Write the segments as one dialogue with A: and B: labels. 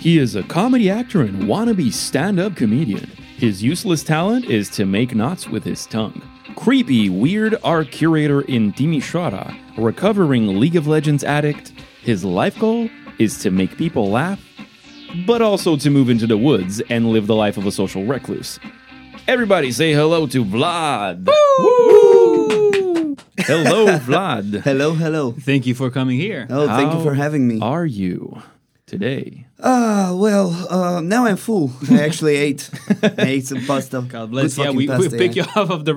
A: He is a comedy actor and wannabe stand up comedian. His useless talent is to make knots with his tongue. Creepy, weird art curator in Timisoara, a recovering League of Legends addict, his life goal is to make people laugh, but also to move into the woods and live the life of a social recluse. Everybody say hello to Vlad. Woo! Hello, Vlad.
B: Hello, hello.
C: Thank you for coming here.
B: Oh, thank you for having me.
A: Are you today?
B: Ah, well, uh, now I'm full. I actually ate. I ate some pasta.
C: God bless.
B: Good
C: Yeah,
B: fucking
C: we,
B: pasta,
C: we pick
B: yeah.
C: you up of the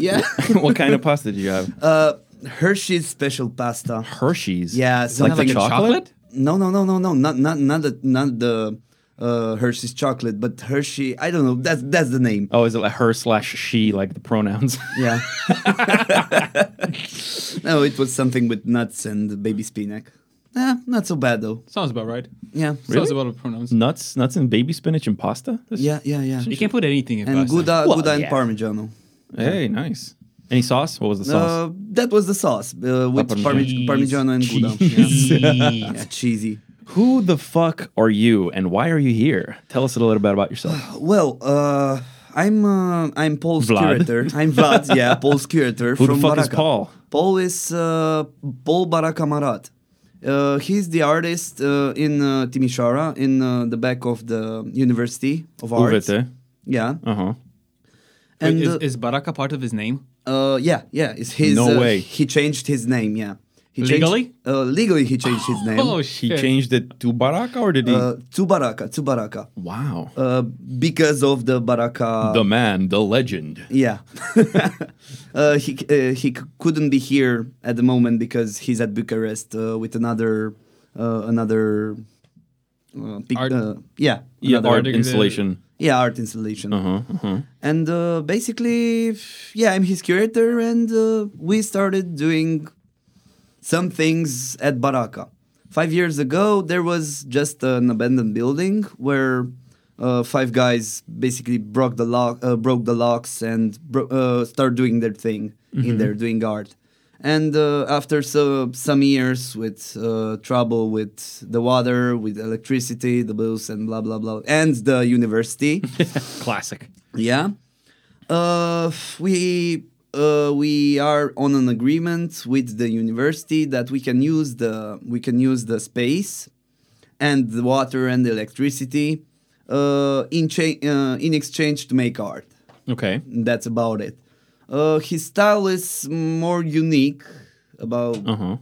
B: Yeah.
A: what kind of pasta do you have?
B: Uh, Hershey's special pasta.
A: Hershey's.
B: Yeah,
A: It's like
B: something
A: the
B: like
A: chocolate?
B: No, no, no, no, no. Not, not, not the, not the uh, Hershey's chocolate, but Hershey. I don't know. That's that's the name.
A: Oh, is it like her slash she, like the pronouns?
B: Yeah. no, it was something with nuts and baby spinach. Eh, not so bad though.
C: Sounds about right.
B: Yeah.
C: Sounds about the pronouns.
A: nuts, nuts and baby spinach and pasta? That's-
B: Yeah, yeah, yeah.
C: You can put anything in
B: And
C: pasta.
B: Gouda,
A: Well,
B: Gouda and
A: yeah.
B: Parmigiano.
A: Hey, nice. Any sauce? What was the sauce?
B: Uh, that was the sauce uh, with
A: Parmigiano.
B: parmi- Parmigiano and Gouda.
C: Cheese.
B: Yeah. Yeah, cheesy.
A: Who the fuck are you and why are you here? Tell us a little bit about yourself.
B: Well, uh, I'm uh, I'm Paul's
A: Vlad.
B: curator. I'm Vlad. Yeah, Paul's curator
A: Who the
B: from
A: fuck is
B: Baraka.
A: Paul?
B: Paul is uh, Paul Baraka Marat. Uh, he's the artist uh, in uh, Timișoara, in uh, the back of the University of Arts.
A: Uvete.
B: Yeah,
A: Uh huh.
C: Wait,
B: and
C: is,
B: uh,
C: is Baraka part of his name?
B: uh, yeah, yeah, it's his.
A: No
B: uh,
A: way.
B: He changed his name. Yeah, he
C: Legally?
B: Changed, uh, legally, he changed his name.
C: Oh
A: He
C: shit!
A: changed it to Baraka or did he?
B: uh, to Baraka, to Baraka,
A: wow.
B: uh, because of the Baraka.
A: the man, the legend.
B: Yeah, uh, he uh, he c- couldn't be here at the moment because he's at Bucharest uh, with another uh, another uh, pic-
C: Art-
B: uh, yeah
A: Yeah,
B: another-
A: art
C: the-
A: installation.
B: yeah art installation
A: Uh huh.
B: and uh, basically f- yeah I'm his curator and uh, we started doing some things at Baraka. Five years ago, there was just an abandoned building where uh, five guys basically broke the lock, uh, broke the locks, and bro- uh, start doing their thing in there, doing art. And uh, after so, some years with uh, trouble with the water, with electricity, the bills, and blah blah blah, and the university,
C: Classic.
B: yeah. Uh, we uh, we are on an agreement with the university that we can use the we can use the space and the water and the electricity uh, in cha- uh, in exchange to make art.
A: Okay.
B: That's about it. Uh, his style is more unique about
A: Uh huh.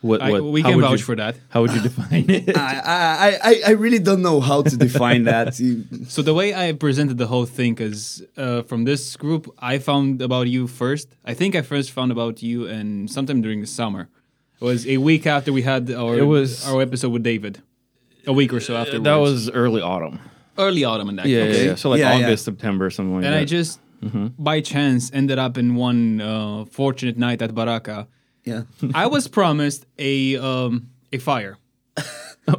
A: What,
C: I-
A: what?
C: we
A: how
C: can
A: would
C: vouch
A: you-
C: for that.
A: How would you define it?
B: I, I, I- I, I really don't know how to define that.
C: So the way I presented the whole thing is uh, from this group, I found about you first. I think I first found about you and sometime during the summer. It was a week after we had our
A: It was- Uh,
C: our episode with David. A week or so after
A: that was early autumn.
C: early autumn in that
A: Yeah,
C: case.
A: yeah, yeah. So like
B: Yeah, yeah.
A: August, September, something like
C: and
A: that.
C: I just
A: Mm-hmm.
C: by chance ended up in one uh, fortunate night at Baraka.
B: yeah.
C: I was promised a um, a fire,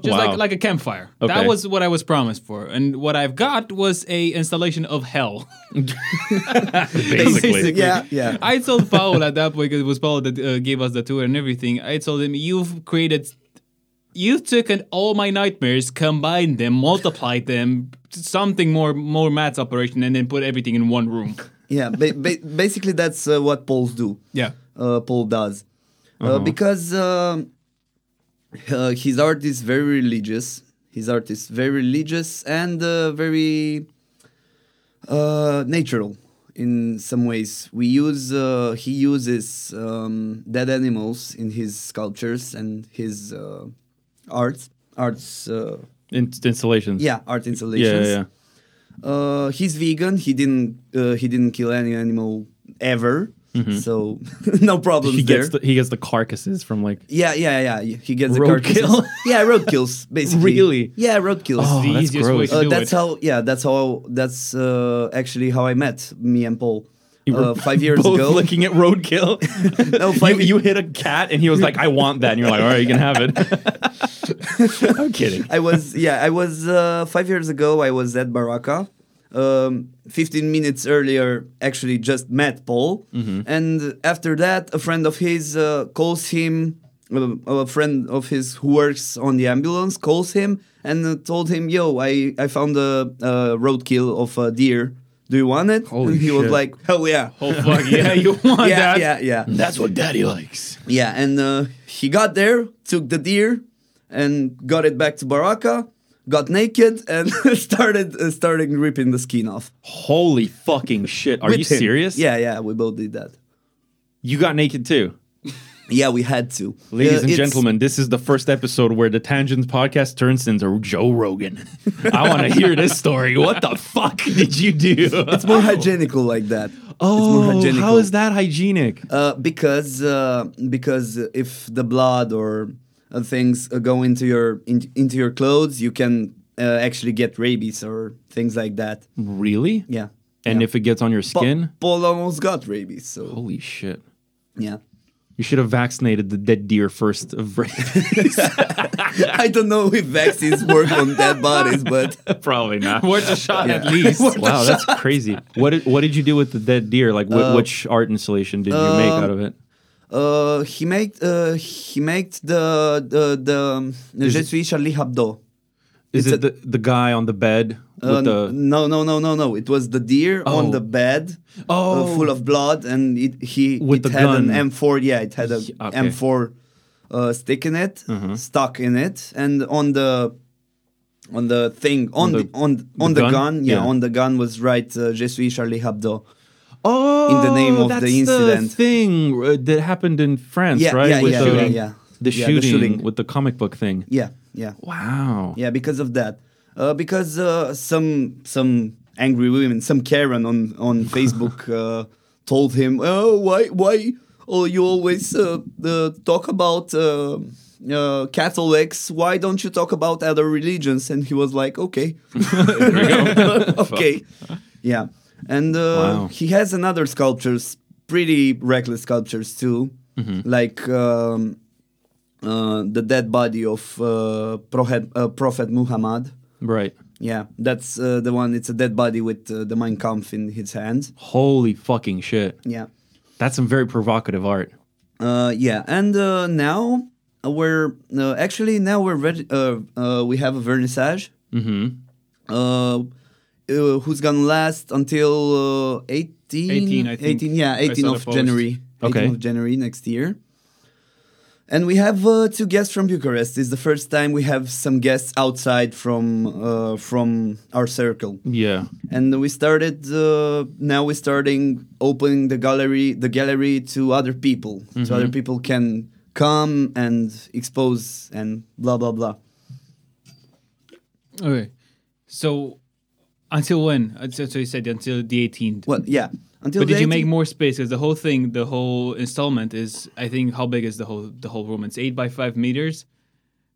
C: just
A: Wow.
C: like like a campfire.
A: Okay.
C: That was what I was promised for, and what I've got was a installation of hell.
A: basically.
C: Basically.
B: Yeah, yeah.
C: I told Paul at that point 'cause it was Paul that uh, gave us the tour and everything. I told him you've created, you've taken all my nightmares, combined them, multiplied them, something more more maths operation, and then put everything in one room.
B: yeah ba- ba- basically that's uh, what polls do
C: Yeah.
B: uh, paul does
A: Uh-huh.
B: uh, because um uh, his art is very religious his art is very religious and uh, very uh, natural in some ways we use uh, he uses um, dead animals in his sculptures and his uh, arts arts uh,
A: In- installations.
B: yeah
A: Yeah,
B: art
A: yeah,
B: installations
A: yeah.
B: uh, he's vegan. He didn't uh, he didn't kill any animal ever, so no problems
A: Mm-hmm. He
B: there.
A: gets the, he gets the carcasses from like
B: yeah, yeah, yeah. He gets
A: Roadkill?
B: the carcasses. yeah, roadkills basically.
A: Really?
B: Yeah, roadkills.
A: Oh,
C: the
A: that's
C: easiest way
A: gross.
C: to
B: Uh,
C: do
B: that's
C: it.
B: how. Yeah, that's how. That's uh, actually how I met me and Paul uh, five years
A: both
B: ago.
A: looking at roadkill.
B: no,
A: you,
B: five.
A: you hit a cat and he was like, "I want that," and you're like, "All right, you can have it." I'm kidding.
B: I was yeah. I was uh, five years ago. I was at Baraka. Um, Fifteen minutes earlier,
A: Mm-hmm.
B: actually, just met Paul, and after that, a friend of his uh, calls him a, a friend of his who works on the ambulance calls him and uh, told him, "Yo, I I found a, a roadkill of a deer. Do you want it?"
A: Holy
B: and he was
A: shit.
B: like, "Hell yeah,
C: Oh fuck yeah, you want
B: yeah,
C: that?
B: yeah, yeah,
A: That's what daddy likes.
B: yeah." And uh, he got there, took the deer, and got it back to Baraka. Got naked and started uh, started ripping the skin off.
A: Holy fucking shit. Are you
B: With him.
A: serious?
B: Yeah, yeah, we both did that.
A: You got naked too.
B: Yeah, we had to.
A: Ladies
B: Uh,
A: and
B: it's-
A: gentlemen, this is the first episode where the Tangents podcast turns into Joe Rogan. I want to hear this story. What the fuck did you do?
B: It's more hygienical like that.
A: oh,
B: it's more hygienical.
A: how is that hygienic?
B: Uh, because uh, because if the blood or uh, things uh, go into your in, into your clothes, you can uh, actually get rabies or things like that.
A: Really?
B: Yeah.
A: And
B: yeah.
A: if it gets on your
B: Pa-
A: skin?
B: Paul almost got rabies, so
A: Holy shit.
B: yeah.
A: You should have vaccinated the dead deer first of rabies.
B: I don't know if vaccines work on dead bodies, but
A: Probably not.
C: Worth a shot at
B: Yeah.
C: least.
A: Wow, that's crazy. What did, what did you do with the dead deer? Like, wh- which art installation did you make out of it?
B: uh, he made uh, he made the the the um, Je suis Charlie Hebdo.
A: Is
B: it's
A: it the, the guy on the bed with
B: Uh,
A: the?
B: no, no, no, no, no. It was the deer
A: Oh.
B: on the bed, uh,
A: Oh.
B: full of blood, and it he
A: With
B: it
A: the
B: had
A: gun.
B: an M4. Yeah, it had a
A: Yeah, okay. Mm-hmm.
B: M4 uh, stick in it, stuck in it, and on the on the thing on
A: the-
B: the, on on
A: the
B: the,
A: gun?
B: gun, yeah,
A: Yeah.
B: on the gun was right. Uh, Je suis Charlie Hebdo.
A: Oh,
B: in the name of the
A: that's
B: incident.
A: thing uh, that happened in France,
B: Yeah,
A: right?
B: yeah,
A: with
B: yeah,
A: the,
B: yeah, yeah.
A: The,
B: Yeah, the
A: shooting
B: shooting.
A: with the comic book thing.
B: Yeah, yeah,
A: Wow.
B: yeah. Because of that, uh, because uh, some some angry women, some Karen on on Facebook uh, told him, "Oh, why why? Oh, you always uh, uh, talk about." Uh, uh, Catholics, why don't you talk about other religions? And he was like, okay, okay, yeah. And uh,
A: Wow.
B: he has another sculptures, pretty reckless sculptures too, like um, uh, the dead body of uh, Prophet, uh, Prophet Muhammad.
A: Right.
B: Yeah, that's uh, the one. It's a dead body with uh, the Mein Kampf in his hand.
A: Holy fucking shit.
B: Yeah,
A: That's some very provocative art.
B: uh, yeah. And uh, now we're uh, actually now we're ready. Uh, uh, we have a vernissage.
A: Mm-hmm.
B: Uh, uh, who's gonna last until uh, 18,
C: 18, I think.
B: 18 yeah,
C: I
B: 18
C: saw
B: of
C: the post.
B: January. 18
A: Okay.
B: of January next year. And we have uh, two guests from Bucharest. It's the first time we have some guests outside from uh, from our circle.
A: Yeah.
B: And we started uh, now we're starting opening the gallery the gallery to other people.
C: Mm-hmm.
B: So other people can come and expose and blah blah blah.
C: Okay. So until when? Until- So you said until the 18th.
B: Well, yeah. Until
C: But
B: the
C: did you make
B: 18
C: more space? Because the whole thing, the whole installment is, I think, how big is the whole the whole room? It's eight by five meters,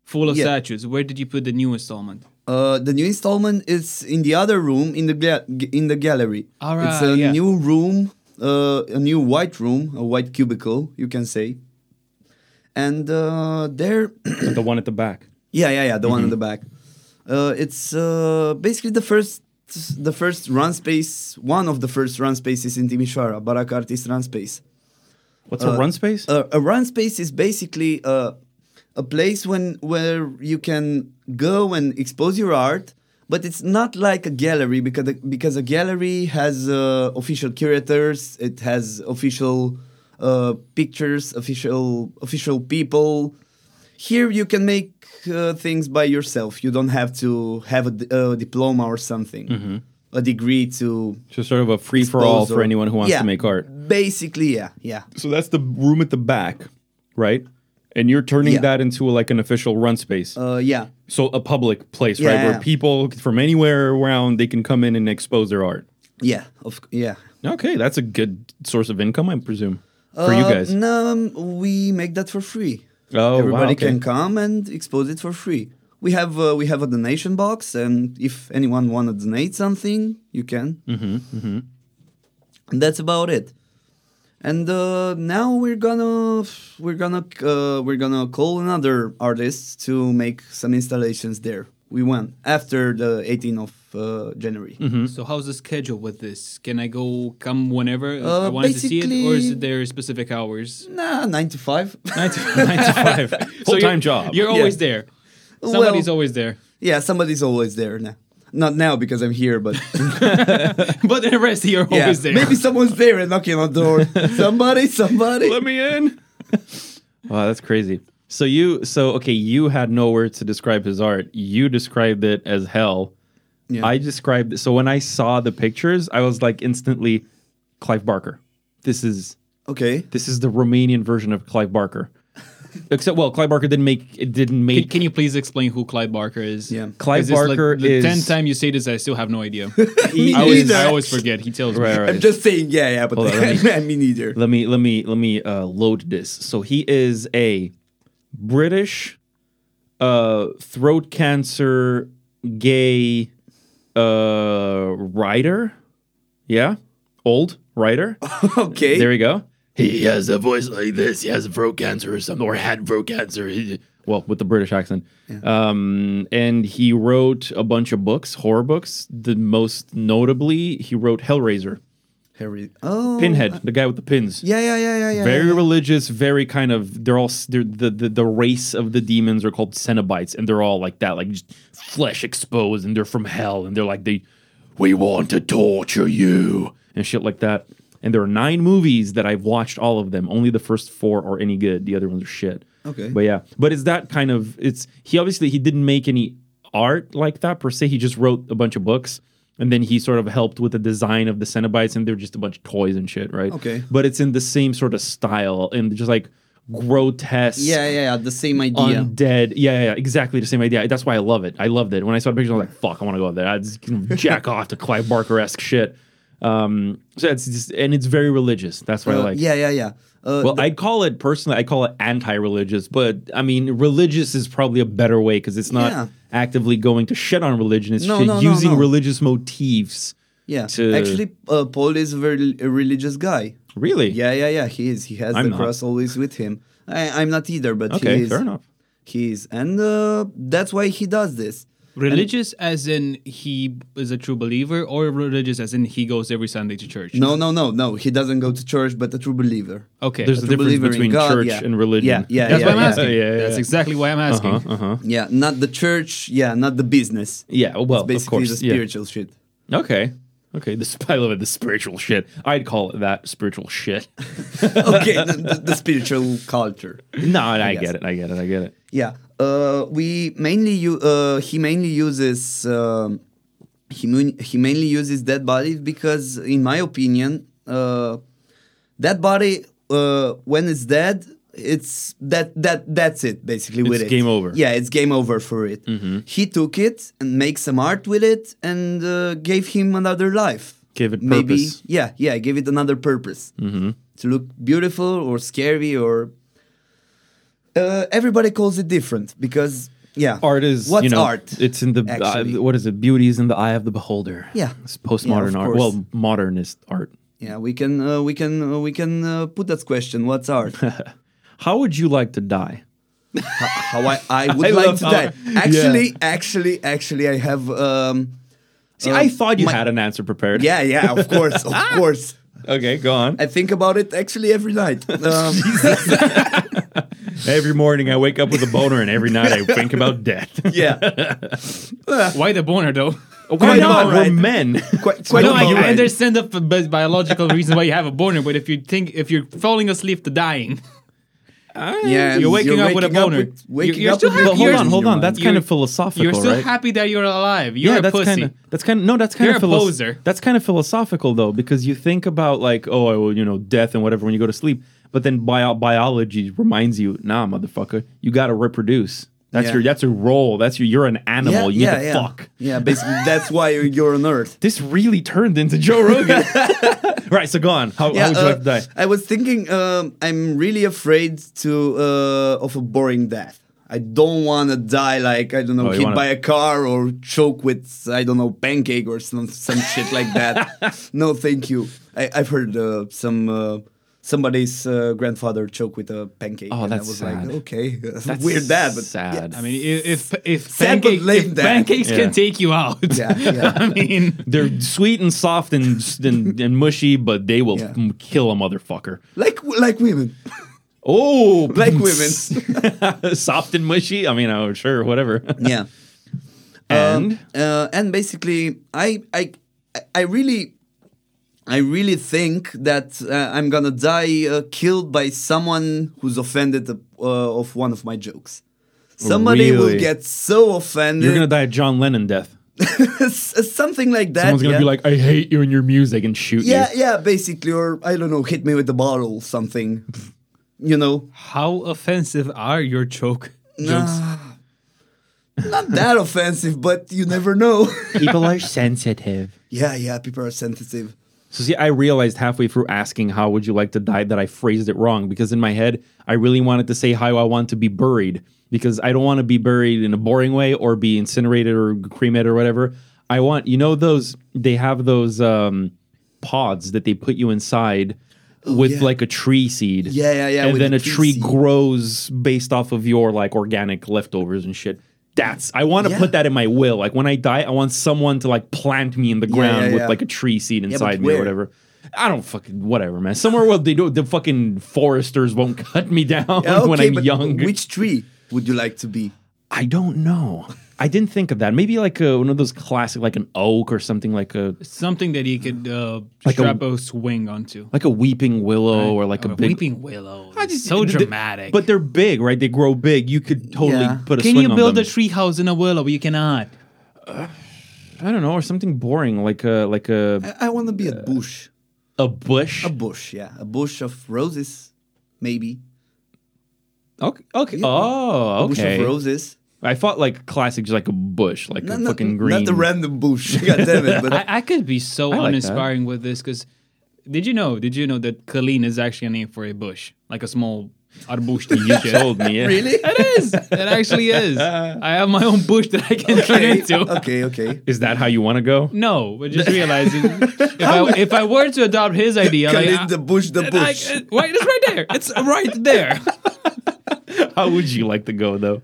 C: full of
B: Yeah.
C: statues. Where did you put the new installment?
B: Uh, the new installment is in the other room in the ga- in the gallery.
C: Alright,
B: it's a
C: yeah.
B: new room, uh, a new white room, a white cubicle, you can say. And uh, there,
A: the one at the back.
B: yeah, yeah, yeah, the one in the back. Uh, it's uh, basically the first the first run space, one of the first run spaces in Timișoara, Barak Artist Run Space
A: What's
B: Uh,
A: a run space?
B: a, a run space is basically a, a place when where you can go and expose your art but it's not like a gallery because a, because a gallery has uh, official curators it has official uh, pictures official official people here you can make uh, things by yourself you don't have to have a, d- a diploma or something a degree to
A: Just sort of a free for all
B: expose
A: for
B: or-
A: anyone who wants
B: Yeah,
A: to make art.
B: basically yeah yeah
A: So that's the room at the back, right? And you're turning
B: Yeah.
A: that into like an official run space.
B: uh, yeah
A: so a public place, right,
B: Yeah.
A: where people from anywhere around they can come in and expose their art.
B: yeah of c- yeah
A: Okay, that's a good source of income, I presume, for you
B: Uh,
A: guys.
B: No, um, we make that for free.
A: Oh, wow,
B: Everybody
A: okay.
B: can come and expose it for free. We have uh, we have a donation box, and if anyone want to donate something, you can. Mm-hmm, And that's about it. And uh, now we're gonna we're gonna uh, we're gonna call another artist to make some installations there. We won after the 18th of uh, January.
A: Mm-hmm.
C: So how's the schedule with this? Can I go come whenever
B: Uh,
C: I wanted to see it, or is
B: basically-
C: it there specific hours?
B: Nah, nine to five.
C: Nine to, nine to five. So you're-
A: Full-time job.
C: You're
B: Yeah.
C: always there. Somebody's
B: Well-
C: always there.
B: yeah, somebody's always there now. Not now because I'm here, but
C: But the rest you're
B: yeah,
C: always there.
B: maybe someone's there and knocking on the door. somebody, somebody.
A: Let me in. wow, that's crazy. So you so okay, you had no words to describe his art. You described it as hell.
B: Yeah.
A: I described so when I saw the pictures, I was like instantly Clive Barker. This is
B: okay.
A: this is the Romanian version of Clive Barker. Except well, Clive Barker didn't make it didn't make
C: Can, can you please explain who Clyde Barker is?
B: Yeah.
A: Clive
C: 'Cause it's
A: Barker
C: the
A: is-
C: tenth time you say this, I still have no idea.
B: Me
C: I always,
B: neither.
C: I always forget. He tells me.
A: Right, right.
B: I'm just saying, yeah, yeah, but
A: Hold on, let
B: I mean either.
A: let me let me let me uh, load this. So he is a British uh, throat cancer gay uh, writer. Yeah, old writer.
B: Okay.
A: There you go.
D: he has a voice like this. He has throat cancer or something, or had throat cancer. He-
A: Well, with the British accent. Um, and he wrote a bunch of books, horror books. The most notably, he wrote Hellraiser,
B: Harry. Oh.
A: Pinhead, the guy with the pins.
B: Yeah, yeah, yeah, yeah, yeah.
A: very
B: yeah.
A: religious, very kind of. They're all s- they're, the, the the race of the demons are called Cenobites, and they're all like that, like just flesh exposed, and they're from hell, and they're like they
D: We want to torture you.
A: and shit like that. And there are nine movies that I've watched, all of them. Only the first four are any good. The other ones are shit.
B: Okay.
A: but yeah, but it's that kind of. It's he obviously he didn't make any art like that per se. He just wrote a bunch of books. And then he sort of helped with the design of the Cenobites, and they're just a bunch of toys and shit, right?
B: Okay.
A: But it's in the same sort of style and just like grotesque
B: Yeah, yeah, yeah. The same idea.
A: undead. Yeah, yeah, yeah, exactly the same idea. That's why I love it. I loved it. When I saw the pictures, I was like, "Fuck, I want to go there. I just can jack off to Clive Barker esque shit." Um, so it's just, and it's very religious. That's why I
B: Uh,
A: like.
B: yeah, yeah, yeah. Uh,
A: Well, I'd call it personally. I call it anti-religious, but I mean, religious is probably a better way because it's not
B: Yeah.
A: actively going to shit on religion. It's
B: No,
A: shit
B: no, no,
A: using
B: no.
A: religious motifs.
B: yeah.
A: to-
B: Actually, uh, Paul is a very a religious guy.
A: Really?
B: Yeah, yeah, yeah. He is. He has
A: I'm
B: the
A: not.
B: cross always with him. I, I'm not either, but he
A: Okay.
B: is.
A: Fair enough.
B: He is, and uh, that's why he does this.
C: Religious as in he is a true believer, or religious as in he goes every Sunday to church.
B: No, no, no, no. He doesn't go to church, but a true believer.
C: Okay.
A: There's a difference
B: true believer in
A: between
B: God,
A: church
B: yeah.
A: and religion.
B: Yeah, yeah,
C: That's
B: yeah,
C: why I'm
B: yeah.
C: asking.
A: Yeah, yeah,
C: That's
A: yeah. Uh-huh,
C: exactly why I'm asking.
B: Yeah, not the church. Yeah, not the business.
A: Yeah, well, of
B: Basically,
A: course,
B: the
A: yeah.
B: spiritual shit.
A: Okay. Okay. This I love it. The spiritual shit. I'd call it that spiritual shit.
B: Okay, the, the, the spiritual culture.
A: no, I,
B: guess.
A: get it. I get it. I get it.
B: Yeah, uh, we mainly u- uh, he mainly uses um, he, mun- he mainly uses dead bodies because, in my opinion, uh, that body uh, when it's dead, it's that that that's it basically with
A: It's
B: it.
A: game over. Mm-hmm.
B: Yeah, it's game over for it. He took it and make some art with it and uh, gave him another life.
A: Gave it
B: maybe
A: purpose.
B: yeah yeah give it another purpose mm-hmm. to look beautiful or scary or uh, everybody calls it different because yeah
A: Art is
B: what's
A: you know,
B: art
A: It's in the
B: actually?
A: uh, what is it? Beauty is in the eye of the beholder.
B: Yeah.
A: It's postmodern
B: Yeah, of
A: art. Well,
B: course.
A: modernist art.
B: yeah we can uh, we can uh, we can uh, put that question what's art H-
A: How would you like to die?
B: how I, I would
A: I
B: like
A: love
B: to
A: how-
B: die actually actually actually I have um
A: See,
B: uh,
A: I thought you
B: my-
A: had an answer prepared.
B: yeah yeah of course of course
A: Okay, go on.
B: I think about it actually every night um,
A: Every morning I wake up with a boner, and every night I think about death.
B: yeah
C: Why the boner though?
A: Why
B: Quite
A: not?
B: alright.
A: We're men.
B: quite quite
C: no, I,
B: about
C: I
B: right.
C: understand the f- bi- biological reason why you have a boner, but if you think if you're falling asleep to dying,
B: Yeah,
C: you're waking up with a
B: waking up
C: boner.
B: with- waking
C: you're
B: up
C: still
B: with
C: happy.
A: But hold
C: You're-
A: on, hold on.
B: You're
A: That's kind of
C: you're
A: philosophical,
C: you're still
A: right?
C: happy that you're alive. You're
A: yeah,
C: a
A: that's
C: pussy.
A: Kinda, that's kind of no, that's kind
C: You're
A: of
C: a
A: philos-
C: poser.
A: That's kind of philosophical though, because you think about like, oh, I will, you know, death and whatever when you go to sleep. But then bio- biology reminds you, nah, motherfucker, you got to reproduce. That's
B: Yeah.
A: your that's your role. That's your you're an animal. you need to
B: yeah.
A: fuck.
B: Yeah, basically that's why you're, you're on Earth.
A: This really turned into Joe Rogan. right, so go on. How,
B: Yeah,
A: how would you
B: uh,
A: like to die?
B: I was thinking. Um, I'm really afraid to uh, of a boring death. I don't want to die like I don't know
A: Oh, you
B: hit
A: wanna-
B: by a car or choke with I don't know pancake or some some shit like that. No, thank you. I, I've heard uh, some uh, somebody's uh, grandfather choked with a pancake.
A: Oh,
B: and
A: that's
B: I was
A: sad.
B: like, okay,
A: That's
B: weird that, but
A: sad.
C: I mean, i- if if,
B: Sad but
C: pancake,
B: lame
C: if
B: dad.
C: pancakes
A: Yeah.
C: can take you out,
B: Yeah, yeah.
C: I mean,
A: They're sweet and soft and and, and mushy, but they will
B: Yeah.
A: m- kill a motherfucker.
B: like like women,
A: Oh,
B: like women.
A: soft and mushy. I mean, oh sure, whatever.
B: yeah. Um,
A: and
B: uh, and basically I, I i really i really think that uh, i'm gonna die uh, killed by someone who's offended uh, of one of my jokes somebody will
A: Really?
B: get so offended uh,
A: you're gonna die a John Lennon death.
B: something like that
A: Someone's gonna
B: yeah.
A: be like, "I hate you and your music," and shoot
B: yeah
A: you.
B: yeah basically or i don't know hit me with a bottle something you know
C: how offensive are your joke jokes?
B: not that offensive but you never know
A: People are sensitive.
B: yeah yeah people are sensitive
A: So see, I realized halfway through asking how would you like to die that I phrased it wrong because in my head I really wanted to say how I want to be buried because I don't want to be buried in a boring way or be incinerated or cremated or whatever. I want you know those they have those um, pods that they put you inside with
B: Oh, yeah.
A: like a tree seed.
B: Yeah, yeah, yeah,
A: And
B: with
A: then
B: the
A: a
B: tree
A: tree
B: seed.
A: grows based off of your like organic leftovers and shit. That's I want to
B: Yeah.
A: put that in my will. Like when I die, I want someone to like plant me in the ground
B: yeah,
A: with
B: yeah.
A: like a tree seed
B: but
A: inside me or
B: where?
A: whatever. I don't fucking whatever, man. Somewhere where they do the fucking foresters won't cut me down
B: Yeah,
A: when
B: okay,
A: I'm
B: but
A: young.
B: which tree would you like to be
A: I don't know. I didn't think of that. Maybe like uh one of those classic, like an oak or something, like a
C: Something that you could uh,
A: Like a-
C: strap a, swing onto,
A: like a weeping willow or like a, big.
C: weeping willow.
A: I just-
C: so
A: th-
C: dramatic.
A: but they're big, right? They grow big. You could totally
B: Yeah.
A: put a
C: can
A: swing
C: you
A: on
C: build
A: them.
C: a tree house in a willow? You cannot.
A: I don't know, or something boring like a like a
B: i, I want to be
A: Uh,
B: a bush
A: a bush.
B: A bush, yeah. A bush of roses, maybe.
A: okay. okay. Oh,
B: A bush
A: okay.
B: of roses.
A: I thought like classic, just like a bush, like a
B: Not-
A: fucking
B: not,
A: green.
B: Not the random bush. God damn it. But
C: I, I could be so
A: like that.
C: uninspiring with this because did you know? Did you know that Colleen is actually a name for a bush, like a small arbusto?
A: you told me. Yeah.
B: really?
C: It is. It actually is. I have my own bush that I can turn into.
B: okay, okay.
A: Is that how you want to go?
C: No, but just realizing if I, if I were to adopt his idea, like,
B: Khalid
C: I-
B: the bush, the
C: like,
B: bush.
C: uh, wait, it's right there. It's right there.
A: How would you like to go though?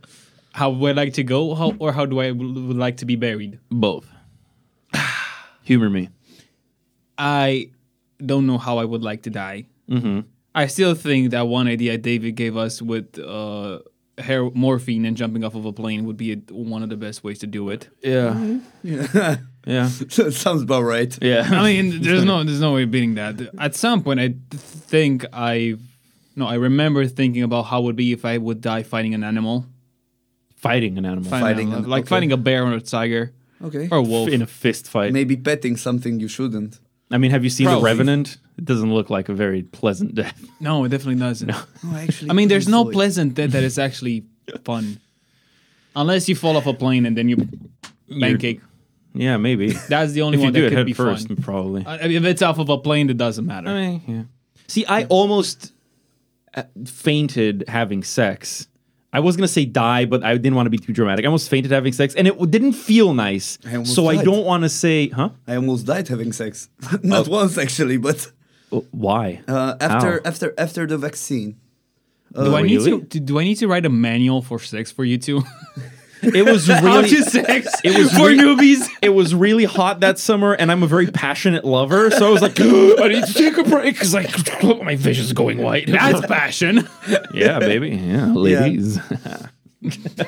C: How would I like to go, how, or how do I w- would like to be buried?
A: Both. Humor me.
C: I don't know how I would like to die. Mm-hmm. I still think that one idea David gave us with uh, hair morphine and jumping off of a plane would be a, one of the best ways to do it.
A: Yeah. Yeah.
B: Sounds about right.
A: Mm-hmm. Yeah.
C: I mean, there's no there's no way of beating that. At some point, I th- think I no, I remember thinking about how it would be if I would die fighting an animal,
A: Fighting an animal.
C: Fighting an
B: Fighting
C: animal,
B: an-
C: like
B: okay.
C: fighting a bear or a tiger
B: Okay.
C: or a wolf.
A: In a fist fight.
B: Maybe petting something you shouldn't.
A: I mean, have you seen The
C: Probably.
A: Revenant? It doesn't look like a very pleasant death.
C: no, it definitely doesn't.
B: Oh, actually,
C: I mean, there's no
B: pleasure.
C: pleasant death that is actually fun, unless you fall off a plane and then you pancake.
A: Yeah, maybe.
C: That's the only
A: if you
C: one
A: do
C: that
A: it
C: could
A: head
C: be
A: first,
C: fun.
A: probably.
C: I mean, if it's off of a plane, it doesn't matter.
A: mean, yeah. See, I almost uh, fainted having sex. I was gonna say die, but I didn't want to be too dramatic. I almost fainted having sex, and it w- didn't feel nice.
B: I almost
A: so I
B: died.
A: don't want to say, huh?
B: I almost died having sex. Not once actually, but
A: Uh, Why?
B: uh, after
A: Oh. Ow.
B: after after the vaccine.
C: do I need
A: really?
C: to? Do, do I need to write a manual for sex for you two?
A: it was
C: How
A: really
C: to sex?
A: it was
C: for
A: re-
C: newbies.
A: It was really hot that summer, and I'm a very passionate lover, so I was like, I need to take a break because like my vision's going white.
C: That's passion.
A: yeah, baby, yeah, ladies.
B: Uh,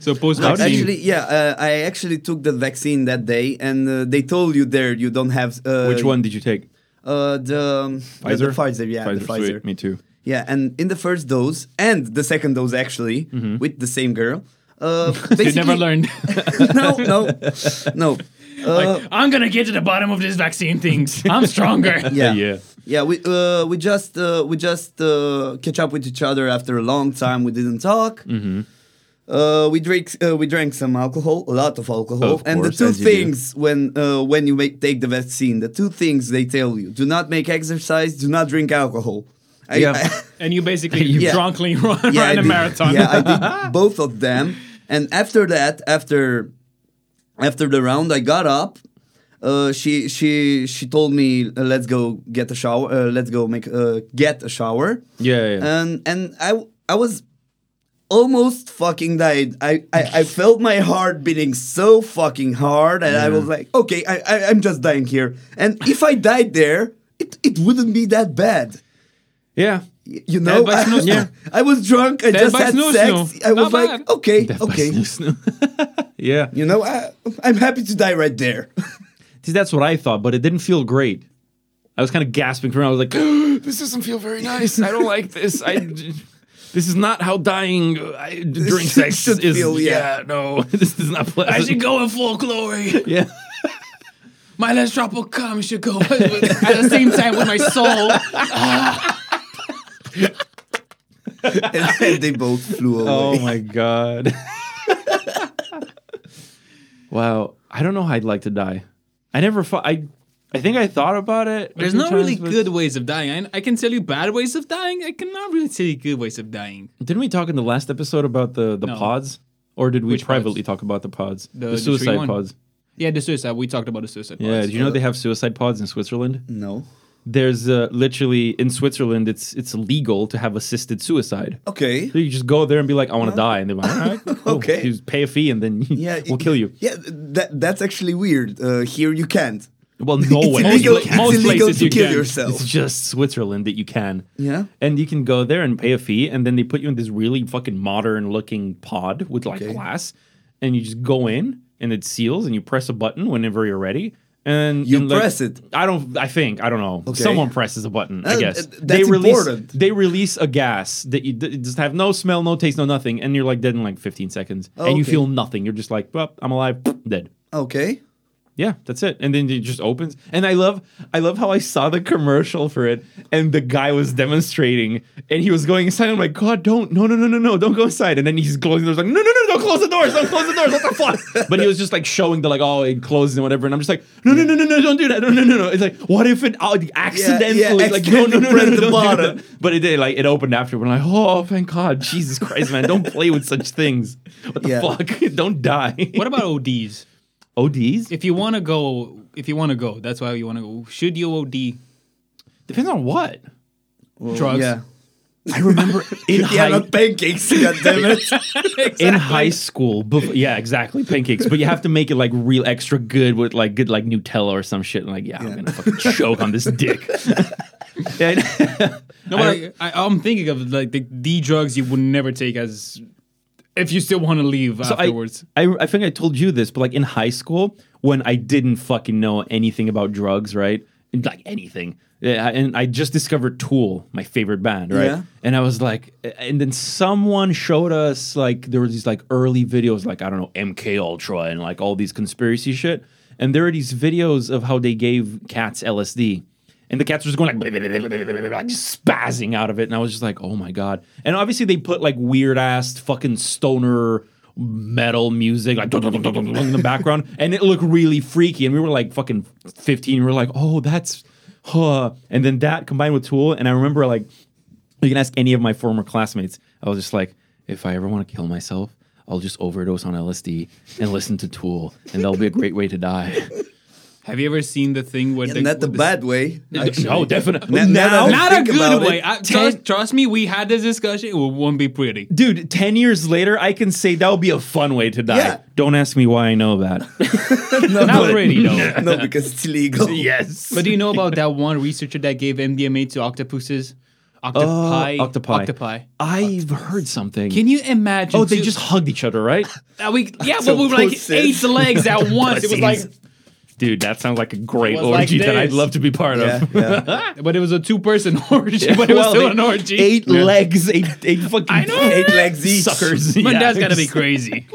C: so post
B: Actually, yeah, uh, I actually took the vaccine that day, and uh, they told you there you don't have uh,
A: Which one did you take?
B: Uh, the, um, the- the Pfizer, yeah, the Pfizer.
A: sweet, me too.
B: Yeah, and in the first dose and the second dose actually
A: Mm-hmm.
B: with the same girl. Uh,
C: you never
B: basically-
C: learned.
B: no, no, no. Uh,
C: I'm gonna get to the bottom of this vaccine things. I'm stronger.
B: yeah,
A: Yeah.
B: yeah. We uh, we just uh, we just uh, catch up with each other after a long time. We didn't talk.
A: Mm-hmm.
B: Uh, we drank uh, we drank some alcohol, a lot of alcohol,
A: Of
B: and
A: course,
B: the two
A: as you do.
B: things when uh, when you make, take the vaccine, the two things they tell you: do not make exercise, do not drink alcohol. I,
A: Yeah.
B: I-
C: And you basically you
B: Yeah.
C: drunkenly run,
B: yeah, I
C: ran a
B: did-
C: marathon.
B: Yeah, I did both of them. And after that, after after the round, I got up. Uh, she she she told me uh, let's go get a shower. Uh, let's go make uh, get a shower.
A: Yeah, yeah.
B: And and I I was almost fucking died. I, I, I felt my heart beating so fucking hard, and I was like, okay, I, I I'm just dying here. And if I died there, it, it wouldn't be that bad.
A: yeah.
B: Y- You know,
C: by snoo-snoo.
B: I, I was drunk. I
C: Dead
B: just
C: by
B: had
C: snoo-snoo.
B: sex. I was
C: Not
B: like,
C: bad.
B: okay, okay.
A: yeah.
B: You know, I, I'm happy to die right there.
A: See, that's what I thought, but it didn't feel great. I was kind of gasping for air. I was like, this doesn't feel very nice. I don't like this. I, this is not how dying uh, I, during sex
B: should
A: is.
B: feel, e- yeah.
A: yeah. no, this is not pleasant.
D: I should go in full glory.
A: yeah.
D: My last drop will come. You should go.
C: At the same time, with my soul,
B: and, then they both flew away.
A: Oh my god. wow. I don't know how I'd like to die. I never thought. I. I think I thought about it. a
C: there's
A: few
C: not really
A: times, but-
C: good ways of dying. I, I can tell you bad ways of dying. I cannot really tell you good ways of dying.
A: Didn't we talk in the last episode about the the
C: No.
A: pods, or did we
C: Which
A: privately talk about the pods, the,
C: the tree
A: suicide
C: one.
A: pods?
C: Yeah, the suicide. We talked about the suicide.
A: Yeah.
C: pods.
A: Did you know they have suicide pods in Switzerland?
B: No.
A: There's uh, literally in Switzerland, it's it's legal to have assisted suicide.
B: Okay.
A: So you just go there and be like, I want to die, and they're like, all right, cool.
B: Okay.
A: You just pay a fee, and then
B: Yeah,
A: we'll
B: it-
A: kill you.
B: Yeah, that that's actually weird. Uh, here you can't.
A: Well, no
B: It's
A: way.
B: illegal-
A: Most,
B: it's
A: most
B: illegal
A: places
B: to
A: you
B: kill
A: can.
B: yourself.
A: It's just Switzerland that you can.
B: Yeah.
A: And you can go there and pay a fee, and then they put you in this really fucking modern looking pod with like
B: Okay.
A: glass, and you just go in, and it seals, and you press a button whenever you're ready. And
B: You
A: and, like,
B: press it.
A: I don't. I think I don't know.
B: Okay.
A: Someone presses a button. I
B: Uh,
A: guess
B: uh, that's
A: release.
B: important.
A: They release a gas that you that just have no smell, no taste, no nothing, and you're like dead in like 15 seconds, and you
B: Okay.
A: feel nothing. You're just like, well, I'm alive, dead.
B: Okay.
A: Yeah, that's it. And then it just opens. And I love I love how I saw the commercial for it and the guy was demonstrating and he was going inside. I'm like, God, don't no no no no no, don't go inside. And then he's closing the doors like, no no no, don't close the doors, don't close the doors, what the fuck? But he was just like showing the like, oh, it closes and whatever. And I'm just like, no no no no no, don't do that. No no no no. It's like, what if it out accidentally like no no no no, no,
B: accidentally press the
A: don't do
B: button.
A: that. But it did like it opened after we're like, oh thank God, Jesus Christ, man, don't play with such things. What the
B: Yeah.
A: fuck? don't die.
C: What about ODs?
A: ODs?
C: If you want to go, if you want to go, that's why you want to go. Should you OD?
A: Depends on what.
B: Well,
C: Drugs.
B: Yeah.
A: I remember in
B: Yeah,
A: high
B: not pancakes. God damn it.
A: in high school. bef- yeah, exactly pancakes, but you have to make it like real extra good with like good like Nutella or some shit. And like, yeah, I'm
B: Yeah.
A: gonna fucking choke on this dick. Yeah,
C: No, but I, I, I'm thinking of like the, the drugs you would never take as if you still want to leave
A: I,
C: afterwards.
A: I I think I told you this, but like in high school when I didn't fucking know anything about drugs, right? Like anything. Yeah, and I just discovered Tool, my favorite band, right?
B: Yeah.
A: And I was like, and then someone showed us like there were these like early videos, like I don't know, MK Ultra and like all these conspiracy shit. And there are these videos of how they gave cats LSD. And the cats were just going like just spazzing out of it. And I was just like, oh my God. And obviously they put like weird ass fucking stoner metal music like dun, dun, dun, dun, dun, dun in the background. And it looked really freaky. And we were like fucking 15. We were like, oh, that's huh. And then that combined with Tool. And I remember like you can ask any of my former classmates. I was just like, if I ever want to kill myself, I'll just overdose on LSD and listen to Tool, and that'll be a great way to die.
C: Have you ever seen the thing where
B: Not the
C: with
B: bad way. actually.
A: no, definitely
B: Now- now
A: now,
B: that I
C: Not a
B: Think about
C: good
B: it.
C: way. I,
A: Ten-
C: trust, trust me, we had this discussion. It won't be pretty.
A: dude. Ten years later, I can say that would be a fun way to die.
B: Yeah.
A: Don't ask me why I know that.
B: no,
C: Not
B: but-
C: pretty though.
B: No, because it's illegal.
A: yes,
C: But do you know about that one researcher that gave MDMA to octopuses? Octopi.
A: Uh, octopi.
C: Octopi.
A: I've heard something.
C: Can you imagine?
A: oh, they
C: two-
A: just hugged each other, right?
C: Uh, we, yeah, but we were like
B: Octopuses.
C: eight legs at once. It was like,
A: Dude, that sounds like a great
C: was like
A: orgy that I'd
C: this.
A: love to be part
B: Yeah,
A: of.
B: yeah.
C: "Ah." but it was a two-person orgy. But it was
A: Well,
C: still
A: they-
C: an orgy.
A: Eight legs, eight, eight fucking
C: I know, Eight
B: right? legs each.
A: Suckers.
C: But
A: yeah.
C: that's gotta be crazy.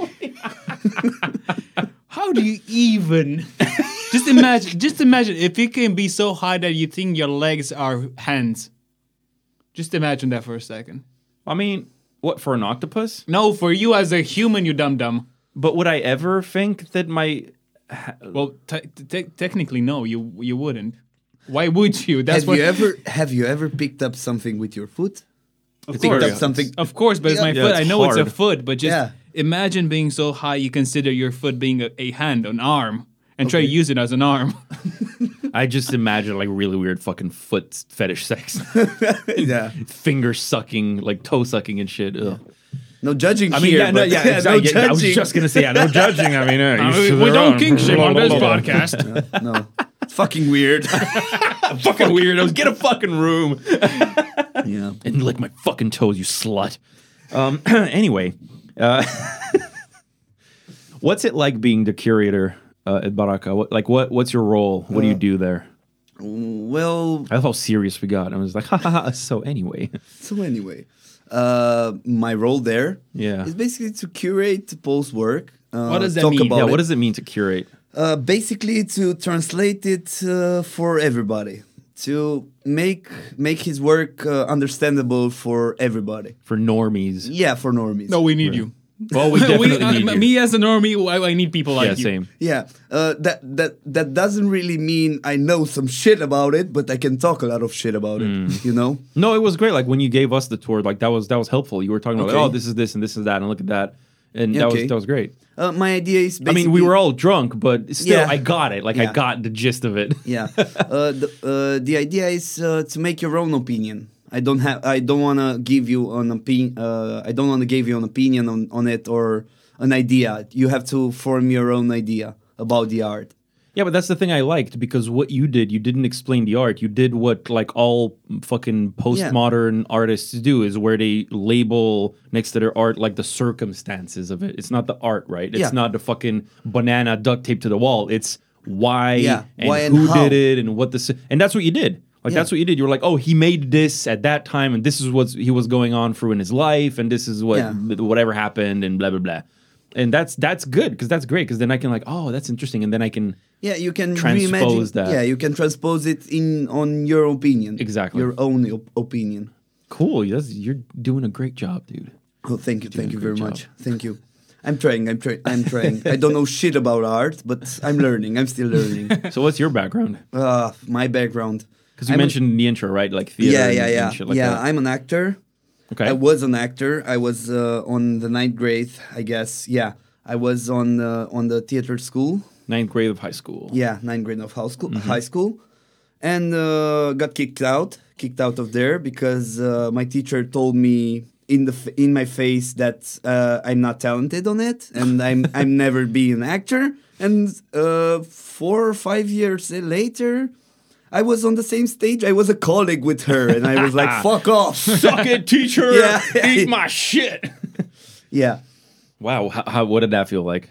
C: How do you even? just imagine. Just imagine if you can be so high that you think your legs are hands. Just imagine that for a second.
A: I mean, what for an octopus?
C: No, for you as a human, you dumb dumb.
A: But would I ever think that my
C: Well, te- te- technically, no, you you wouldn't. Why would you? That's
B: Have
C: what.
B: you ever have you ever picked up something with your foot? Of picked
A: course.
B: up something.
C: Of course, but it's my
A: Yeah,
C: foot.
A: it's
C: I know it's a
A: hard.
C: foot, but just
B: Yeah.
C: imagine being so high you consider your foot being a, a hand, an arm, and try to use it as an arm.
A: I just imagine like really weird fucking foot fetish sex,
B: yeah.
A: finger sucking, like toe sucking and shit. Ugh.
B: No judging
A: I mean,
B: here.
A: yeah, no,
B: but-
A: yeah,
B: no
A: exactly. Yeah, I was
B: judging.
A: just gonna say, yeah, no judging. I mean, uh, each
C: we
A: to
C: we
A: their
C: don't
A: own.
C: kink shame on this
A: Blah, blah, blah.
C: podcast.
B: no. It's fucking weird.
A: Fucking weirdos, get a fucking room
B: yeah.
A: and lick my fucking toes, you slut. Um, anyway, uh, what's it like being the curator uh, at Baraka? What, like, what what's your role? What do you do there?
B: Well,
A: I love how serious we got. I was like, ha ha ha. So anyway,
B: so anyway, uh, my role there
A: Yeah.
B: is basically to curate Paul's work. Uh,
C: What does that
B: talk
C: mean?
B: About
A: yeah.
B: it.
A: What does it mean to curate?
B: uh, basically to translate it uh, for everybody to make make his work uh, understandable for everybody
A: for normies.
B: yeah for normies
C: No, we need you.
A: Well, we definitely
C: uh,
A: need you.
C: Me as a normie, I, I need people like
A: yeah,
C: you.
A: same.
B: yeah uh, that that that doesn't really mean i know some shit about it but i can talk a lot of shit about it you know
A: No, it was great. Like when you gave us the tour, like that was that was helpful. You were talking about,
B: Okay.
A: oh, this is this and this is that, and look at that, and that
B: Okay.
A: was that was great.
B: uh, my idea is
A: I
B: basically
A: mean, we were all drunk, but still,
B: Yeah.
A: I got it. Like I
B: Yeah.
A: got the gist of it.
B: yeah uh, the, uh, the idea is uh, to make your own opinion i don't have i don't want to give you an opinion uh, i don't want to give you an opinion on, on it or an idea you have to form your own idea about the art
A: Yeah, but that's the thing I liked because what you did, you didn't explain the art. You did what like all fucking postmodern artists do is where they label next to their art like the circumstances of it. It's not the art, right? It's
B: Yeah.
A: not the fucking banana duct tape to the wall. It's why
B: Yeah,
A: and
B: why and
A: who
B: how.
A: did it and what this and that's what you did. Like
B: Yeah.
A: that's what you did. You were like, oh, he made this at that time, and this is what he was going on through in his life, and this is what
B: Yeah.
A: whatever happened, and blah blah blah. And that's that's good because that's great because then I can like, oh, that's interesting, and then I can
B: yeah you can
A: Transpose
B: reimagine
A: that.
B: yeah you can transpose it in on your opinion
A: Exactly.
B: your own op- opinion
A: Cool. That's, you're doing a great job, dude.
B: oh thank you thank you very
A: great
B: much thank you i'm trying i'm trying i'm trying i don't know shit about art but i'm learning i'm still learning
A: So, what's your background?
B: uh, my background
A: Because you
B: I'm an-
A: mentioned in the intro, right? Like theater.
B: yeah,
A: and,
B: yeah, yeah.
A: And shit like
B: yeah,
A: That.
B: I'm an actor.
A: okay.
B: I was an actor. I was uh, on the ninth grade, I guess. Yeah, I was on uh, on the theater school.
A: Ninth grade of high school.
B: Yeah, ninth grade of high school.
A: Mm-hmm.
B: High school, and uh, got kicked out. Kicked out of there because uh, my teacher told me in the f- in my face that uh, I'm not talented on it, and I'm I'm never be an actor. And uh, four or five years later. I was on the same stage. I was a colleague with her, and I was like, "Fuck off!"
A: Suck it, teacher.
B: Yeah.
A: Eat my shit.
B: Yeah.
A: Wow. How, how, what did that feel like?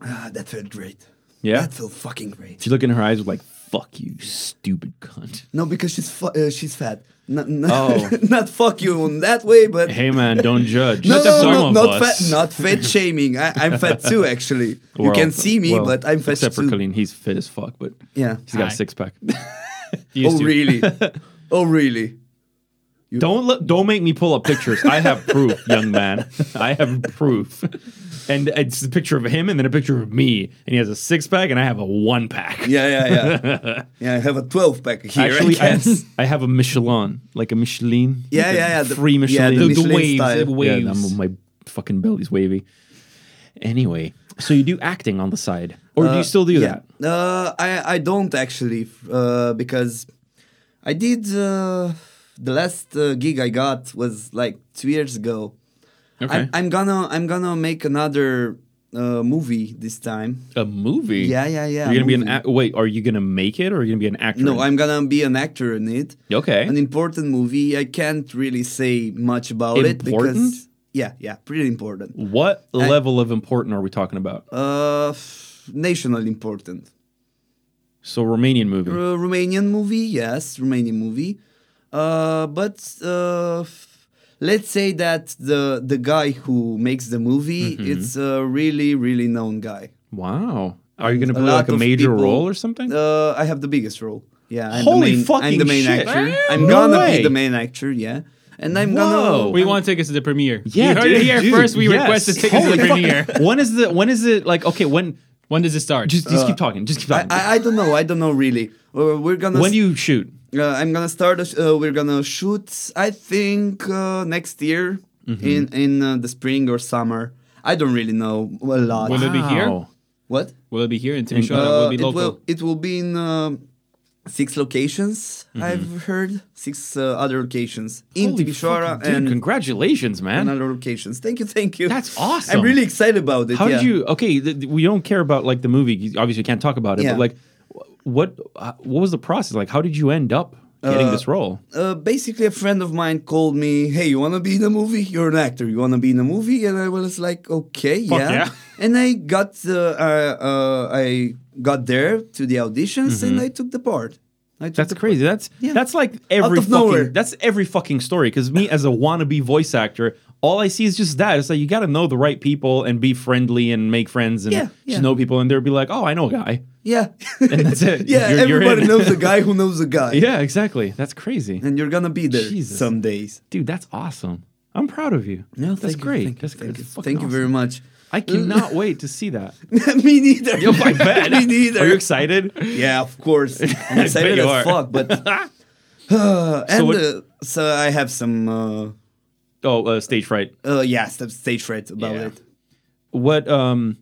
B: Ah, that felt great.
A: Yeah?
B: That felt fucking great.
A: She look in her eyes like, fuck you, stupid cunt.
B: No, because she's fu- uh, she's fat. Not, not,
A: Oh.
B: not fuck you in that way, but
A: Hey, man, don't judge.
B: no,
A: That's
B: no,
A: some
B: no,
A: of
B: not fat,
A: us.
B: not fat shaming. I, I'm fat too, actually. you
A: Well,
B: can see me,
A: well,
B: but I'm fat
A: Except for
B: too.
A: Colleen. He's fit as fuck, but
B: Yeah.
A: he's got
C: Hi.
A: a six pack.
B: Oh really? oh really?
A: Don't look, don't make me pull up pictures. I have proof, young man. I have proof. And it's a picture of him and then a picture of me. And he has a six pack and I have a one pack.
B: Yeah, yeah, yeah. yeah, I have a 12 pack here.
A: Actually,
B: I
A: I,
B: guess.
A: I have a Michelin, like a Michelin.
B: Yeah, yeah, yeah, the-
A: Free
B: yeah,
A: Michelin.
B: the
C: The, the
B: Michelin
C: waves,
B: style.
C: the
A: Yeah,
C: waves.
A: I'm- my fucking belly's wavy. Anyway, so you do acting on the side, or do you still do
B: yeah.
A: that?
B: Uh, I I don't actually f- uh, because I did uh, the last uh, gig I got was like two years ago.
C: Okay.
B: I'm, I'm gonna I'm gonna make another uh, movie this time.
A: A movie?
B: Yeah, yeah, yeah,
A: You're gonna be an
B: movie.
A: act. Wait, are you gonna make it, or are you gonna be an actor?
B: No,
A: in-
B: I'm gonna be an actor in it.
A: okay.
B: An important movie. I can't really say much about it
A: Important?
B: because yeah, yeah, pretty important.
A: What level of important are we talking about?
B: Uh, f- national important.
A: So Romanian movie.
B: Uh, Romanian movie, yes, Romanian movie. Uh, but uh, f- let's say that the the guy who makes the movie,
A: Mm-hmm.
B: it's a really really known guy.
A: Wow. Are you going to play
B: lot
A: like a
B: of
A: major
B: people-
A: role or something?
B: Uh, I have the biggest role. Yeah, I'm
A: Holy
B: the main, I'm
A: fucking
B: the main
A: shit.
B: actor.
A: Wow.
B: I'm
A: No
B: gonna
A: way.
B: be the main actor. Yeah, and I'm
A: Whoa.
B: gonna.
C: we want tickets to the premiere.
A: Oh. yeah,
C: you heard
A: dude,
C: it here
A: dude,
C: first. We
A: yes.
C: requested tickets to
A: Holy
C: the
A: fuck.
C: premiere.
A: when is the when is it like okay, when
C: When does it start?
A: just just keep talking. Just keep
B: Uh, I,
A: talking.
B: I, I don't know. I don't know really. Uh, we're gonna.
A: when do you shoot?
B: Uh, I'm gonna start. A sh- uh, we're gonna shoot. I think uh, next year in in uh, the spring or summer. I don't really know a lot.
C: Will it be here?
A: Wow.
B: What?
C: Will it be here in Timisoara?
B: Uh,
C: will it
B: it
C: be local?
B: will it will be in um six locations. I've heard six uh, other locations in
A: Holy
B: Timisoara
A: fucking dude,
B: and
A: congratulations, man.
B: another locations. Thank you, thank you.
A: That's awesome.
B: I'm really excited about it.
A: How
B: yeah.
A: did you? Okay, th- th- we don't care about like the movie. You obviously can't talk about it.
B: Yeah.
A: But like, wh- what uh, what was the process? Like, how did you end up getting this role?
B: uh, basically a friend of mine called me, "Hey, you want to be in a movie? You're an actor. You want to be in a movie?" And I was like, "Okay, yeah."
A: yeah.
B: And I got uh, uh, uh, I got there to the auditions and I took the part. I took
A: Mm-hmm. That's
B: the
A: crazy. That's
B: Yeah.
A: that's like every
B: of
A: fucking
B: nowhere.
A: that's every fucking story. Because me as a wannabe voice actor, all I see is just that. It's like you got to know the right people and be friendly and make friends and
B: Yeah, yeah.
A: just know people, and they'll be like, oh, I know a guy.
B: Yeah.
A: And that's it.
B: yeah,
A: You're- you're
B: everybody
A: in.
B: knows a guy who knows a guy.
A: Yeah, exactly. That's crazy,
B: And you're gonna be there
A: Jesus.
B: some days.
A: dude. That's awesome. I'm proud of you.
B: No,
A: that's
B: thank you,
A: great.
B: thank you,
A: that's
B: thank,
A: great.
B: you,
A: That's fucking
B: thank you very
A: awesome.
B: much.
A: I cannot wait to see that.
B: Me neither.
A: Yo, I bet.
B: Me neither.
A: Are you excited?
B: Yeah, of course. I'm excited
A: you
B: as
A: are.
B: fuck, but Uh, and
A: what-
B: uh, so I have some uh,
A: Oh, uh, stage fright.
B: uh yeah, some stage fright about
C: Yeah.
B: it.
A: What um,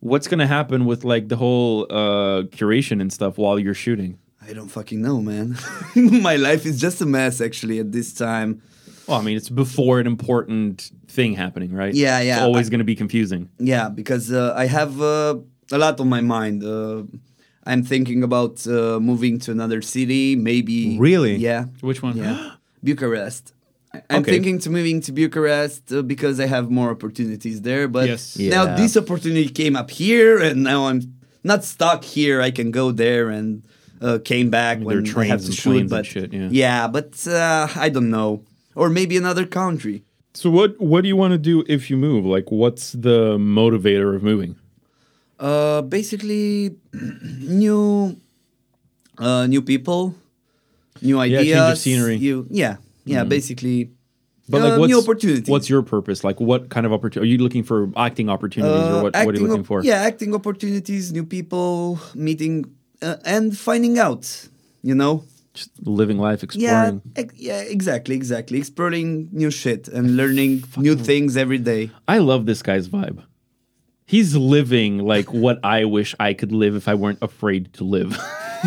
A: what's gonna happen with like the whole uh curation and stuff while you're shooting?
B: I don't fucking know, man. My life is just a mess actually at this time.
A: Well, I mean, it's before an important thing happening, right?
B: Yeah, yeah.
A: It's always gonna be confusing.
B: Yeah, because uh, I have uh, a lot on my mind. Uh, I'm thinking about uh, moving to another city, maybe.
A: Really?
B: Yeah.
C: Which one?
B: Yeah. Bucharest. I- I'm
A: Okay.
B: thinking to moving to Bucharest uh, because I have more opportunities there. But
C: Yes.
B: now
A: Yeah.
B: this opportunity came up here, and now I'm not stuck here. I can go there and uh, came back
A: there are
B: when I
A: trains
B: have to
A: and
B: shoot.
A: planes and
B: But
A: shit, yeah.
B: but uh, I don't know, or maybe another country.
A: So what what do you want to do if you move? Like, what's the motivator of moving?
B: Uh, basically, new, uh, new people, new
A: Yeah,
B: ideas,
A: change of scenery. Mm-hmm.
B: You, yeah, yeah. Basically,
A: But
B: uh,
A: like, what's
B: new opportunities.
A: What's your purpose? Like, what kind of opportunity are you looking for? Acting opportunities,
B: Uh,
A: or what, what are you
B: acting
A: looking
B: op-
A: for?
B: Yeah, acting opportunities, new people, meeting, uh, and finding out. You know.
A: Just living life,
B: Yeah,
A: exploring.
B: ex- yeah, exactly, exactly. Exploring new shit and learning new things every day.
A: I love this guy's vibe. He's living like what I wish I could live if I weren't afraid to live.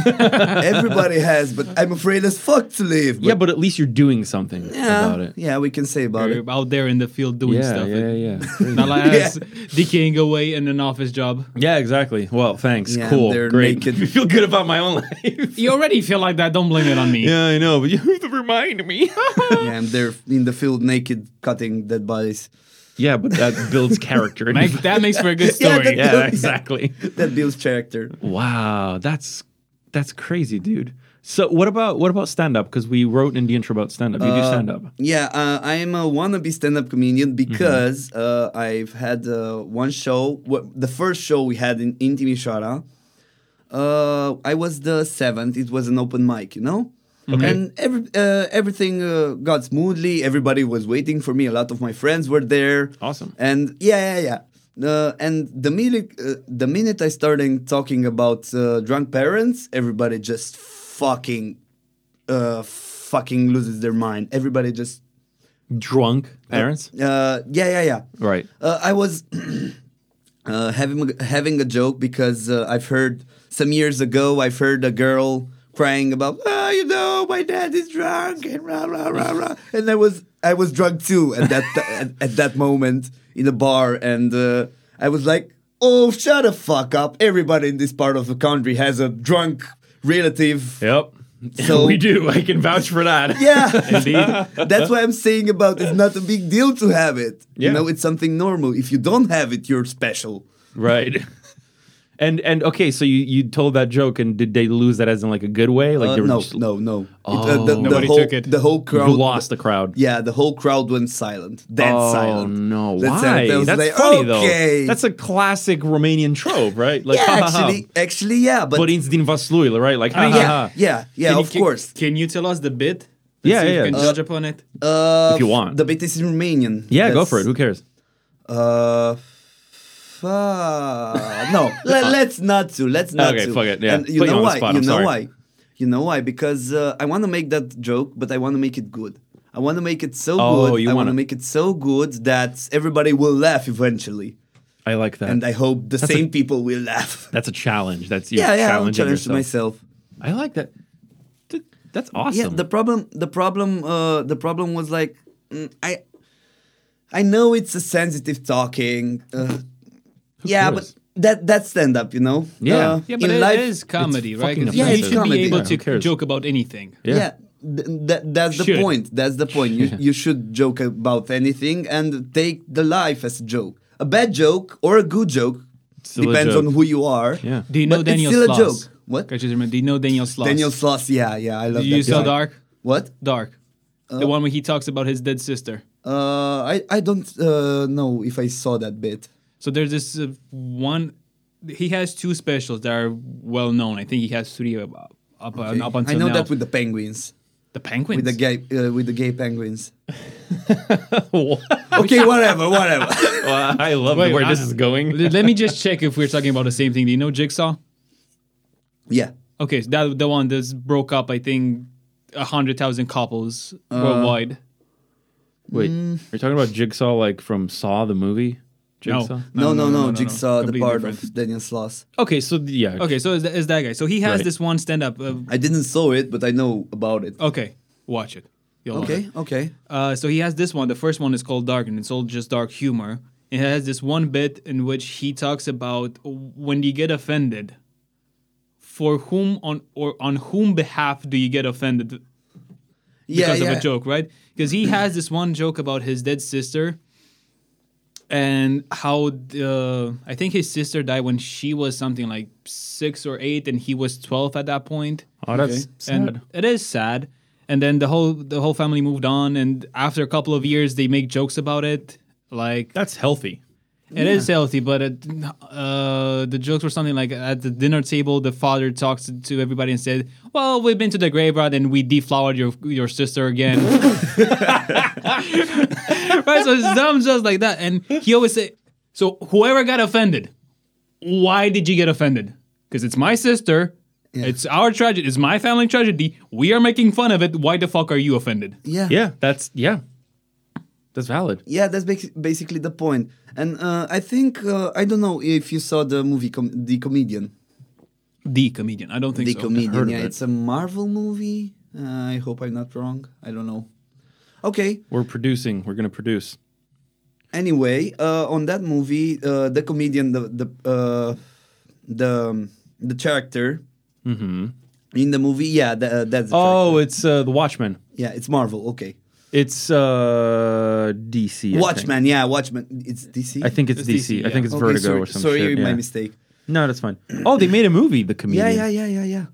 B: Everybody has, but I'm afraid as fuck to live.
A: yeah, but at least you're doing something
B: yeah,
A: about it.
B: yeah, we can say about it.
C: You're out there in the field doing
A: yeah,
C: stuff.
A: yeah, yeah.
C: Not
A: Crazy.
C: like us decaying away in an office job.
A: yeah, exactly. Well, thanks.
B: Yeah,
A: cool.
B: they're
A: Great.
B: naked.
A: I feel good about my own life.
C: You already feel like that. Don't blame it on me.
A: yeah, I know, but you have to remind me.
B: Yeah, and they're in the field naked, cutting dead bodies.
A: yeah, but that builds character.
C: Make, that makes for a good
B: Yeah,
C: story.
B: that-
A: yeah, exactly.
B: That builds character.
A: Wow, that's that's crazy, dude. So what about what about stand up? Because we wrote in the intro about stand up. You do stand up.
B: Yeah, uh, I am a wannabe stand-up comedian because uh, I've had uh, one show, w- the first show we had in, in Timișoara. Uh, I was the seventh. It was an open mic, you know. And every, uh, everything uh, got smoothly. Everybody was waiting for me. A lot of my friends were there.
A: Awesome.
B: And yeah, yeah, yeah. Uh, and the minute uh, the minute I started talking about uh, drunk parents, everybody just fucking, uh, fucking loses their mind. Everybody just
A: Drunk parents.
B: uh, yeah, yeah, yeah.
A: Right.
B: Uh, I was uh, having having a joke because uh, I've heard some years ago. I've heard a girl crying about, oh, you know, my dad is drunk and rah rah rah rah. And I was I was drunk too at that at, at that moment in a bar, and uh, I was like, oh, shut the fuck up! Everybody in this part of the country has a drunk relative.
A: Yep.
B: So-
A: we do. I can vouch for that.
B: Yeah, That's why I'm saying about it's not a big deal to have it.
A: Yeah.
B: You know, it's something normal. If you don't have it, you're special.
A: Right. And and okay, so you you told that joke, and did they lose that as in like a good way? Like
B: Uh,
A: they were
B: no,
A: just
B: no, no, It,
A: Oh.
C: Nobody
B: whole,
C: took it.
B: The whole
A: you
B: crowd
A: lost the crowd.
B: Yeah, the whole crowd went silent. Dead
A: oh
B: silent.
A: no!
B: That's
A: Why?
B: it. That was
A: That's
B: like,
A: funny
B: okay.
A: though. That's a classic Romanian trope, right? Like,
B: yeah,
A: ha, ha, ha.
B: actually, actually, yeah, but,
A: But uh-huh. it's din vaslui, right? Like, ha,
C: mean,
A: ha,
B: yeah,
A: ha.
B: yeah, yeah,
C: Can you-
B: of
C: can-
B: course.
C: Can you tell us the bit?
A: Yeah,
C: See if
A: yeah,
C: You
A: yeah.
C: can judge upon it.
B: Uh,
A: If you want.
B: the bit is in Romanian.
A: yeah, go
B: That's-
A: for it. Who cares?
B: Uh, fuck. no, let, let's not to. Let's not
A: Okay,
B: to.
A: fuck it, yeah.
B: And you
A: Put you on
B: know
A: the
B: why?
A: spot,
B: you
A: I'm
B: know
A: sorry.
B: why? You know why? Because uh, I want to make that joke, but I want to make it good. I want to make it so
A: Oh,
B: good.
A: you
B: I want
A: wanna-
B: to make it so good that everybody will laugh eventually.
A: I like that.
B: and I hope the
A: That's
B: same
A: a-
B: people will laugh.
A: That's a challenge. That's you
B: Yeah, yeah, I'll
A: challenging
B: challenge to
A: yourself.
B: myself.
A: I like that. Th- That's awesome.
B: Yeah, the problem, the problem, uh, the problem was like, mm, I, I know it's a sensitive talking. Uh, yeah,
A: cares?
B: but that that's stand up, you know.
A: Yeah.
B: Uh,
C: Yeah, but
B: in
C: it
B: life-
C: is comedy,
A: it's
C: right?
A: fucking
C: 'Cause
B: Yeah,
C: you
B: it's
C: should
B: comedy.
C: be able
A: Yeah, who
C: to
A: cares?
C: joke about anything.
A: Yeah.
B: Yeah, th- that that's the
C: Should.
B: point. That's the point. You you should joke about anything and take the life as a joke. A bad joke or a good joke
A: Still a
B: depends
A: joke.
B: on who you are.
A: Yeah.
C: Do you know
B: But it's
C: Daniel
B: still a
C: Sloss?
B: joke. What?
C: I just remember. Do you know Daniel Sloss?
B: Daniel Sloss, yeah, yeah, I love that.
C: You saw
B: guy.
C: Dark.
B: What?
C: Dark. the one where he talks about his dead sister.
B: Uh, I I don't uh, know if I saw that bit.
C: So there's this uh, one. He has two specials that are well known. I think he has three up up, up until
B: I know
C: now.
B: that with the penguins,
C: the penguins.
B: with the gay, uh, with the gay penguins.
A: Well,
C: Oh,
B: Okay, whatever, whatever.
A: I love
C: Wait,
A: where this
C: I-
A: is going.
C: Let me just check if we're talking about the same thing. Do you know Jigsaw?
B: yeah,
C: Okay, so that the one that's broke up. I think hundred thousand couples
B: Uh.
C: worldwide.
A: Wait,
B: Mm.
A: are you talking about Jigsaw like from Saw the movie? Jigsaw?
B: no, no, no, Jigsaw, the
C: Completely
B: part
C: different.
B: of Daniel Sloss.
A: Okay, so th- yeah.
C: Okay, so is, is that guy? So he has
A: Right.
C: this one stand up. Uh,
B: I didn't saw it, but I know about it.
C: okay, watch it. You'll love it.
B: Okay, okay.
C: Uh, so he has this one. The first one is called Dark, and it's all just dark humor. It has this one bit in which he talks about when you get offended, for whom on or on whom behalf do you get offended
B: Yeah,
C: because
B: yeah.
C: of a joke, right? Because he has this one joke about his dead sister and how the, I think his sister died when she was something like six or eight, and he was twelve at that point.
A: Oh, that's sad.
C: And it is sad. And then the whole the whole family moved on, and after a couple of years, they make jokes about it. Like
A: that's healthy.
C: it is healthy, but it, uh, the jokes were something like at the dinner table, the father talks to everybody and said, "Well, we've been to the graveyard and we deflowered your your sister again." right, so it's dumb jokes like that, and he always say, "So whoever got offended, why did you get offended? Because it's my sister." It's our tragedy. It's my family tragedy. We are making fun of it. Why the fuck are you offended?
B: yeah,
A: Yeah, that's yeah. That's valid.
B: Yeah, that's basi- basically the point. And uh, I think uh, I don't know if you saw the movie com- The Comedian.
C: The comedian. I don't think
B: The
C: so.
B: Comedian.
A: of
B: Yeah,
A: it.
B: it's a Marvel movie. Uh, I hope I'm not wrong. I don't know. Okay.
A: We're producing. We're gonna produce.
B: Anyway, uh, on that movie, uh, the comedian, the the uh, the um, the character in the movie, yeah, tha- uh, that's
A: Mm-hmm.
B: the
A: Oh,
B: character.
A: it's uh, the Watchmen.
B: yeah, it's Marvel. Okay,
A: It's uh, DC. I think.
B: Watchman. Yeah, Watchman. It's DC.
A: I think it's,
C: It's
A: DC.
C: DC,
A: I think
C: yeah.
A: it's
B: okay,
A: Vertigo
B: sorry,
A: or some
B: sorry,
A: shit.
B: my
A: yeah.
B: mistake.
A: No, that's fine. Oh, they made a movie, The
B: Yeah,
A: Comedian.
B: yeah, yeah, yeah, yeah.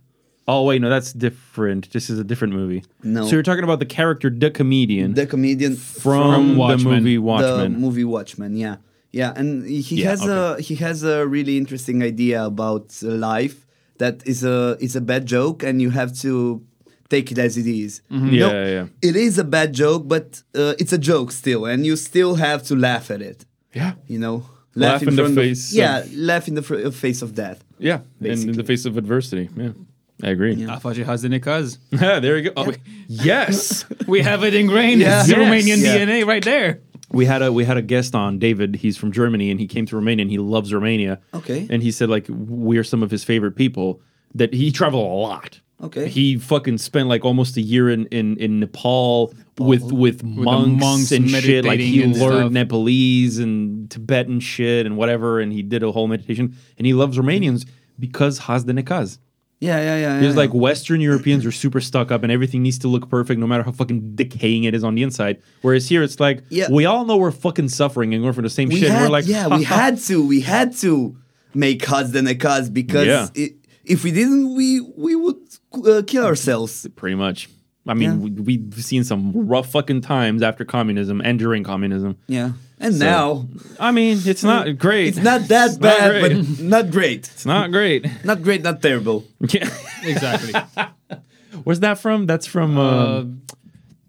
A: Oh wait, no, that's different. This is a different movie.
B: No.
A: So you're talking about the character the comedian
B: The comedian
A: from, the
C: Watchmen.
A: movie
B: The
A: Watchmen.
B: movie Watchmen, yeah, yeah, and he
A: Yeah,
B: has a he has a really interesting idea about uh, life that is a is a bad joke, and you have to take it as it is.
A: Yeah,
B: No,
A: Mm-hmm. yeah, yeah.
B: It is a bad joke, but uh, it's a joke still, and you still have to laugh at it.
A: yeah,
B: You know,
A: Laugh in the
B: front of-
A: face of-
B: yeah, laugh in the fr- uh, face of death.
A: yeah. And in the
B: Basically.
A: face of adversity, yeah, I agree.
C: I thought you has the cause.
A: there you go. Oh, yes,
C: We have it ingrained.
B: Yeah.
C: It's
B: Yes.
C: Romanian
B: Yeah.
C: DNA right there.
A: we had a we had a guest on David. He's from Germany and he came to Romania and he loves Romania.
B: Okay.
A: and he said like we're some of his favorite people. That he traveled a lot.
B: Okay.
A: he fucking spent like almost a year in in, in Nepal, with with monks,
C: monks
A: and shit. Like he
C: meditating and
A: learned
C: stuff.
A: Nepalese and Tibetan shit and whatever, and he did a whole meditation. And he loves Romanians because Haz de Necaz.
B: Yeah, yeah, yeah.
A: It's
B: yeah.
A: like Western Europeans are super stuck up and everything needs to look perfect no matter how fucking decaying it is on the inside. Whereas here it's like
B: Yeah.
A: we all know we're fucking suffering and going for the same
B: we
A: shit. and
B: had,
A: we're like
B: yeah, we had to, we had to make cause than a cause because
A: Yeah.
B: i- if we didn't, we we would uh, kill ourselves.
A: pretty much. I mean,
B: Yeah.
A: we, we've seen some rough fucking times after communism and during communism.
B: Yeah, and
A: So-
B: now
A: I mean, it's not great.
B: it's not that
A: not
B: bad,
A: great.
B: but not great,
A: It's not great.
B: not great, not terrible.
A: Yeah.
C: Exactly.
A: Where's that from? That's from
C: uh,
A: um,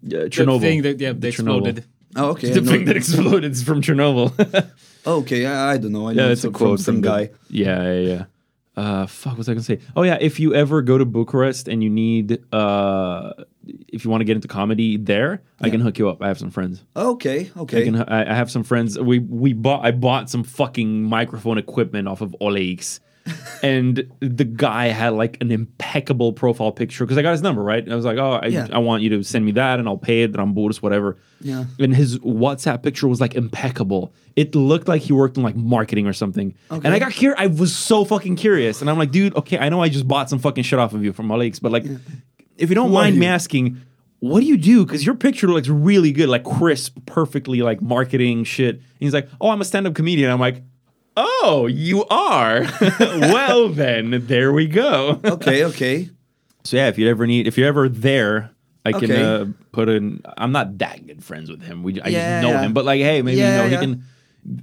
A: uh, Chernobyl.
C: The thing that yeah,
A: The Chernobyl.
C: they exploded.
B: Oh, okay, I
A: The
B: know-
A: thing that exploded is from Chernobyl.
B: okay, I, I don't know. I know
A: Yeah, it's a
B: some- from
A: quote
B: some
A: the-
B: guy.
A: yeah, yeah, yeah. Uh, fuck, what was I gonna say? Oh yeah, if you ever go to Bucharest and you need uh, if you want to get into comedy there, I can hook you up. I have some friends.
B: Okay,
A: I
B: okay.
A: can. I, I have some friends. We we bought. I bought some fucking microphone equipment off of Oleix, and the guy had like an impeccable profile picture because I got his number right. And I was like, oh, I,
B: Yeah.
A: I want you to send me that, and I'll pay it. Ramburs, whatever.
B: Yeah.
A: And his WhatsApp picture was like impeccable. It looked like he worked in like marketing or something.
B: Okay.
A: And I got curious. I was so fucking curious, and I'm like, dude, okay, I know I just bought some fucking shit off of you from Oleix, but like, if you don't mind
B: you?
A: me asking, what do you do? Because your picture looks really good, like crisp, perfectly, like marketing shit. And he's like, oh, I'm a stand up comedian. I'm like, oh, you are? well, then, there we go.
B: okay, okay.
A: So, yeah, if you ever need, if you're ever there, I can
B: Okay.
A: uh, put in. I'm not that good friends with him. We, I
B: Yeah,
A: just know
B: yeah.
A: him. But, like, hey, maybe, you know,
B: Yeah, yeah.
A: he can.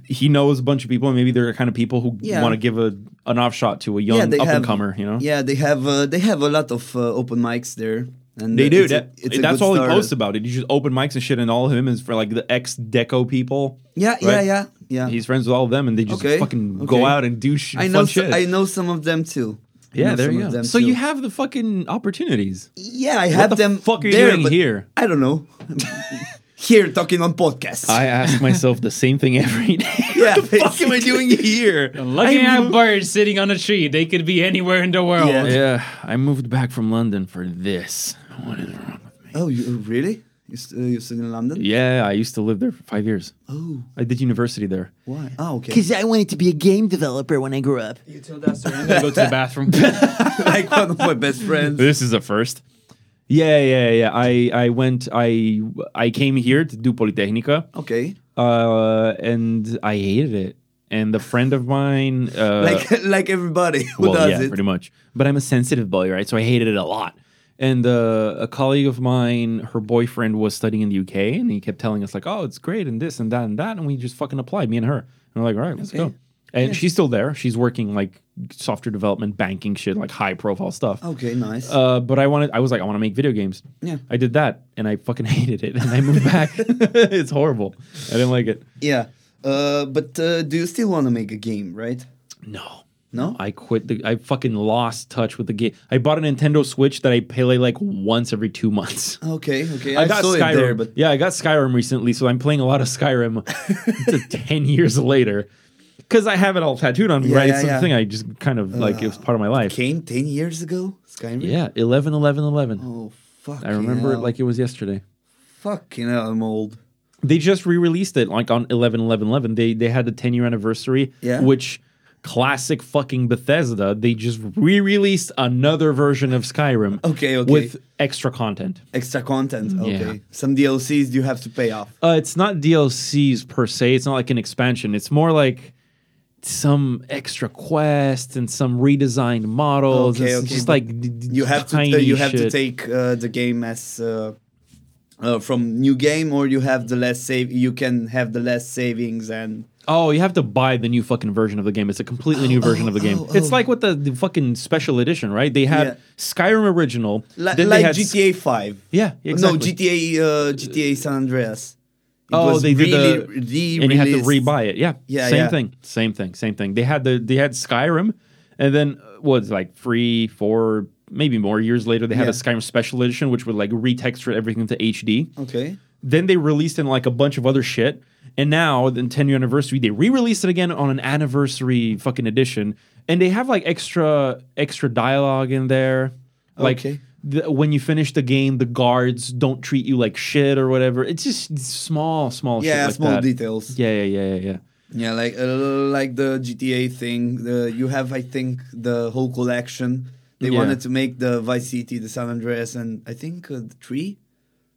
A: He knows a bunch of people, and maybe they're the kind of people who
B: Yeah.
A: want to give a an offshot to a young
B: Yeah, they
A: up and
B: have-
A: comer. You know,
B: Yeah, they have uh, they have a lot of uh, open mics there. And
A: They
B: uh,
A: do.
B: it's a-
A: That,
B: it's a
A: that's
B: good
A: all
B: start.
A: he posts about it. He just open mics and shit, and all of him is for like the ex deco people.
B: Yeah, yeah,
A: right?
B: yeah, yeah.
A: He's friends with all of them, and they just
B: Okay,
A: fucking go
B: okay.
A: out and do sh-
B: I
A: fun
B: know. so-
A: shit.
B: I know some of them too. I
A: yeah,
B: know
A: there
B: some
A: you
B: of
A: go.
B: them
A: So
B: too.
A: you have the fucking opportunities.
B: yeah, I have
A: the
B: them.
A: fuck are you
B: there,
A: doing
B: but
A: here?
B: I don't know. here talking on podcasts.
A: I ask myself the same thing every day.
B: Yeah,
A: what the fuck am I doing here?
C: Looking
A: I
C: at
A: moved-
C: birds sitting on a tree, they could be anywhere in the world.
B: Yeah.
A: yeah, I moved back from London for this. What is wrong with me?
B: oh, you really? You st- uh, you still in London?
A: Yeah, I used to live there for five years.
B: Oh,
A: I did university there.
B: why? Oh, okay.
E: Because I wanted to be a game developer when I grew up.
C: I'm gonna go to the bathroom.
B: like one of my best friends.
A: this is a first. Yeah, yeah, yeah. I I went. I I came here to do Politehnica,
B: Okay.
A: uh, and I hated it. And the friend of mine, uh,
B: like like everybody who
A: well,
B: does
A: yeah,
B: it.
A: pretty much. But I'm a sensitive boy, right? So I hated it a lot. And uh, a colleague of mine, her boyfriend was studying in the UK, and he kept telling us like, "Oh, it's great, and this and that and that," and we just fucking applied, me and her. And we're like, "All right, let's go." And she's still there. She's working like software development, banking shit, like high profile stuff.
B: Okay, nice.
A: Uh, but I wanted. I was like, I want to make video games.
B: Yeah.
A: I did that, and I fucking hated it, and I moved back. it's horrible. I didn't like it.
B: yeah. Uh, but uh, do you still want to make a game, right?
A: No.
B: No?
A: I quit. The, I fucking lost touch with the game. I bought a Nintendo Switch that I play like once every two months.
B: Okay, okay.
A: I, got
B: saw
A: Skyrim.
B: it there, but
A: yeah, I got Skyrim recently, so I'm playing a lot of Skyrim t- ten years later because I have it all tattooed on me.
B: Yeah,
A: right,
B: yeah,
A: it's
B: yeah.
A: something I just kind of like it was part of my life.
B: came 10 years ago, Skyrim?
A: Yeah, 11, 11, 11.
B: Oh, fuck.
A: I remember it like it was yesterday.
B: Fucking hell, I'm old.
A: they just re-released it like on 11 11 11 they they had the 10 year anniversary
B: Yeah.
A: which classic fucking bethesda they just re-released another version of skyrim
B: Okay, okay.
A: with extra content
B: Extra content. Okay.
A: Yeah.
B: Some DLCs you have to pay off.
A: uh, it's not dlcs per se it's not like an expansion it's more like some extra quest and some redesigned models
B: Okay,
A: it's
B: okay,
A: just
B: but
A: like d- d-
B: You have to
A: tiny
B: uh, you have to
A: shit.
B: take uh, the game as uh, uh, from new game or you have the less save you can have the less savings and
A: Oh, you have to buy the new fucking version of the game. It's a completely new version of the game.
B: oh,
A: It's
B: oh.
A: like with the, the fucking special edition, right? They had
B: Yeah.
A: Skyrim original,
B: Li-
A: then they
B: like
A: had s-
B: GTA 5.
A: Yeah, exactly.
B: No, GTA uh, GTA San Andreas. It
A: Oh, they did the-
B: re-
A: and you have to
B: re-released.
A: rebuy it. Yeah,
B: Yeah,
A: same
B: yeah.
A: thing, same thing, same thing. They had the they had Skyrim, and then uh, was like three, four, maybe more years later, they had
B: Yeah.
A: a Skyrim special edition, which would like retexture everything to HD.
B: Okay.
A: Then they released in like a bunch of other shit. And now, the 10 year anniversary, they re released it again on an anniversary fucking edition. And they have like extra extra dialogue in there. Like
B: Okay.
A: the, when you finish the game, the guards don't treat you like shit or whatever. It's just small, small shit.
B: Yeah,
A: like
B: small
A: that.
B: details.
A: Yeah, yeah, yeah, yeah, yeah.
B: Yeah, like uh, like the GTA thing. The, you have, I think, the whole collection. They
A: Yeah.
B: wanted to make the Vice City, the San Andreas, and I think uh, the three,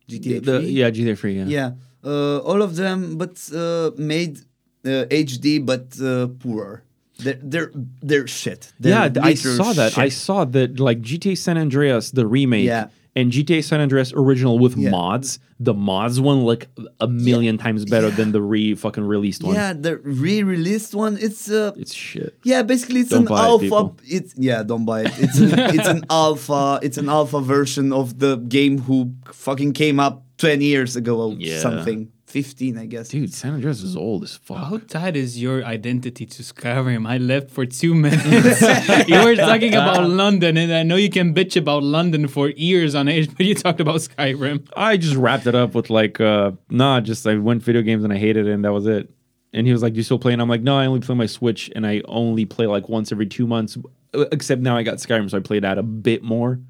B: GTA
A: The,
B: three.
A: yeah, GTA 3, yeah.
B: yeah, uh, all of them, but uh, made uh, HD, but uh, poorer. They're they're they're shit. They're
A: yeah, th- I
B: literal
A: saw that. I
B: shit.
A: saw that like GTA San Andreas, the remake,
B: Yeah.
A: and GTA San Andreas original with
B: Yeah.
A: mods. The mods one like a million times better than the re fucking released one.
B: yeah, the re-released one. It's uh,
A: It's shit.
B: Yeah, basically it's
A: Don't
B: an
A: buy it,
B: alpha.
A: people.
B: it's yeah, don't buy it. It's an, it's an alpha. It's an alpha version of the game who fucking came up twenty years ago or
A: Yeah.
B: something. 15, I guess.
A: Dude, San Andreas is old as fuck.
C: How tied is your identity to Skyrim? I left for two minutes. you were talking about London, and I know you can bitch about London for years on edge, but you talked about Skyrim.
A: I just wrapped it up with like, uh, nah, just I went video games and I hated it and that was it. And he was like, "You still playing?" I'm like, "No, I only play my Switch and I only play like once every two months." uh, Except now I got Skyrim, so I played that a bit more.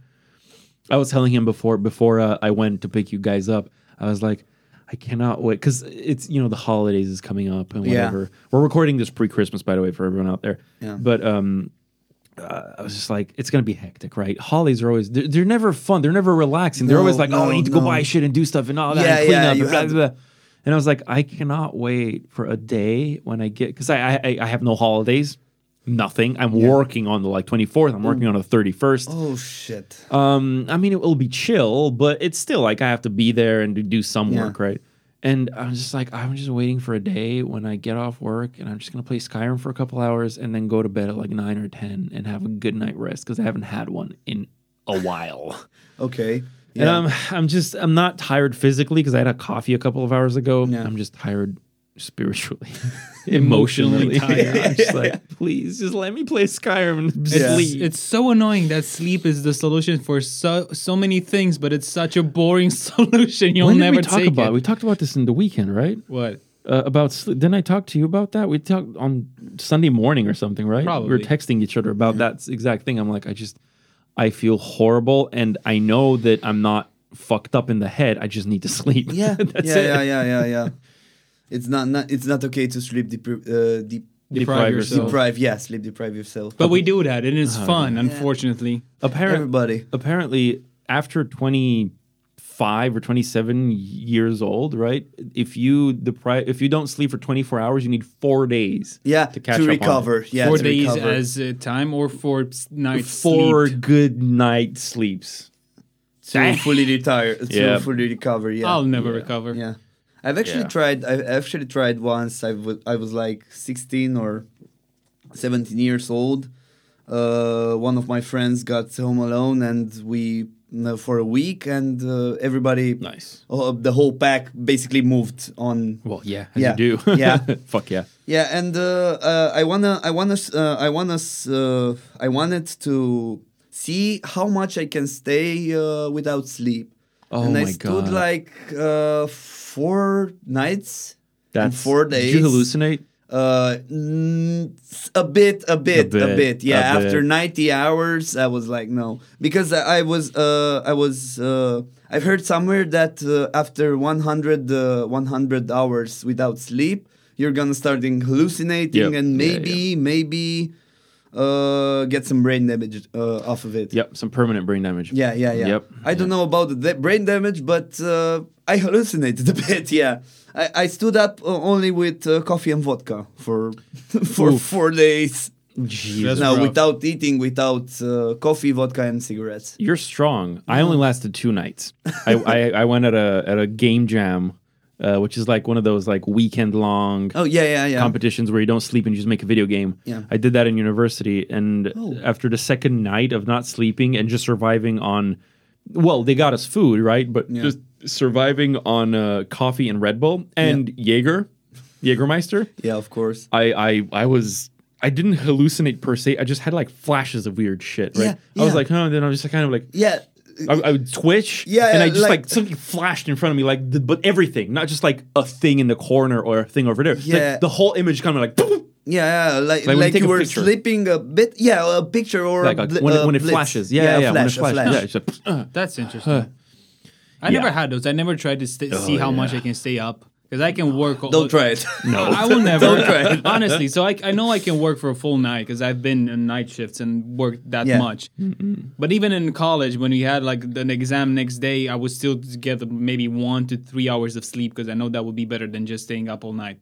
A: I was telling him before before uh, I went to pick you guys up. I was like, "I cannot wait," because it's you know the holidays is coming up and
B: Yeah.
A: whatever. We're recording this pre Christmas, by the way, for everyone out there.
B: Yeah.
A: But um, I was just like, it's gonna be hectic, right? Holidays are always they're, they're never fun. They're never relaxing. They're
B: No,
A: always like, oh,
B: no,
A: I need to go
B: no.
A: buy shit and do stuff and all that
B: Yeah,
A: and clean
B: yeah,
A: up.
B: you
A: And, blah,
B: have
A: blah, blah. And I was like, I cannot wait for a day when I get because I, I I have no holidays, nothing. I'm working on the like 24th. I'm working on the 31st.
B: Oh, shit.
A: Um, I mean, it will be chill, but it's still like I have to be there and do- do some
B: Yeah.
A: work, right? And I'm just like, I'm just waiting for a day when I get off work and I'm just gonna play Skyrim for a couple hours and then go to bed at like nine or ten and have a good night rest because I haven't had one in a while.
B: Okay.
A: And
B: Yeah.
A: I'm I'm just I'm not tired physically because I had a coffee a couple of hours ago.
B: Yeah.
A: I'm just tired spiritually, emotionally.
C: Emotionally tired.
A: I'm just like, please just let me play Skyrim and
B: Yeah.
C: It's,
A: sleep.
C: it's so annoying that sleep is the solution for so so many things, but it's such a boring solution. You'll
A: when did
C: never
A: we talk
C: take
A: about?
C: it.
A: We talked about this in the weekend, right?
C: what?
A: uh, about sleep. Didn't I talk to you about that? We talked on Sunday morning or something, right? We
C: Probably.
A: were texting each other about that exact thing. I'm like, I just, I feel horrible, and I know that I'm not fucked up in the head. I just need to sleep.
B: Yeah.
A: that's
B: yeah,
A: it.
B: yeah, yeah, yeah, yeah. It's not, not it's not okay to sleep depri- uh, de-
A: Deprive yourself. Uh-huh.
C: Deprive yourself.
B: deprive. Yeah, sleep deprive yourself.
C: But we do that, and it's fun, unfortunately.
A: Apparently,
B: everybody.
A: apparently after 25 or 27 years old right if you deprive if you don't sleep for 24 hours you need four days
B: Yeah,
A: to
B: to,
A: catch up on it.
B: recover. Yeah,
C: Four
B: to
C: days
B: recover.
C: as uh, time or four s- nights
A: four
C: sleep.
A: good night sleeps
B: to fully retire. To
A: Yeah.
B: fully recover. Yeah.
C: I'll never recover.
B: Yeah, I've actually
A: Yeah.
B: tried. I've actually tried once. I wa- I was like sixteen or seventeen years old. Uh, one of my friends got home alone, and we no, for a week, and uh, everybody,
A: nice
B: uh, the whole pack, basically moved on.
A: well yeah
B: Yeah.
A: as you do
B: Yeah.
A: fuck yeah
B: Yeah, and uh, uh, I wanna, I wanna, s- uh, I wanna, s- uh, I wanted to see how much I can stay uh, without sleep.
A: Oh
B: and I
A: my
B: stood
A: God.
B: like uh, four nights and
A: That's
B: four days.
A: Did you hallucinate?
B: Uh, mm, s- a bit, a bit, a bit.
A: bit,
B: Yeah,
A: a
B: after
A: bit.
B: ninety hours, I was like, no, because I, I was, uh, I was, uh, I've heard somewhere that uh, after 100, uh, 100 hours without sleep, you're gonna start in hallucinating
A: Yep.
B: and
A: Yeah,
B: maybe, maybe, uh, get some brain damage uh, off of it.
A: Yep, some permanent brain damage.
B: Yeah, yeah, yeah.
A: Yep.
B: I don't know about the da- brain damage, but uh, I hallucinated a bit. Yeah, I, I stood up uh, only with uh, coffee and vodka for for four days.
A: Jesus.
B: now
C: rough.
B: without eating, without uh, coffee, vodka, and cigarettes.
A: You're strong. I only lasted two nights. I, I, I went at a at a game jam, uh, which is like one of those like weekend long
B: Oh yeah, yeah, yeah.
A: competitions where you don't sleep and you just make a video game.
B: Yeah. Oh.
A: I did that in university, and after the second night of not sleeping and just surviving on, well, they got us food, right? But just surviving on uh, coffee and Red Bull and Jaeger, Jaegermeister.
B: yeah, of course.
A: I I I was I didn't hallucinate per se. I just had like flashes of weird shit. Right.
B: Yeah,
A: I was
B: yeah.
A: like, huh. And then I was just kind of like,
B: Yeah,
A: I, I would twitch.
B: Yeah,
A: And I
B: yeah,
A: just like,
B: like-
A: something flashed in front of me, like the, but everything, not just like a thing in the corner or a thing over there. Like,
B: Yeah.
A: the whole image kind of like.
B: yeah, yeah, like
A: when
B: like,
A: you take
B: you
A: a
B: were
A: picture.
B: sleeping a bit. Yeah, a picture or
A: Like
B: a
A: a,
B: bl-
A: when, it-
B: uh,
A: when it
B: blitz.
A: flashes, yeah, yeah,
B: a
A: yeah,
B: flash,
A: when it
B: a
A: flashes,
B: flash.
A: yeah, it's like,
C: That's interesting. I never had those. I never tried to st-
A: Oh,
C: see how much I can stay up because I can work. all-
B: Don't try it.
C: No, I will never. Honestly, so I, I know I can work for a full night because I've been in night shifts and worked that
B: Yeah.
C: much. But even in college, when we had like an exam next day, I would still get maybe one to three hours of sleep because I know that would be better than just staying up all night.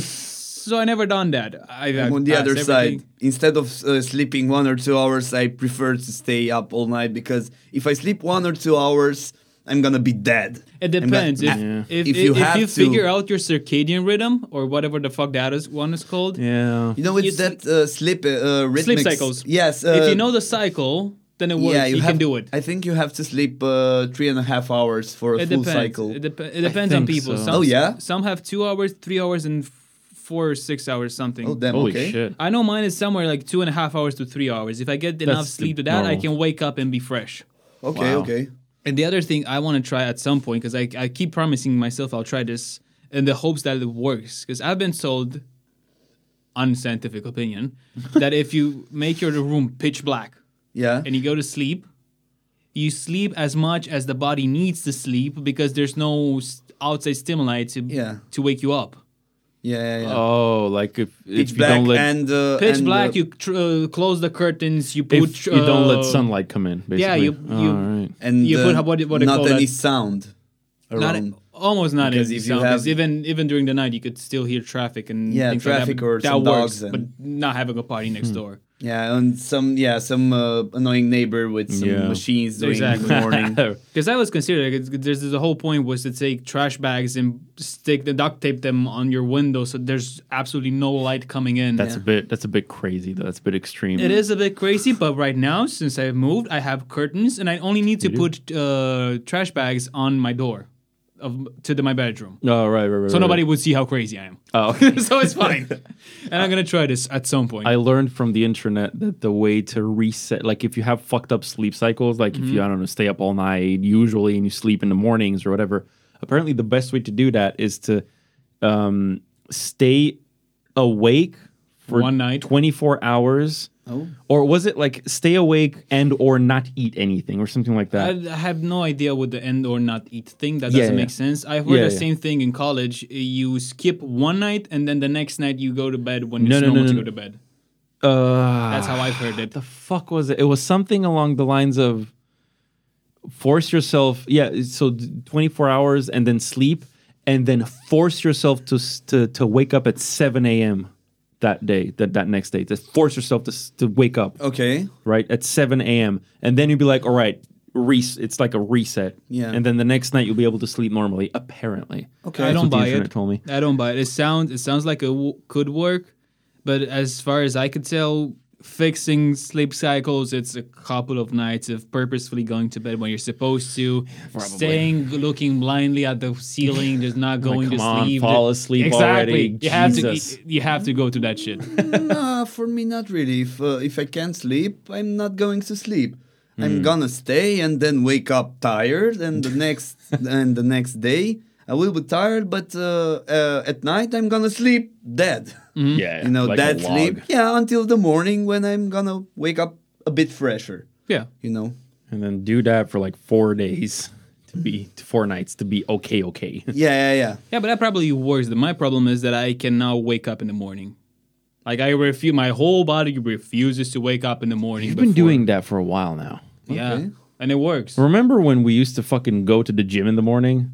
C: So I never done that. I,
B: I'm
C: I
B: Mm. on the
C: passed
B: other
C: everything.
B: side. Instead of uh, sleeping one or two hours, I prefer to stay up all night because if I sleep one or two hours, I'm gonna be dead.
C: It
B: I'm
C: depends. If,
B: gonna- If
C: if, if,
B: you
C: you,
B: have to-
C: figure out your circadian rhythm or whatever the fuck that is one is called,
A: yeah.
B: you know, it's
C: you
B: that uh, sleep uh, rhythm.
C: sleep cycles.
B: Yes. Uh,
C: if you know the cycle, then it works. you
B: have,
C: can do it.
B: I think you have to sleep uh, three and a half hours for a
C: it
B: full
C: depends.
B: cycle.
C: It, dep- it depends on
A: think
C: people.
A: so.
C: Some,
B: Oh, yeah?
C: Some have two hours, three hours, and f- four or six hours something.
B: oh damn!
A: Holy
B: okay.
A: shit.
C: I know mine is somewhere like two and a half hours to three hours. If I get enough
A: That's
C: sleep
A: the
C: to that, I
A: normal.
C: can wake up and be fresh.
B: Okay.
A: Wow.
B: Okay.
C: And the other thing I want to try at some point, because I, I keep promising myself I'll try this in the hopes that it works. Because I've been told, unscientific opinion, that if you make your room pitch black
B: Yeah.
C: and you go to sleep, you sleep as much as the body needs to sleep because there's no s- outside stimuli to,
B: Yeah.
C: to wake you up.
B: yeah. Yeah. yeah.
A: Oh, like if, if
B: Pitch
A: you
B: black
A: don't let
B: and uh,
C: Pitch
B: and,
C: black,
B: uh,
C: you tr- uh, close the curtains, you put.
A: if you don't
C: uh,
A: let sunlight come in. Basically.
C: yeah, you- you-
A: All right.
B: and
C: you
B: uh,
C: put what- what they
B: not
C: call
B: any
C: that-
B: sound
C: not-
B: around.
C: almost not
B: Because
C: any
B: if you
C: sound. 'cause
B: have-
C: even even during the night, you could still hear traffic and
B: Yeah,
C: things like that,
B: traffic
C: but
B: or
C: that
B: some
C: works,
B: dogs and-
C: but not having a party
A: Hmm.
C: next door.
B: yeah, and some yeah some uh, annoying neighbor with some
A: Yeah.
B: machines doing in
C: Exactly.
B: the morning.
C: Because I was considering like, it's- there's the whole point was to take trash bags and stick the duct tape them on your window so there's absolutely no light coming in.
A: that's a bit. That's a bit crazy. though. That's a bit extreme.
C: It is a bit crazy, but right now since I've moved, I have curtains and I only need to put uh, trash bags on my door of to the, my bedroom.
A: Oh, right, right, right.
C: So
A: right.
C: nobody would see how crazy I am.
A: Oh, okay.
C: so it's fine. And I'm gonna try this at some point.
A: I learned from the internet that the way to reset, like if you have fucked up sleep cycles, like if you, I don't know, stay up all night usually and you sleep in the mornings or whatever, apparently the best way to do that is to um, stay awake for
C: One night.
A: 24 hours. Oh. Or was it like stay awake and or not eat anything or something like that?
C: I have no idea what the end or not eat thing. That
A: Yeah,
C: doesn't
A: yeah.
C: make sense. I heard
A: Yeah,
C: the
A: yeah.
C: same thing in college. You skip one night and then the next night you go to bed when
A: No,
C: it's
A: no,
C: normal
A: no,
C: to
A: no,
C: go to bed.
A: uh,
C: That's how I've heard it.
A: the fuck was it? It was something along the lines of force yourself. Yeah, so d- 24 hours and then sleep, and then force yourself to s- to to wake up at 7 a.m. that day, that that next day. Just force yourself to s- to wake up
B: Okay.
A: right at 7 a.m. and then you'd be like, all right. Res- it's like a reset,
B: Yeah.
A: And then the next night you'll be able to sleep normally. Apparently,
B: Okay.
C: I
A: That's what
C: don't
A: the
C: buy
A: internet
C: it.
A: told me.
C: I don't buy it. It sounds it sounds like it w- could work, but as far as I could tell, fixing sleep cycles it's a couple of nights of purposefully going to bed when you're supposed to, staying looking blindly at the ceiling, just not going
A: come
C: to
A: on,
C: sleep.
A: fall asleep
C: exactly.
A: already.
C: You have
A: Jesus.
C: to you have to go to that shit.
B: nah, for me not really. If uh, if I can't sleep, I'm not going to sleep.
A: Hmm.
B: I'm gonna stay and then wake up tired, and the next and the next day I will be tired, but uh, uh, at night I'm gonna sleep dead.
C: Mm-hmm.
A: Yeah,
B: you know
A: like a
B: that
A: log.
B: sleep. Yeah, until the morning when I'm gonna wake up a bit fresher.
C: Yeah.
B: You know.
A: and then do that for like four days to be to four nights to be okay, okay.
B: Yeah, yeah, yeah.
C: Yeah, but that probably works. My problem is that I can now wake up in the morning. Like I refuse, my whole body refuses to wake up in the morning.
A: You've been
C: before-
A: doing that for a while now.
C: yeah,
B: Okay.
C: and it works.
A: Remember when we used to fucking go to the gym in the morning?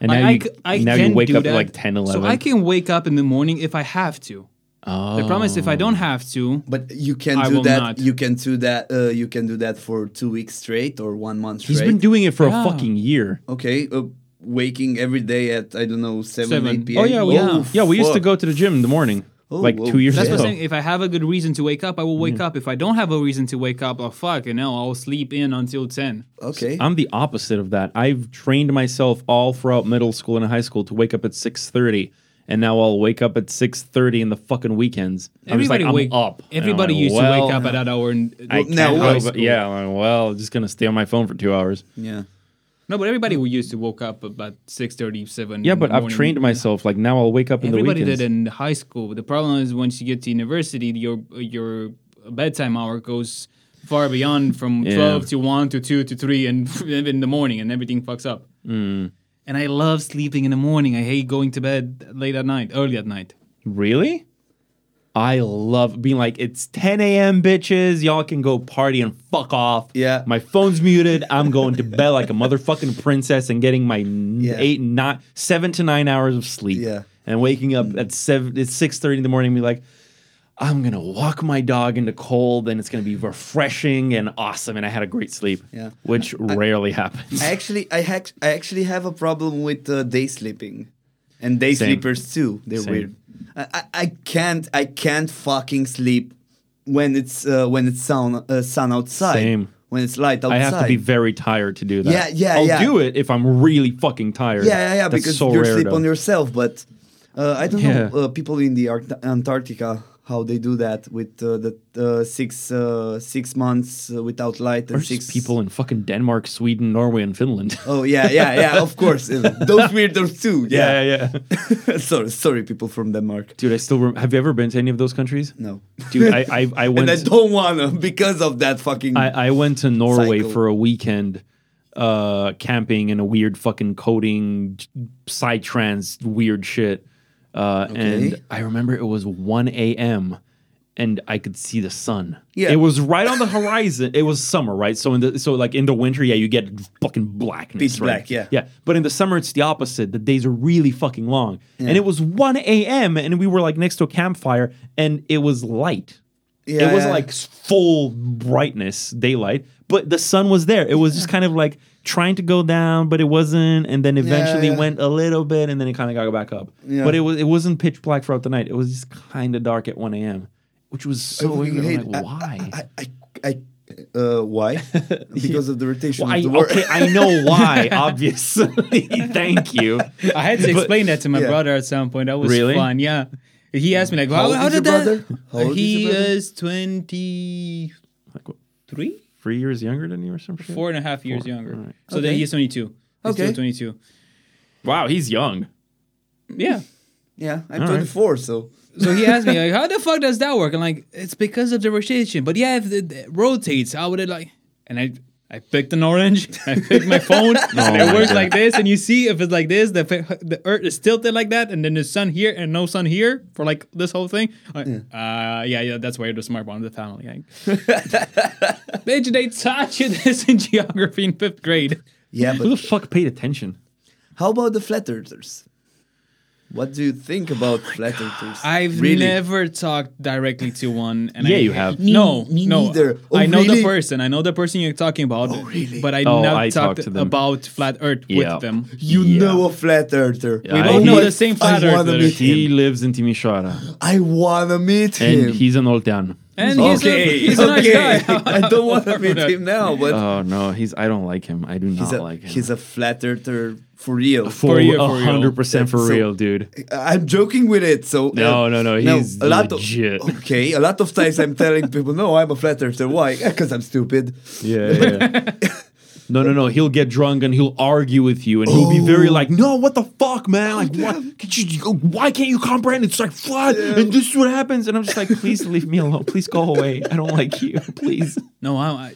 A: And now
C: I,
A: you,
C: c- I
A: now
C: can
A: you wake
C: do
A: up
C: that.
A: at like 10, 11.
C: So I can wake up in the morning if I have to. The problem is if I
A: Oh.
C: don't have to,
B: But you can
C: I
B: do
C: will
B: that.
C: not.
B: You can do that. Uh, you can do that for two weeks straight or one month straight.
A: He's been doing it for
C: Yeah.
A: a fucking year.
B: Okay, uh, waking every day at I don't know seven,
C: Seven.
B: eight p.m.
A: Oh, yeah. We,
C: Yeah.
A: yeah. we used to
B: fuck.
A: go to the gym in the morning
B: Oh,
A: like
B: whoa.
A: two years
C: that's
A: ago.
C: what I'm saying. If I have a good reason to wake up, I will wake
A: Mm-hmm.
C: up. If I don't have a reason to wake up, oh fuck, you know, I'll sleep in until ten.
B: Okay.
A: I'm the opposite of that. I've trained myself all throughout middle school and high school to wake up at 6.30. And now I'll wake up at 6.30 in the fucking weekends. I'm just like, I'm
C: wake
A: up. And I'm
C: Everybody
A: like,
C: used to
A: well,
C: wake up at that hour. And,
A: I
B: Well, now
A: can't
B: what?
A: go, but- yeah, I'm like, well, just going to stay on my phone for two hours.
B: yeah.
C: no, but everybody used to woke up about six thirty, seven.
A: Yeah,
C: in
A: but
C: the
A: I've
C: morning.
A: trained myself. Like now, I'll wake up in
C: Everybody
A: the weekends.
C: did in high school. But the problem is once you get to university, your your bedtime hour goes far beyond from
A: Yeah.
C: twelve to one to two to three and in the morning, and everything fucks up.
A: Mm.
C: And I love sleeping in the morning. I hate going to bed late at night, early at night.
A: Really? I love being like, it's 10 a.m., bitches. Y'all can go party and fuck off.
B: Yeah.
A: My phone's muted. I'm going to bed like a motherfucking princess and getting my n-
B: Yeah.
A: eight, not seven to nine hours of sleep.
B: Yeah.
A: And waking up at seven, it's 6.30 in the morning and be like, I'm going to walk my dog in the cold and it's going to be refreshing and awesome. And I had a great sleep,
B: Yeah.
A: which rarely happens.
B: I actually, I, hac- I actually have a problem with uh, day sleeping, and day
A: Same.
B: sleepers too. They're
A: Same.
B: weird. I, I, I can't, I can't fucking sleep when it's uh, when it's sun uh, sun outside.
A: Same.
B: when it's light outside.
A: I have to be very tired to do that.
B: Yeah, yeah,
A: I'll
B: yeah.
A: do it if I'm really fucking tired.
B: Yeah, yeah, yeah.
A: That's
B: because
A: so
B: you
A: rare,
B: sleep
A: though.
B: on yourself. But uh, I don't know
A: Yeah.
B: uh, people in the Arct- Antarctica how they do that with uh, the uh, six uh, six months uh, without light and
A: There's
B: six
A: people in fucking Denmark, Sweden, Norway, and Finland.
B: Oh yeah, yeah, yeah. Of course, Uh, those weirdos too.
A: yeah,
B: Yeah.
A: yeah, yeah.
B: sorry, sorry, people from Denmark.
A: Dude, I still rem- have you ever been to any of those countries?
B: No.
A: Dude, I I, I went.
B: and I don't wanna because of that fucking.
A: I, I went to Norway
B: Cycle.
A: for a weekend uh camping in a weird fucking coding psytrance weird shit uh
B: Okay.
A: and i remember it was 1 a.m and i could see the sun
B: Yeah.
A: it was right on the horizon it was summer right so in the so like in the winter yeah you get fucking blackness
B: Pitch
A: right?
B: black, yeah.
A: yeah but in the summer it's the opposite the days are really fucking long and it was 1 a.m and we were like next to a campfire and it was light
B: Yeah,
A: it was
B: yeah.
A: like s- full brightness, daylight, but the sun was there. It was just kind of like trying to go down, but it wasn't, and then eventually
B: yeah.
A: went a little bit, and then it kind of got back up.
B: Yeah.
A: But it was it wasn't pitch black throughout the night. It was just kind of dark at one a.m., which was so weird. I'm
B: hate-
A: like, why?
B: I, I, I, I- uh, why? Because of the rotation
A: Why- Oh.
B: of the world.
A: okay, I know why. Obviously, thank you.
C: I had to explain that to my
B: yeah.
C: brother at some point. That was
A: Really?
C: fun. Yeah, he asked me like,
B: How
C: "How,
B: old
C: how
B: is your
C: did that?"
B: brother? How old is
C: he
B: your brother?
C: is 23,
A: Like what, three years younger than you or some shit.
C: four and a half years younger.
A: alright.
C: So then
B: Okay.
C: he is twenty two. He's
B: Okay.
C: still twenty two.
A: Wow, he's young.
C: Yeah.
B: yeah, I'm
A: All right.
B: 24, so
C: So he asked me like, "How the fuck does that work?" I'm like, "It's because of the rotation." But yeah, if it it rotates, how would it like? And I. I picked an orange. I picked my phone. and
A: my
C: it works
A: God.
C: like this, and you see if it's like this, the fa- the Earth is tilted like that, and then the sun here and no sun here for like this whole thing. Like, yeah. Uh, yeah, yeah, that's why you're the smart one of the family. Like, bitch, they taught you this in geography in fifth grade.
B: yeah.
A: Who
B: But
A: the fuck paid attention?
B: how about the flat earthers? What do you think
A: Oh
B: about flat earthers?
C: I've
B: Really?
C: never talked directly to one. And
A: Yeah,
C: I,
A: you have. Me-
C: No,
B: me
C: no.
B: neither. Oh,
C: I know
B: really?
C: the person. I know the person you're talking about. Oh,
B: really?
C: But I
A: Oh,
C: never
A: I
C: talked
A: talked to them.
C: about flat Earth
A: Yeah.
C: with them.
B: You
A: Yeah.
B: know a flat earther.
A: We I- both
C: know the same flat
B: I wanna
C: earther.
B: meet
A: He
B: him.
A: lives in Timisoara,
B: I wanna meet him.
A: and he's an old town.
C: And
B: okay.
C: he's, a, he's a nice guy.
B: I don't want to meet him now, but
A: Oh no, he's. I don't like him. I do not
B: he's, a,
A: like him.
B: he's a flat earther for real.
A: for
C: you,
A: a
C: for real.
A: hundred percent for
B: So-
A: real, dude.
B: I'm joking with it. So uh,
A: No, no, no, he's legit.
B: Of, okay, a lot of times I'm telling people, no, I'm a flat earther. Why? Because I'm stupid.
A: Yeah, no, no, no. He'll get drunk and he'll argue with you, and he'll
B: Oh.
A: be very like, "No, what the fuck, man? Like, what? Could you, why can't you comprehend? It's like flat, and this is what happens." And I'm just like, "Please leave me alone. Please go away. I don't like you. Please."
C: no, I'm, I,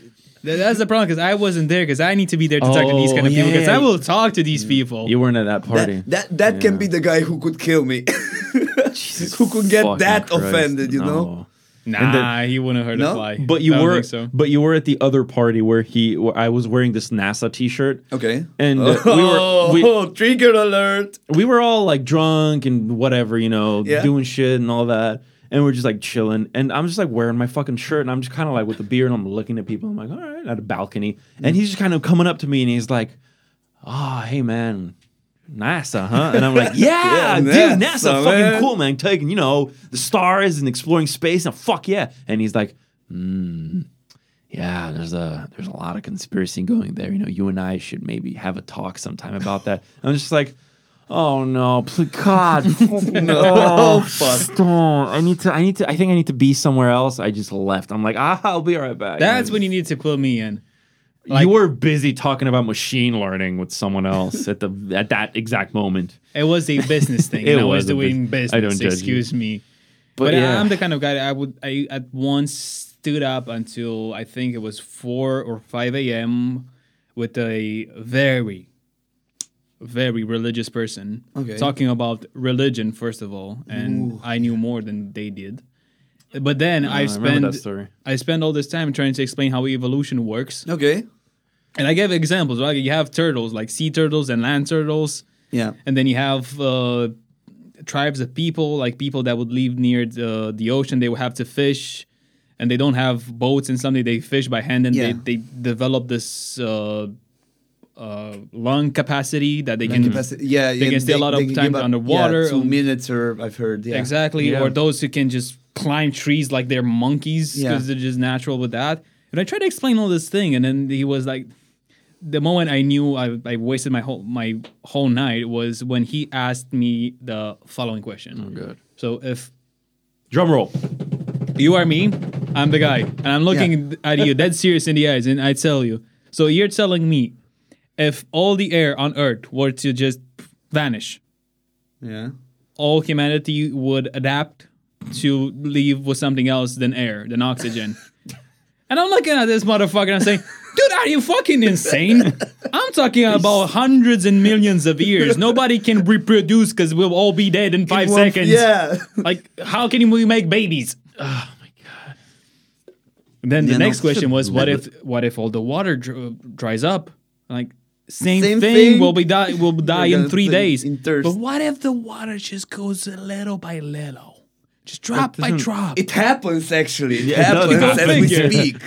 C: th- that's the problem because I wasn't there because I need to be there to talk to these
A: Oh,
C: kind of people because
A: yeah.
C: I will talk to these people.
A: You weren't at that party.
B: That that, that can
A: Yeah.
B: be the guy who could kill me. who could get
A: Fucking
B: that
A: Christ,
B: offended? You know?
A: no.
C: nah,
A: then-
C: he wouldn't hurt
B: No?
C: a fly.
A: But you
C: I don't
A: were,
C: think so.
A: but you were at the other party where he, where I was wearing this NASA T-shirt.
B: Okay.
A: and uh, we
B: oh,
A: were, we,
B: trigger alert!
A: we were all like drunk and whatever, you know,
B: Yeah.
A: doing shit and all that. And we're just like chilling. And I'm just like wearing my fucking shirt and I'm just kind of like with the beer and I'm looking at people. I'm like, all right, at a balcony. And he's just kind of coming up to me and he's like, oh, hey, man. NASA, huh? And I'm like, yeah,
B: Yeah,
A: dude,
B: NASA,
A: NASA, fucking
B: man."
A: cool, man. Taking, you know, the stars and exploring space. And fuck yeah. And he's like, "Hmm, yeah, there's a there's a lot of conspiracy going there. You know, you and I should maybe have a talk sometime about that. I'm just like, oh no, please, God, no,
B: Oh, fuck.
A: don't. I need to, I need to, I think I need to be somewhere else. I just left. I'm like, ah, I'll be right back.
C: That's when you need to pull me in. like-
A: you were busy talking about machine learning with someone else at the at that exact moment.
C: It was a business thing.
A: It
C: and I
A: was
C: was
A: a
C: doing
A: bus-
C: business.
A: I don't judge you.
C: excuse me.
A: But
C: But, uh,
A: yeah.
C: I'm the kind of guy that I would I at once stood up until I think it was four or five a.m. with a very, very religious person
B: Okay.
C: talking about religion first of all, and I knew more than they did. But then
A: Ah, I
C: I
A: remember that
C: spent
A: story.
C: I spent all this time trying to explain how evolution works,
B: Okay.
C: and I gave examples. Like you have turtles, like sea turtles and land turtles
B: Yeah.
C: and then you have uh, tribes of people, like people that would live near the, the ocean. They would have to fish, and they don't have boats and something. They fish by hand, and
B: Yeah.
C: they, they develop this uh, uh, lung capacity that they can
B: Capacity- yeah.
C: they
B: and
C: can stay a lot of
B: can
C: time
B: give up-
C: underwater.
B: Yeah, two
C: Um,
B: minutes, or I've heard. Yeah.
C: exactly,
A: Yeah.
C: or those who can just climb trees like they're monkeys
B: Yeah.
C: because they're just natural with that. And I tried to explain all this thing, and then he was like, the moment I knew I, I wasted my whole my whole night was when he asked me the following question. Oh
A: God.
C: So if
A: Drum roll.
C: you are me, I'm the guy, and I'm looking at you dead serious in the eyes, and I tell you. So you're telling me, if all the air on Earth were to just vanish,
B: Yeah.
C: all humanity would adapt to leave with something else than air, than oxygen. and I'm looking at this motherfucker and I'm saying, dude, are you fucking insane? I'm talking about hundreds and millions of years. Nobody can reproduce because we'll all be dead in five
B: Well,
C: seconds.
B: Yeah.
C: Like, how can we make babies? Oh my god. Then the
B: Yeah, no.
C: next question was, what if what if all the water dr- dries up? Like same,
B: Same
C: thing,
B: thing.
C: Will be die will die
B: You're
C: in
B: gonna
C: three
B: think
C: days.
B: in thirst.
C: But what if the water just goes little Oh, by little, just drop by drop?
B: it happens actually. It
A: it does.
B: happens as we
C: Thank you.
B: speak.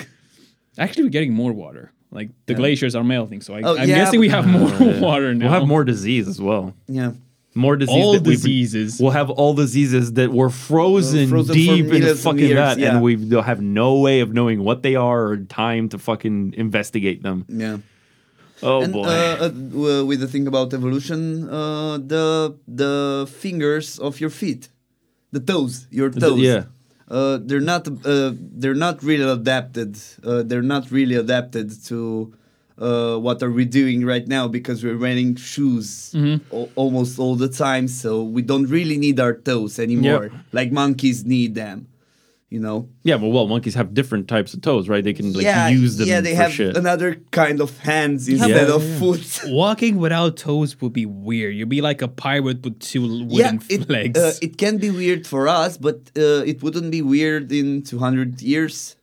C: Actually, we're getting more water. Like the glaciers are melting, so I,
B: Oh,
C: I'm
B: yeah,
C: guessing we have more
A: Yeah.
C: water now.
A: We'll have more disease as well.
B: Yeah.
A: More disease.
C: All
A: that we've-
C: diseases.
A: We'll have all diseases that were frozen,
B: Uh, frozen for
A: deep in
B: millions of
A: fucking
B: years,
A: that,
B: yeah.
A: and we don't have no way of knowing what they are or time to fucking investigate them.
B: Yeah.
A: Oh
B: and
A: boy.
B: uh, uh, w- with the thing about evolution, uh, the the fingers of your feet, the toes, your toes.
A: yeah.
B: Uh, they're not. Uh, they're not really adapted. Uh, they're not really adapted to uh, what are we doing right now because we're wearing shoes
A: Mm-hmm.
B: al- almost all the time. So we don't really need our toes anymore, like monkeys need them. You know.
A: yeah, but well, monkeys have different types of toes, right? They can like use them
B: yeah. They
A: for
B: have
A: shit.
B: another kind of hands instead
A: Yeah.
B: of
A: Yeah.
B: foot.
C: Walking without toes would be weird. You'd be like a pirate with two l- wooden
B: it,
C: legs.
B: uh, it can be weird for us, but uh, it wouldn't be weird in 200 years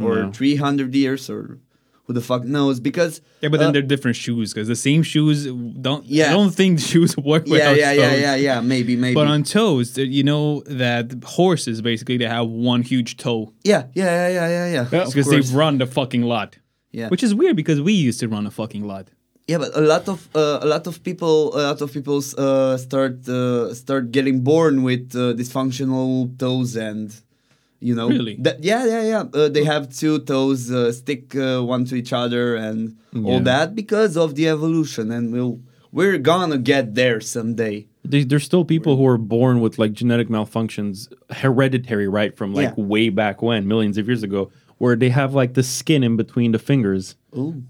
B: or
A: No.
B: 300 years or who the fuck knows because
C: Yeah, but then
B: uh,
C: they're different shoes because the same shoes don't.
B: Yeah.
C: I don't think shoes work
B: yeah,
C: without
B: yeah,
C: toes.
B: yeah, yeah, yeah, maybe, maybe.
C: But on toes, uh, you know that horses basically they have one huge toe
B: yeah, yeah, yeah, yeah, yeah, yeah. of
C: because they
B: course.
C: run the fucking lot.
B: Yeah.
C: Which is weird because we used to run a fucking lot.
B: Yeah, but a lot of uh, a lot of people, a lot of people uh, start uh, start getting born with uh, dysfunctional toes, and you know,
C: Really?
B: that, yeah, yeah, yeah. Uh, they have two toes uh, stick uh, one to each other, and all
A: Yeah.
B: that because of the evolution, and we'll we're gonna get there someday.
A: They- There's still people who are born with like genetic malfunctions, hereditary, right, from like
B: Yeah.
A: way back when, millions of years ago, where they have like the skin in between the fingers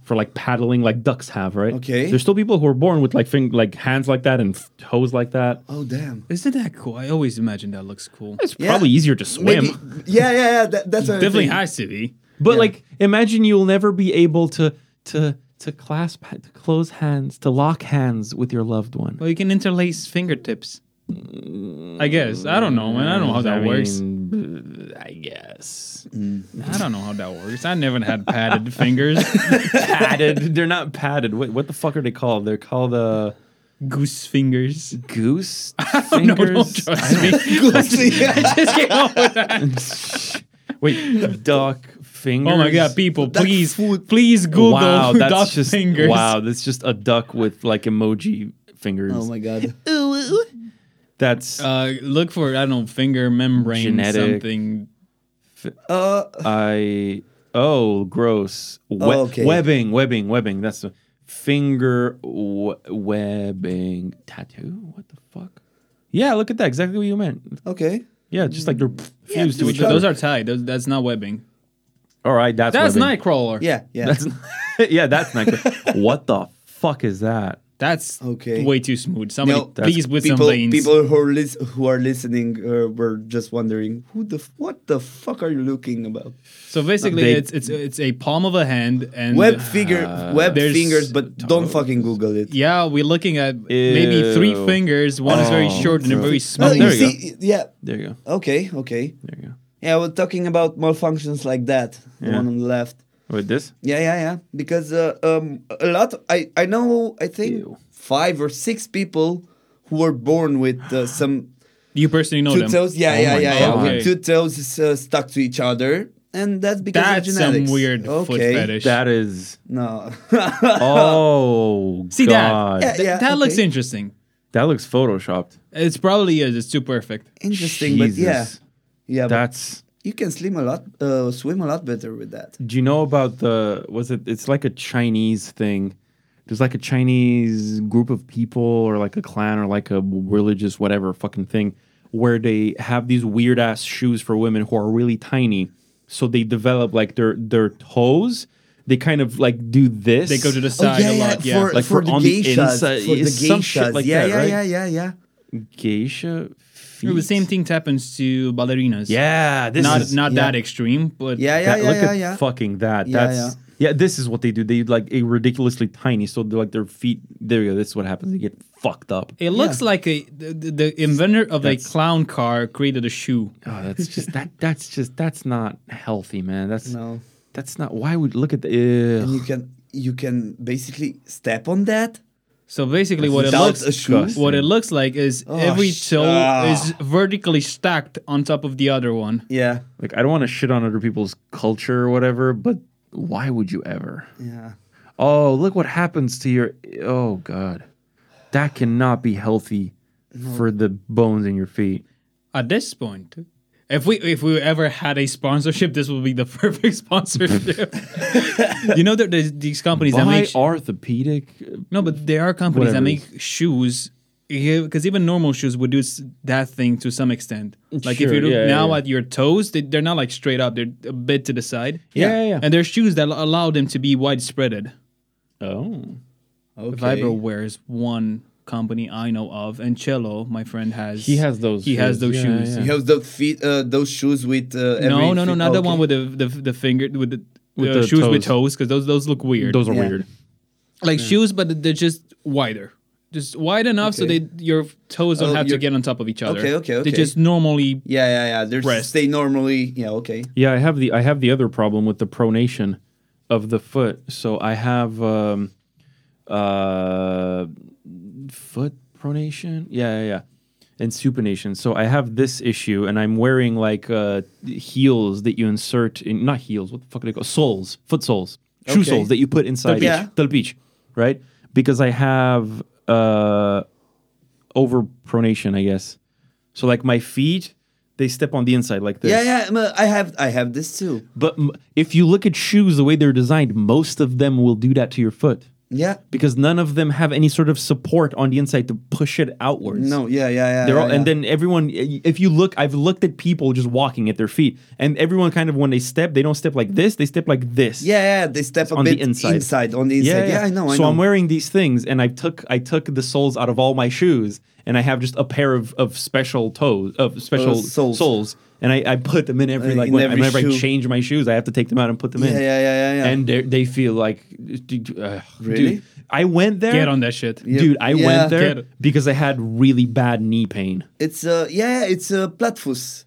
A: for like paddling, like ducks have, right?
B: Okay.
A: There's still people who are born with like fing- like hands like that and f- toes like that.
B: Oh damn!
C: Isn't that cool? I always imagine that looks cool.
A: It's
B: Yeah.
A: probably easier to swim,
B: Maybe- yeah, yeah, yeah. That, that's what I
C: Definitely
B: think.
C: has to be.
A: but like imagine you'll never be able to to to clasp, ha- to close hands, to lock hands with your loved one.
C: Well, you can interlace fingertips. I guess. I don't know, man. I don't know how Oh, that
A: Mm, I
C: works.
A: mean, I guess
C: I don't know how that works. I never had padded fingers.
A: padded. They're not padded. What what the fuck are they called? They're called uh
C: Goose fingers.
A: goose
C: No, don't
A: fingers.
C: trust me.
B: yeah,
C: Just came up with that.
A: Wait, duck fingers.
C: Oh my god, people,
B: Duck
C: please,
B: food.
C: please Google
A: wow, that's
C: duck
A: just
C: fingers.
A: wow. That's just a duck with like emoji fingers.
B: oh my god!
A: That's
C: Uh, look for I don't know finger membrane
A: Genetic.
C: something.
B: Uh,
A: I oh gross. We-
B: okay.
A: Webbing, webbing, webbing. That's the finger w- webbing tattoo. What the fuck? Yeah, look at that. Exactly what you meant.
B: okay.
A: Yeah, just like they're fused to each
C: Those
A: other.
C: are tied. Those, that's not webbing.
A: All right, that's
C: That's
A: webbing.
C: Nightcrawler.
B: Yeah, yeah.
A: That's yeah, that's Nightcrawler. what the fuck is that?
C: that's
B: Okay.
C: Way too smooth. Somebody,
B: No,
A: That's-
C: please, with
B: people,
C: some veins.
B: People who are, lis- who are listening uh, were just wondering who the f- what the fuck are you looking about?
C: so basically,
A: They-
C: it's it's it's a palm of a hand and
B: Web figure, web
C: there's
B: fingers, but don't fucking Google it.
C: Yeah, we're looking at maybe three
A: Ew.
C: fingers. One is very
A: Oh,
C: short and very
B: No,
C: small.
A: there
B: Uh, you
A: you
B: see, yeah.
A: There you go.
B: Okay, okay.
A: There you go.
B: Yeah, we're talking about malfunctions like that. The
A: Yeah.
B: one on the left.
A: With this?
B: Yeah, yeah, yeah. Because uh, um, a lot. I I know. I think
A: Ew.
B: five or six people who were born with uh, some
C: You personally know
B: two
C: Oh, them.
B: toes. Yeah, yeah,
A: Oh my
B: yeah, yeah.
C: God.
B: With two toes uh, stuck to each other, and that's because
C: That's
B: of
C: some
B: genetics.
C: weird foot fetish.
A: That is
B: No.
A: oh
C: See
A: God.
C: that?
B: Yeah,
C: Th- that
B: okay.
C: looks interesting.
A: That looks photoshopped.
C: It's probably is. It's too perfect.
B: Interesting, but yeah.
A: Jesus.
B: Yeah, but
A: That's
B: you can swim a lot, uh, swim a lot better with that.
A: Do you know about the was it it's like a Chinese thing. There's like a Chinese group of people or like a clan or like a religious whatever fucking thing where they have these weird ass shoes for women who are really tiny. So they develop like their their toes, they kind of like do this.
C: They go to the side
B: Oh, yeah,
C: a lot. Yeah.
B: for,
A: Like
B: for
A: for
B: the
A: on the
B: geishas,
A: inside,
B: for the
A: it's some shit
B: geishas.
A: like
B: yeah,
A: that,
B: yeah,
A: right?
B: yeah, yeah, yeah.
A: geisha feet.
C: The same thing happens to ballerinas.
A: Yeah, this
C: Not
A: is
C: not
B: yeah.
C: that extreme, but
B: Yeah, yeah,
A: That-
B: yeah,
A: look
B: yeah,
A: at
B: yeah.
A: fucking that.
B: Yeah,
A: That's yeah. This is what they do. They like a ridiculously tiny. So they're like their feet. There you go. This is what happens. They get fucked up.
C: It looks like a the, the- the inventor of
A: That's-
C: a clown car created a shoe.
A: Oh, that's just that. That's just that's not healthy, man. That's
B: No.
A: That's not. Why would look at the?
B: And
A: Ugh.
B: you can you can basically step on that.
C: So basically, what it
B: Without
C: looks
B: a shoe?
C: what it looks like is every
B: Oh, sh-
C: toe
B: ah.
C: is vertically stacked on top of the other one.
B: Yeah,
A: Like I don't want to shit on other people's culture or whatever, but why would you ever?
B: yeah.
A: Oh, look what happens to your. Oh God, that cannot be healthy for the bones in your feet.
C: At this point, if we if we ever had a sponsorship, this would be the perfect sponsorship. you know, there, there's these companies that
A: Buy
C: make sh-
A: orthopedic.
C: no, but there are companies that
A: Whatever.
C: make shoes. Because even normal shoes would do s- that thing to some extent. Like if
A: Sure,
C: you look
A: yeah,
C: now
A: yeah.
C: at your toes, they, they're not like straight up; they're a bit to the side.
A: Yeah, yeah, yeah.
C: And there's shoes that allow them to be widespreaded.
A: Oh.
B: Okay.
C: Vibroware is one company I know of, and Cello, my friend, has.
A: He has those
C: He has
A: shoes.
C: those
A: Yeah,
C: shoes.
A: yeah.
B: You have those feet, uh, those shoes with. Uh, every
C: No, no, no,
B: feet-
C: not the
B: okay.
C: one with the the, the finger with the.
A: With
C: uh,
A: the
C: shoes with
A: toes.
C: toes because those those look weird.
A: Those are
B: Yeah.
A: weird.
C: like
B: Hmm.
C: shoes, but they're just wider, just wide enough
B: Okay.
C: so they your toes don't
B: Oh,
C: have to
B: you're-
C: get on top of each other.
B: Okay, okay,
C: They
B: okay.
C: just normally
B: Yeah, yeah, yeah. They're
C: Rest.
B: stay normally. Yeah, okay.
A: Yeah, I have the I have the other problem with the pronation of the foot. So I have um uh foot pronation. Yeah, yeah, yeah. And supination. So I have this issue and I'm wearing like uh heels that you insert in not heels, what the fuck are they called? Soles, foot soles. Shoe
B: Okay.
A: soles that you put inside
B: Tălpici. Yeah.
A: beach, right? Because I have uh overpronation, I guess. So like my feet, they step on the inside like this.
B: Yeah, yeah. um, uh, I have, I have this too.
A: But m- if you look at shoes the way they're designed, most of them will do that to your foot
B: Yeah.
A: because none of them have any sort of support on the inside to push it outwards.
B: No. Yeah, yeah, yeah.
A: They're
B: yeah,
A: all, and
B: yeah.
A: then everyone. If you look, I've looked at people just walking at their feet, and everyone kind of when they step, they don't step like this. They step like this.
B: Yeah, yeah. They step a
A: on the
B: bit
A: inside.
B: on the inside. Yeah, I know. I
A: so
B: know.
A: I'm wearing these things, and I took I took the soles out of all my shoes, and I have just a pair of, of special toes of special
B: Uh, soles.
A: soles. and I, I put them in every
B: Uh,
A: like
B: in
A: when,
B: every
A: whenever
B: shoe.
A: I change my shoes, I have to take them out and put them in.
B: Yeah, yeah, yeah, yeah, yeah.
A: And they they feel like dude, uh,
B: Really?
A: dude, I went there.
C: get on that shit.
A: Dude, I
B: Yeah.
A: went there
C: Get-
A: because I had really bad knee pain.
B: It's uh, yeah, yeah, it's a uh, platfus.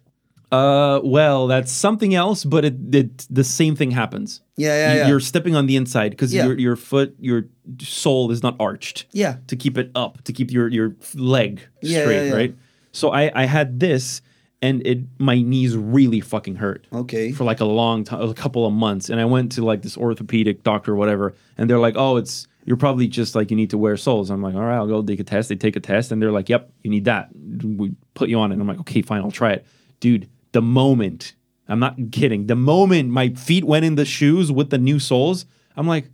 A: Uh, well, that's something else, but it, it the same thing happens.
B: Yeah, yeah,
A: You-
B: yeah.
A: You're stepping on the inside because
B: Yeah.
A: your your foot, your sole is not arched.
B: Yeah.
A: To keep it up, to keep your your leg straight,
B: Yeah, yeah, yeah.
A: right? So I I had this, and it my knees really fucking hurt.
B: Okay.
A: For like a long time, a couple of months, and I went to like this orthopedic doctor, or whatever, and they're like, oh, it's. You're probably just like you need to wear soles. I'm like, all right, I'll go take a test. They take a test and they're like, yep, you need that. We put you on it. And I'm like, okay, fine, I'll try it, dude. The moment I'm not kidding, the moment my feet went in the shoes with the new soles, I'm like,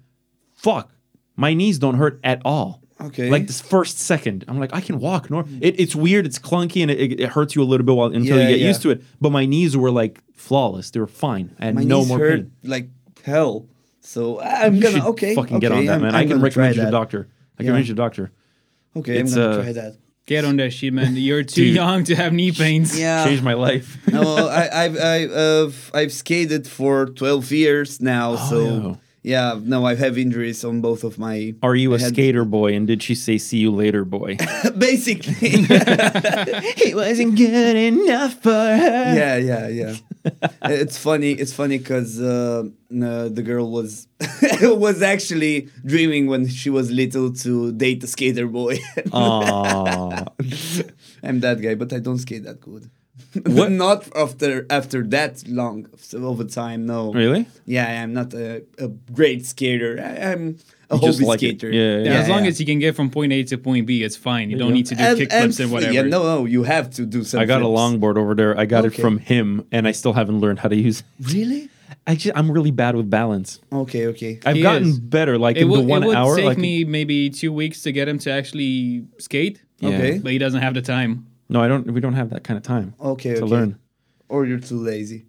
A: fuck, my knees don't hurt at all.
B: Okay.
A: Like this first second, I'm like, I can walk. Nor it, it's weird, it's clunky, and it, it, it hurts you a little bit while, until
B: Yeah,
A: you get
B: yeah.
A: used to it. But my knees were like flawless; they were fine. I had
B: My
A: no
B: knees
A: more
B: hurt
A: pain.
B: like hell. So I'm
A: You
B: gonna
A: should
B: okay.
A: fucking get
B: okay,
A: on that,
B: I'm-
A: man.
B: I'm
A: I can
B: gonna
A: recommend you
B: try
A: to
B: that.
A: a doctor. I can
B: Yeah.
A: recommend you to a doctor.
B: Okay, I'm
A: It's,
B: gonna
A: uh,
B: try that.
C: Get on that shit, man. You're too
A: Dude.
C: young to have knee pains.
B: Yeah.
A: Changed my life.
B: no, I, I've I, uh, I've skated for 12 years now,
A: Oh,
B: so yeah, no, I have injuries on both of my.
A: Are you a
B: head-
A: skater boy? And did she say "see you later, boy"?
B: Basically,
E: It wasn't good enough for her.
B: yeah, yeah, yeah. it's funny. It's funny because uh, uh, the girl was was actually dreaming when she was little to date a skater boy.
A: Aww.
B: I'm that guy, but I don't skate that good. But not after after that long of a time. No.
A: Really?
B: Yeah, I'm not a, a great skater. I, I'm a
A: just
B: hobby
A: like it.
B: skater.
A: Yeah, yeah,
C: Yeah,
A: Yeah,
C: as long as you can get from point A to point B, it's fine. You don't need to do
B: And-
C: kickflips and
B: and-
C: whatever.
B: Yeah, no, no, you have to do something.
A: I got a longboard over there. I got it
B: Okay.
A: from him, and I still haven't learned how to use. it.
B: Really?
A: I just, I'm really bad with balance.
B: Okay, okay.
A: I've
C: He
A: gotten
C: is.
A: better, like
C: It
A: in
C: would,
A: the one
C: it would
A: hour.
C: take
A: like,
C: me maybe two weeks to get him to actually skate.
A: Yeah.
B: Okay.
C: But he doesn't have the time.
A: No, I don't. We don't have that kind of time.
B: Okay,
A: to
B: okay.
A: learn.
B: Or you're too lazy.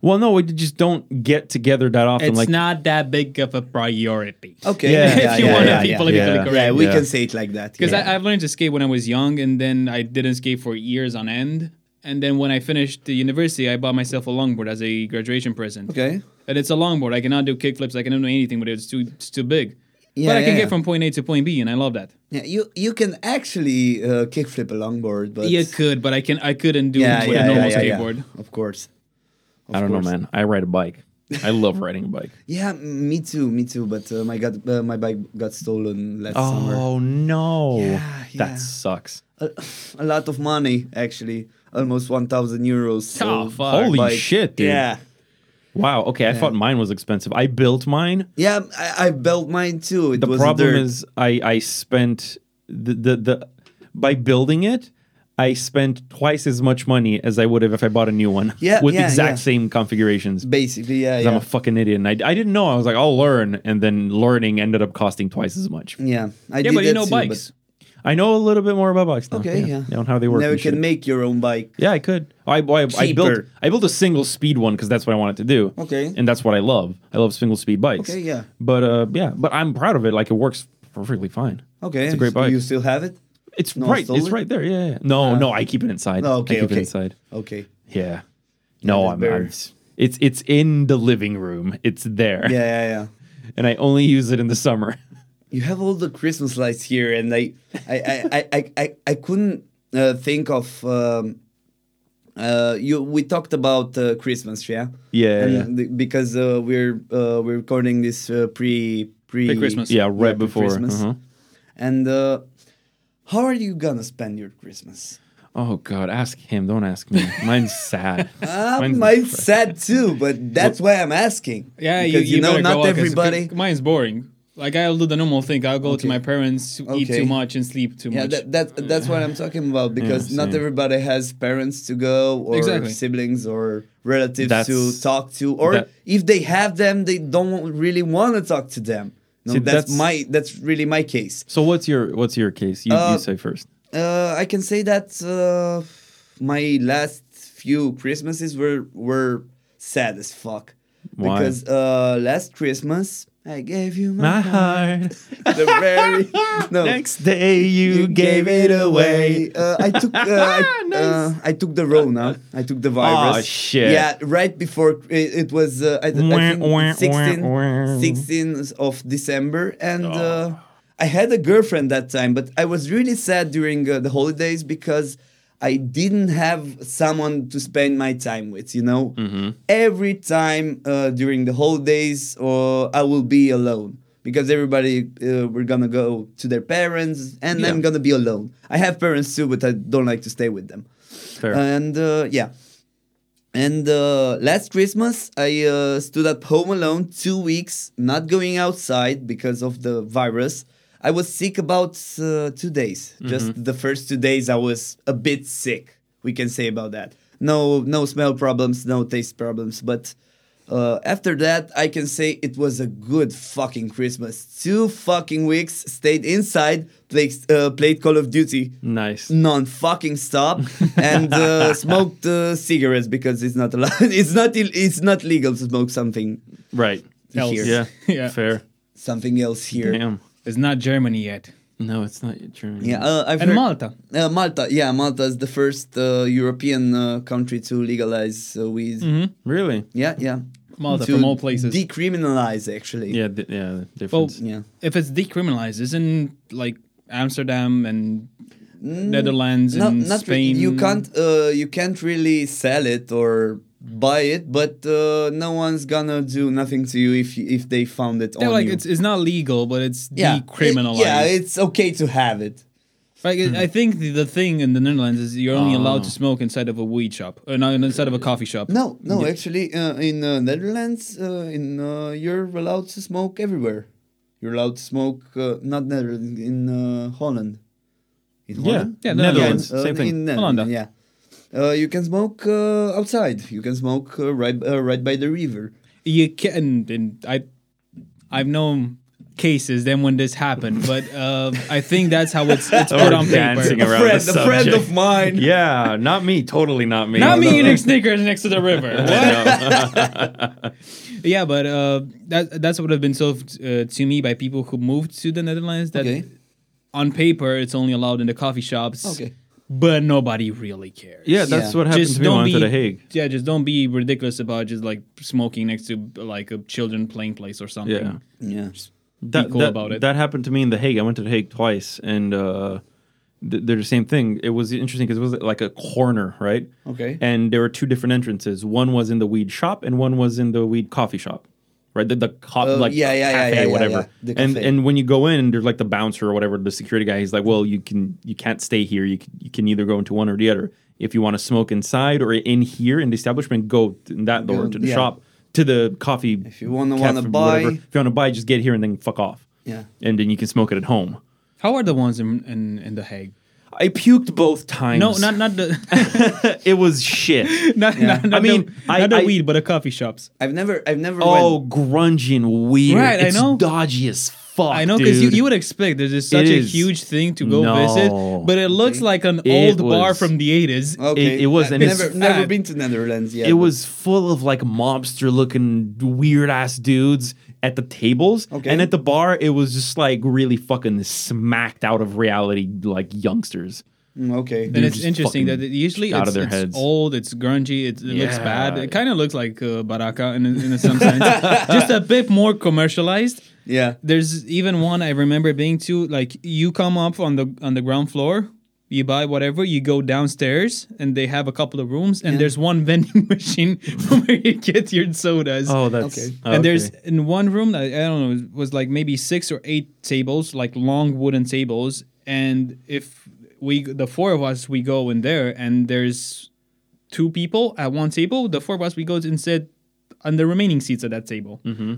A: Well, no, we just don't get together that often.
C: It's
A: like,
C: not that big of a priority.
B: Okay.
A: Yeah,
B: Oh, Yeah,
A: if
C: you
B: yeah,
C: want
B: yeah, yeah.
C: people to be
A: yeah.
C: politically
B: Yeah,
C: correct.
B: we
A: Yeah.
B: can say it like that.
C: Because
B: yeah.
C: I I've learned to skate when I was young, and then I didn't skate for years on end. And then when I finished the university, I bought myself a longboard as a graduation present.
B: okay.
C: And it's a longboard. I cannot do kickflips. I cannot do anything with it. It's too, it's too big.
B: Yeah,
C: but I can
B: yeah.
C: get from point A to point B, and I love that.
B: Yeah, you you can actually uh, kickflip a longboard, but
C: yeah, could, but I can. I couldn't do
B: yeah,
C: it with
B: yeah,
C: a
B: yeah,
C: normal
B: yeah,
C: skateboard.
B: yeah. Of course.
A: I don't know,
B: course.
A: man. I ride a bike. I love riding a bike.
B: Yeah, m- me too, me too. But uh, my got uh, my bike got stolen last summer.
A: Oh no,
B: Yeah, yeah.
A: that sucks.
B: A, a lot of money, actually, almost one thousand euros.
C: Oh,
B: sold
C: fuck.
A: Holy
B: bike.
A: shit, dude.
B: Yeah,
A: Wow. Okay, I thought mine was expensive. I built mine.
B: yeah. I, I built mine too. It
A: The
B: was
A: problem
B: dirt.
A: is, I I spent the, the the by building it, I spent twice as much money as I would have if I bought a new one.
B: Yeah,
A: with the
B: yeah,
A: exact
B: yeah.
A: same configurations. 'Cause
B: basically yeah.
A: I'm
B: yeah.
A: a fucking idiot, and I, I didn't know. I was like, I'll learn, and then learning ended up costing twice as much.
B: Yeah, I
C: Yeah,
B: did
C: but you
B: that
C: know
B: too,
C: bikes.
A: I know a little bit more about bikes now.
B: Okay, yeah.
A: on how they work.
B: Now you
A: and
B: can
A: shit.
B: make your own bike.
A: Yeah, I could. Oh, I I, I built
B: Cheaper.
A: I built a single speed one because that's what I wanted to do.
B: Okay.
A: And that's what I love. I love single speed bikes.
B: Okay, yeah.
A: But uh, yeah, but I'm proud of it. Like it works perfectly fine.
B: Okay,
A: It's a great
B: so
A: bike.
B: You still have it?
A: It's
B: No,
A: right.
B: solar?
A: It's right there. Yeah. yeah. No, no, I keep it inside.
B: Oh, okay,
A: I keep it
B: okay.
A: inside.
B: Okay.
A: Yeah. No,
B: that's
A: I'm,
B: better.
A: I'm. It's it's in the living room. It's there.
B: Yeah, yeah, yeah.
A: And I only use it in the summer.
B: You have all the Christmas lights here, and I, I, I, I, I, I, I couldn't uh, think of. Um, uh, you we talked about uh, Christmas, yeah.
A: Yeah,
B: And
A: yeah.
B: the- because uh, we're uh, we're recording this uh, pre pre
C: Pre-Christmas.
A: yeah, right before.
B: Christmas.
A: uh-huh.
B: And uh, how are you gonna spend your Christmas?
A: Oh God, ask him. Don't ask me. Mine's sad.
B: Uh,
A: Mine's
B: mine's
A: depressing.
B: sad too, but that's why I'm asking.
C: Yeah,
B: because you, know,
C: better go
B: not
C: out, 'cause-
B: everybody.
C: 'cause Mine's boring. Like I'll do the normal thing. I'll go to my parents, eat
B: Okay.
C: too much, and sleep too
B: Yeah,
C: much.
B: that, that that's what I'm talking about because not
A: same.
B: everybody has parents to go or
C: Exactly.
B: siblings or relatives
A: That's-
B: to talk to, or
A: that-
B: if they have them, they don't really want to talk to them. No,
A: See,
B: that's,
A: that's-
B: my that's really my case.
A: So what's your what's your case? You,
B: Uh,
A: you say first.
B: Uh, I can say that uh, my last few Christmases were were sad as fuck
A: Why?
B: because uh, last Christmas I gave you my,
A: My heart.
B: the very no
A: Next day you, gave it away. Ah,
B: Uh, I took uh, I, uh, I took the Rona. I took the virus.
A: Aw, shit.
B: Yeah, right before it, it was uh, I,
A: Wah,
B: I
A: wah,
B: think 16,
A: wah, wah.
B: 16th of December, and uh, I had a girlfriend that time, but I was really sad during uh, the holidays because. I didn't have someone to spend my time with, you know. Every time uh, during the holidays, uh, I will be alone because everybody uh, we're gonna go to their parents, and I'm gonna be alone. I have parents too, but I don't like to stay with them.
A: Fair.
B: And uh, yeah, and uh, last Christmas I uh, stood at home alone two weeks, not going outside because of the virus. I was sick about uh, two days. Just the first two days, I was a bit sick. We can say about that. No, no smell problems, no taste problems, but. Uh, after that, I can say it was a good fucking Christmas. Two fucking weeks stayed inside, played, uh, played Call of Duty
A: nice.
B: non fucking stop and uh, smoked uh, cigarettes because it's not allowed. It's not Ill- it's not legal to smoke something
A: Right.
C: Else.
B: here.
A: Yeah.
C: Yeah.
A: Fair.
B: Something else here.
A: Damn.
C: It's not Germany yet,
A: No, it's not true.
B: Yeah, uh, I've
C: and
B: heard,
C: Malta.
B: Uh, Malta, yeah, Malta is the first uh, European uh, country to legalize uh, weed.
A: Really?
B: Yeah, yeah.
C: Mm-hmm. Malta,
B: To
C: from all places.
B: Decriminalize actually.
A: Yeah. Th- yeah. the
C: Well,
A: Difference.
B: Yeah.
C: if it's decriminalized, isn't like Amsterdam and Netherlands
B: No,
C: and
B: Mm, not re-
C: Spain?
B: you can't uh, you can't really sell it or buy it, but uh, no one's gonna do nothing to you if you, if they found it
C: They're
B: on
C: like
B: you.
C: it's, it's not legal, but it's
B: yeah.
C: decriminalized.
B: It- yeah, it's okay to have it.
C: Like, I- I think the, the thing in the Netherlands is you're
A: Ah.
C: only allowed to smoke inside of a weed shop, or not inside of a coffee shop.
B: No, no, actually, uh, in uh, Netherlands, uh, in uh, you're allowed to smoke everywhere. You're allowed to smoke uh, not Netherlands in uh, Holland. In
A: Yeah,
B: Holland,
C: Yeah,
A: Netherlands,
B: in-
A: same thing.
B: In Netherlands,
C: Hollanda.
B: yeah. Uh, you can smoke uh, outside. You can smoke uh, right uh, right by the river.
C: You can, and, and I, I've known cases then when this happened, but uh, I think that's how it's, it's put on
A: dancing
C: paper.
A: around
B: friend,
A: the
B: a friend
A: subject.
B: of mine.
A: Yeah, not me. Totally not me.
C: Not me
A: No.
C: eating Snickers next to the river. What? Yeah, but uh, that that's what have been sold uh, to me by people who moved to the Netherlands. That
B: Okay.
C: on paper it's only allowed in the coffee shops.
B: Okay.
C: But nobody really cares.
A: Yeah, that's
B: Yeah.
A: what happened to me when I went to The Hague.
C: Yeah, just don't be ridiculous about just like smoking next to like a children playing place or something.
A: Yeah.
B: Yeah.
A: that,
C: cool
A: that-
C: about it.
A: That happened to me in The Hague. I went to The Hague twice, and uh, th- they're the same thing. It was interesting because it was like a corner, right?
B: Okay.
A: And there were two different entrances. One was in the weed shop, and one was in the weed coffee shop, right? The, the co-
B: Oh,
A: like
B: yeah, yeah, yeah,
A: cafe,
B: yeah, yeah,
A: whatever.
B: yeah, the
A: And
B: cafe.
A: and when you go in, there's like the bouncer or whatever, the security guy. He's like, "Well, you can you can't stay here. You can, you can either go into one or the other. If you want to smoke inside or in here in the establishment, go in that door
B: Go-
A: to the
B: yeah.
A: shop." To the coffee
B: If you wanna-
A: caf-
B: wanna buy-
A: whatever if you want to buy, just get here and then fuck off.
B: Yeah.
A: And then you can smoke it at home.
C: How are the ones in in, in the Hague?
A: I puked both times.
C: No, not not the
A: It was shit.
C: not, not, not
A: I mean,
C: the,
A: I-
C: not the
A: I-
C: weed, but the coffee shops.
B: I've never, I've never.
A: oh,
B: went.
A: grungy and weird.
C: Right, I
A: it's
C: know.
A: dodgy as fuck.
C: I know because you,
A: Oh, dude.
C: you would expect there's just such
A: It
C: a
A: is-
C: huge thing to go
A: No.
C: visit, but it looks like an
A: It
C: old bar
A: was-
C: from the 80s.
B: Okay.
A: it- it was
B: I've
A: an- it's
B: never, never
C: fat.
B: been to Netherlands yet.
A: It
B: but-
A: was full of like mobster looking weird ass dudes at the tables.
B: Okay.
A: And at the bar, it was just like really fucking smacked out of reality, like youngsters.
B: Mm, okay.
C: And it's
A: just
C: interesting that
A: fucking
C: it usually
A: out
C: it's,
A: of their
C: it's
A: heads.
C: old, it's grungy, it, it looks
A: Yeah.
C: bad. It kind of looks like uh, Baraka in, in a- some sense, just a bit more commercialized.
B: Yeah.
C: There's even one I remember being to. Like you come up on the on the ground floor, you buy whatever, you go downstairs, and they have a couple of rooms, and there's one vending machine where you get your sodas.
A: Oh, that's
B: Okay.
A: okay.
C: And there's in one room, I, I don't know, it was like maybe six or eight tables, like long wooden tables. And if we, the four of us, we go in there and there's two people at one table, the four of us, we go and sit on the remaining seats at that table.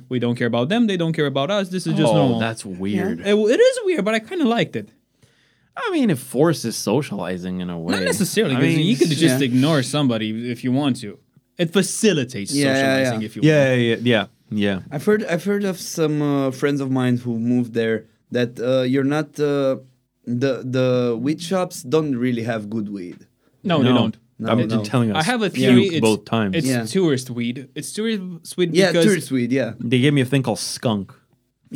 C: We don't care about them. They don't care about us. This is just
A: oh,
C: normal.
A: that's weird.
C: It- it is weird, but I kind of liked it.
A: I mean, it forces socializing in a way.
C: Not necessarily,
A: I
C: because
A: mean,
C: you could just
B: yeah.
C: ignore somebody if you want to. It facilitates
B: Yeah, yeah,
C: socializing
B: yeah.
C: if you want.
A: Yeah, yeah, yeah, yeah.
B: I've heard I've heard of some uh, friends of mine who moved there that uh, you're not uh, the the weed shops don't really have good weed.
C: No, they don't.
B: No,
A: I'm
B: no.
A: just telling us.
C: I have a
A: puked
C: theory. It's,
A: both times.
C: It's
B: Yeah.
C: tourist weed. It's tourist weed
B: Yeah,
C: because
B: tourist weed. Yeah,
A: they gave me a thing called skunk.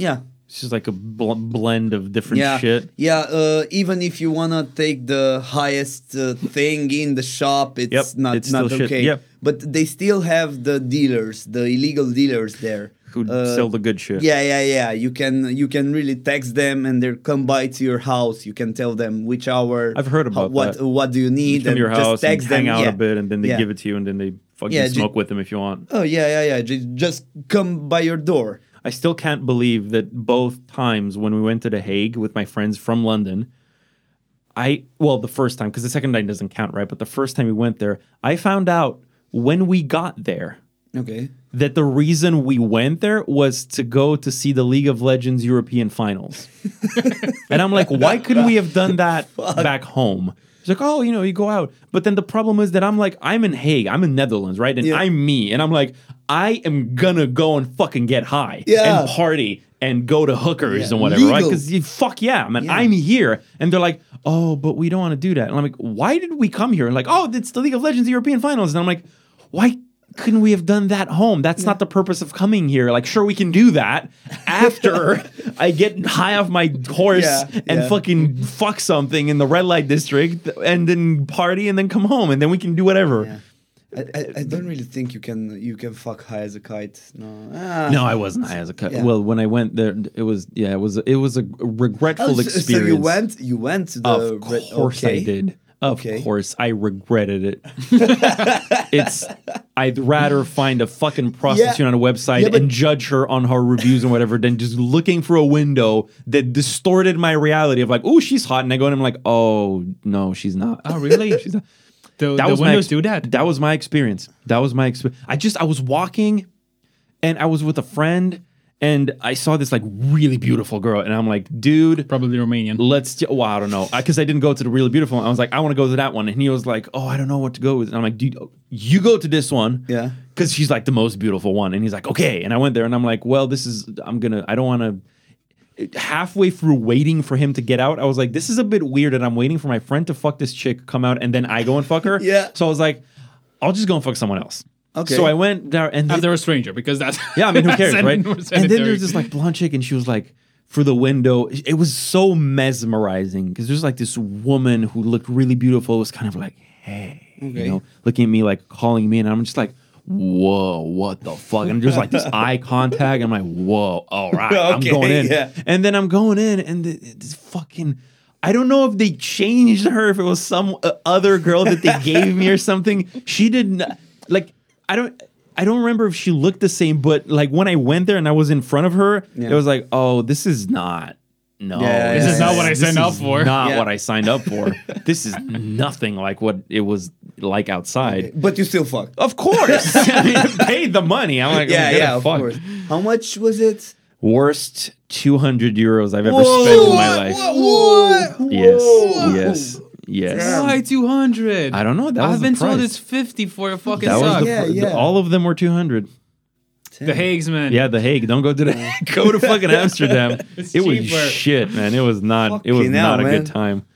B: yeah,
A: It's just like a bl- blend of different
B: yeah,
A: shit.
B: yeah. Uh, even if you wanna take the highest uh, thing in the shop, it's
A: Yep,
B: not
A: it's
B: not
A: still shit,
B: okay.
A: yeah.
B: But they still have the dealers, the illegal dealers there.
A: Who
B: Uh,
A: sell the good shit?
B: Yeah, yeah, yeah. You can you can really text them and they'll come by to your house. You can tell them which hour.
A: I've heard
B: ho-
A: about
B: what
A: that.
B: what do you
A: You
B: need
A: come to your
B: and just
A: house and
B: text
A: hang
B: them.
A: out
B: yeah.
A: a bit, and then they
B: Yeah.
A: give it to you, and then they fucking
B: Yeah, ju-
A: smoke with them if you want.
B: Oh yeah, yeah, yeah. Ju- Just come by your door.
A: I still can't believe that both times when we went to The Hague with my friends from London, I, well, the first time, because the second night doesn't count, right? But the first time we went there, I found out when we got there
B: Okay.
A: that the reason we went there was to go to see the League of Legends European finals. and I'm like, why couldn't we have done that back home? It's like, oh, you know, you go out. But then the problem is that I'm like, I'm in Hague, I'm in Netherlands, right? And
B: Yeah.
A: I'm me. And I'm like, I am gonna go and fucking get high
B: Yeah.
A: and party and go to hookers and whatever, right?
B: Legal.
A: Because you- fuck yeah, man,
B: Yeah.
A: I'm here. And they're like, oh, but we don't want to do that. And I'm like, why did we come here? And like, oh, it's the League of Legends European Finals. And I'm like, why couldn't we have done that home? That's not the purpose of coming here. Like, sure, we can do that after I get high off my horse
B: Yeah,
A: and
B: yeah.
A: fucking fuck something in the red light district and then party and then come home and then we can do whatever.
B: Yeah. I, I, I don't really think you can you can fuck high as a kite. No. Ah.
A: No, I wasn't high as a cut.
B: Yeah.
A: Well, when I went there, it was yeah, it was it was a
B: Oh,
A: regretful
B: so, so
A: experience.
B: you went you went to the
A: Of
B: red-
A: course
B: okay.
A: I did. Of
B: Okay.
A: course, I regretted it. it's I'd rather find a fucking prostitute on a website
F: Yeah, but-
A: and judge her on her reviews and whatever than just looking for a window that distorted my reality of like, oh, she's hot, and I go and I'm like, oh no, she's not.
C: Oh, really?
A: she's not.
C: The,
A: That
C: the
A: was my
C: windows
A: ex-
C: do that.
A: That was my experience. That was my experience. I just I was walking, and I was with a friend, and I saw this like really beautiful girl, and I'm like, dude,
C: Probably Romanian.
A: let's ju- well i don't know because I, didn't go to the really beautiful one i was like i want to go to that one and he was like oh i don't know what to go with and i'm like dude oh, you go to this one
B: Yeah.
A: because she's like the most beautiful one and he's like okay and i went there and i'm like well this is i'm gonna i don't want to halfway through waiting for him to get out i was like this is a bit weird and i'm waiting for my friend to fuck this chick come out and then i go and fuck her
B: Yeah.
A: so i was like i'll just go and fuck someone else
B: Okay.
A: so i went there and
C: After a stranger, because that's
A: yeah, I mean, who cares,
C: that's
A: right?
C: more
A: And then
C: sanitary.
A: there's this like blonde chick, and she was like through the window. It was so mesmerizing because there's like this woman who looked really beautiful. Was kind of like, hey, you know, looking at me like calling me, and I'm just like. Whoa, what the fuck? And there's like this eye contact. I'm like, whoa, all right, I'm
B: Okay,
A: going in.
B: yeah.
A: And then I'm going in, and the, this fucking. I don't know if they changed her, if it was some uh, other girl that they gave me or something. She didn't like. I don't. I don't remember if she looked the same, but like when I went there and I was in front of her, it was like, oh, this is not. No,
B: Yeah, This yeah, is yeah. not
C: what I
A: this
C: signed up
A: is
C: for.
A: Not
B: Yeah.
A: what I signed up for. this is nothing like what it was like outside.
B: But you still fucked.
A: Of course, I mean, I paid the money. I'm like,
B: yeah,
A: I'm gonna
B: yeah, of
A: fuck.
B: course. How much was it?
A: Worst 200 euros I've ever spent in my life. Yes, yes, yes.
C: Why 200?
A: I don't know. That was
C: I've
A: the
C: been told
A: price.
C: it's 50 for a fucking
A: That was
C: sock.
A: the,
B: Yeah,
A: fir- the-
B: yeah.
A: all of them were 200.
C: The Hague's, man.
A: Yeah, the Hague. Don't go to the Hague. go to fucking Amsterdam.
C: It's
A: it was
C: cheaper.
A: shit, man. It was not. it was
B: Fucking hell,
A: not a
B: man.
A: good time.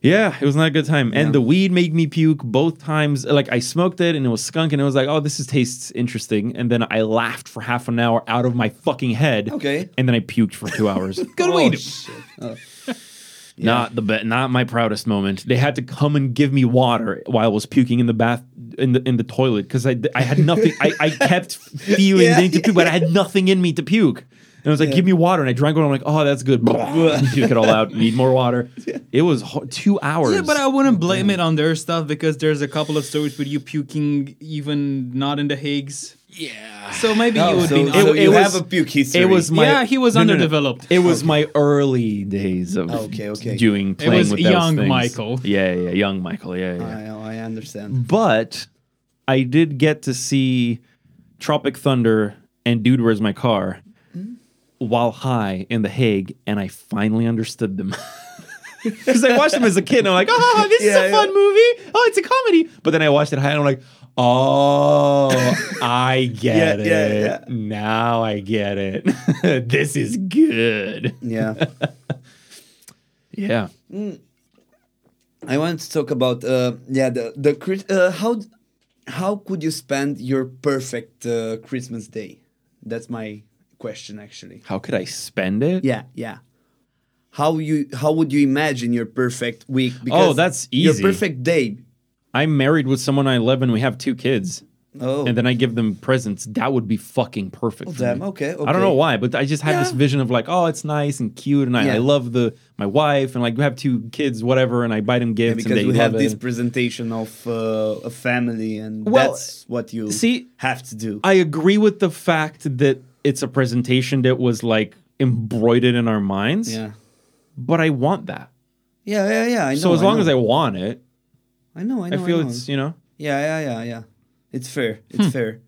A: Yeah, it was not a good time. And the weed made me puke both times. Like I smoked it and it was skunk and it was like, oh, this is, tastes interesting. And then I laughed for half an hour out of my fucking head.
B: Okay.
A: And then I puked for two hours.
C: Good weed.
A: Not the be- not my proudest moment. They had to come and give me water while I was puking in the bath in the in the toilet because I I had nothing. I, I kept feeling
B: Yeah,
A: the need to puke, but I had nothing in me to puke. And I was like, "Give me water," and I drank one. I'm like, "Oh, that's good." puke it all out. Need more water. It was ho- two hours.
C: Yeah, but I wouldn't blame it on their stuff because there's a couple of stories with you puking even not in the Hague's. Yeah. So maybe you would
B: so,
C: be.
B: so
A: it
B: you
A: was-
B: have a puke history.
A: it was my
C: Yeah, he was underdeveloped.
A: It was my early days of
B: Okay, okay.
A: doing playing
C: was
A: with those
C: young
A: things.
C: Michael.
A: Yeah, yeah, young Michael. Yeah, yeah.
B: I, I understand.
A: but I did get to see Tropic Thunder and Dude Where's My Car
B: Mm.
A: while high in The Hague, and I finally understood them. Because I watched them as a kid, and I'm like, oh, this
B: Yeah,
A: is a
B: yeah.
A: fun movie. Oh, it's a comedy. But then I watched it high, and I'm like, oh, I get
B: Yeah, yeah,
A: it.
B: yeah.
A: Now I get it. this is good.
B: Yeah.
A: Yeah.
B: I want to talk about uh, yeah the the Chris- uh, how how could you spend your perfect uh, Christmas day? That's my question actually.
A: How could I spend it?
B: Yeah, yeah. How you how would you imagine your perfect week?
A: Oh, that's easy.
B: Your perfect day.
A: I'm married with someone I love, and we have two kids.
B: Oh,
A: and then I give them presents, that would be fucking perfect. for
B: damn,
A: me.
B: okay,
A: I don't know why,
B: okay.
A: but I just have this
B: Yeah.
A: vision of like, oh, it's nice and cute, and I,
B: Yeah.
A: I love the my wife, and like we have two kids, whatever, and I buy them gifts,
B: because
A: and they
B: we have
A: love
B: this
A: it.
B: presentation of uh, a family, and
A: Well,
B: that's what you
A: see,
B: have to do.
A: I agree with the fact that it's a presentation that was like embroidered in our minds,
B: yeah,
A: but I want that.
B: yeah, yeah, yeah. I know,
A: So as long
B: I
A: as
B: know.
A: I want it,
B: I know, I
A: I
B: know,
A: feel
B: know.
A: it's you know
B: yeah, yeah, yeah, yeah. It's fair. It's fair.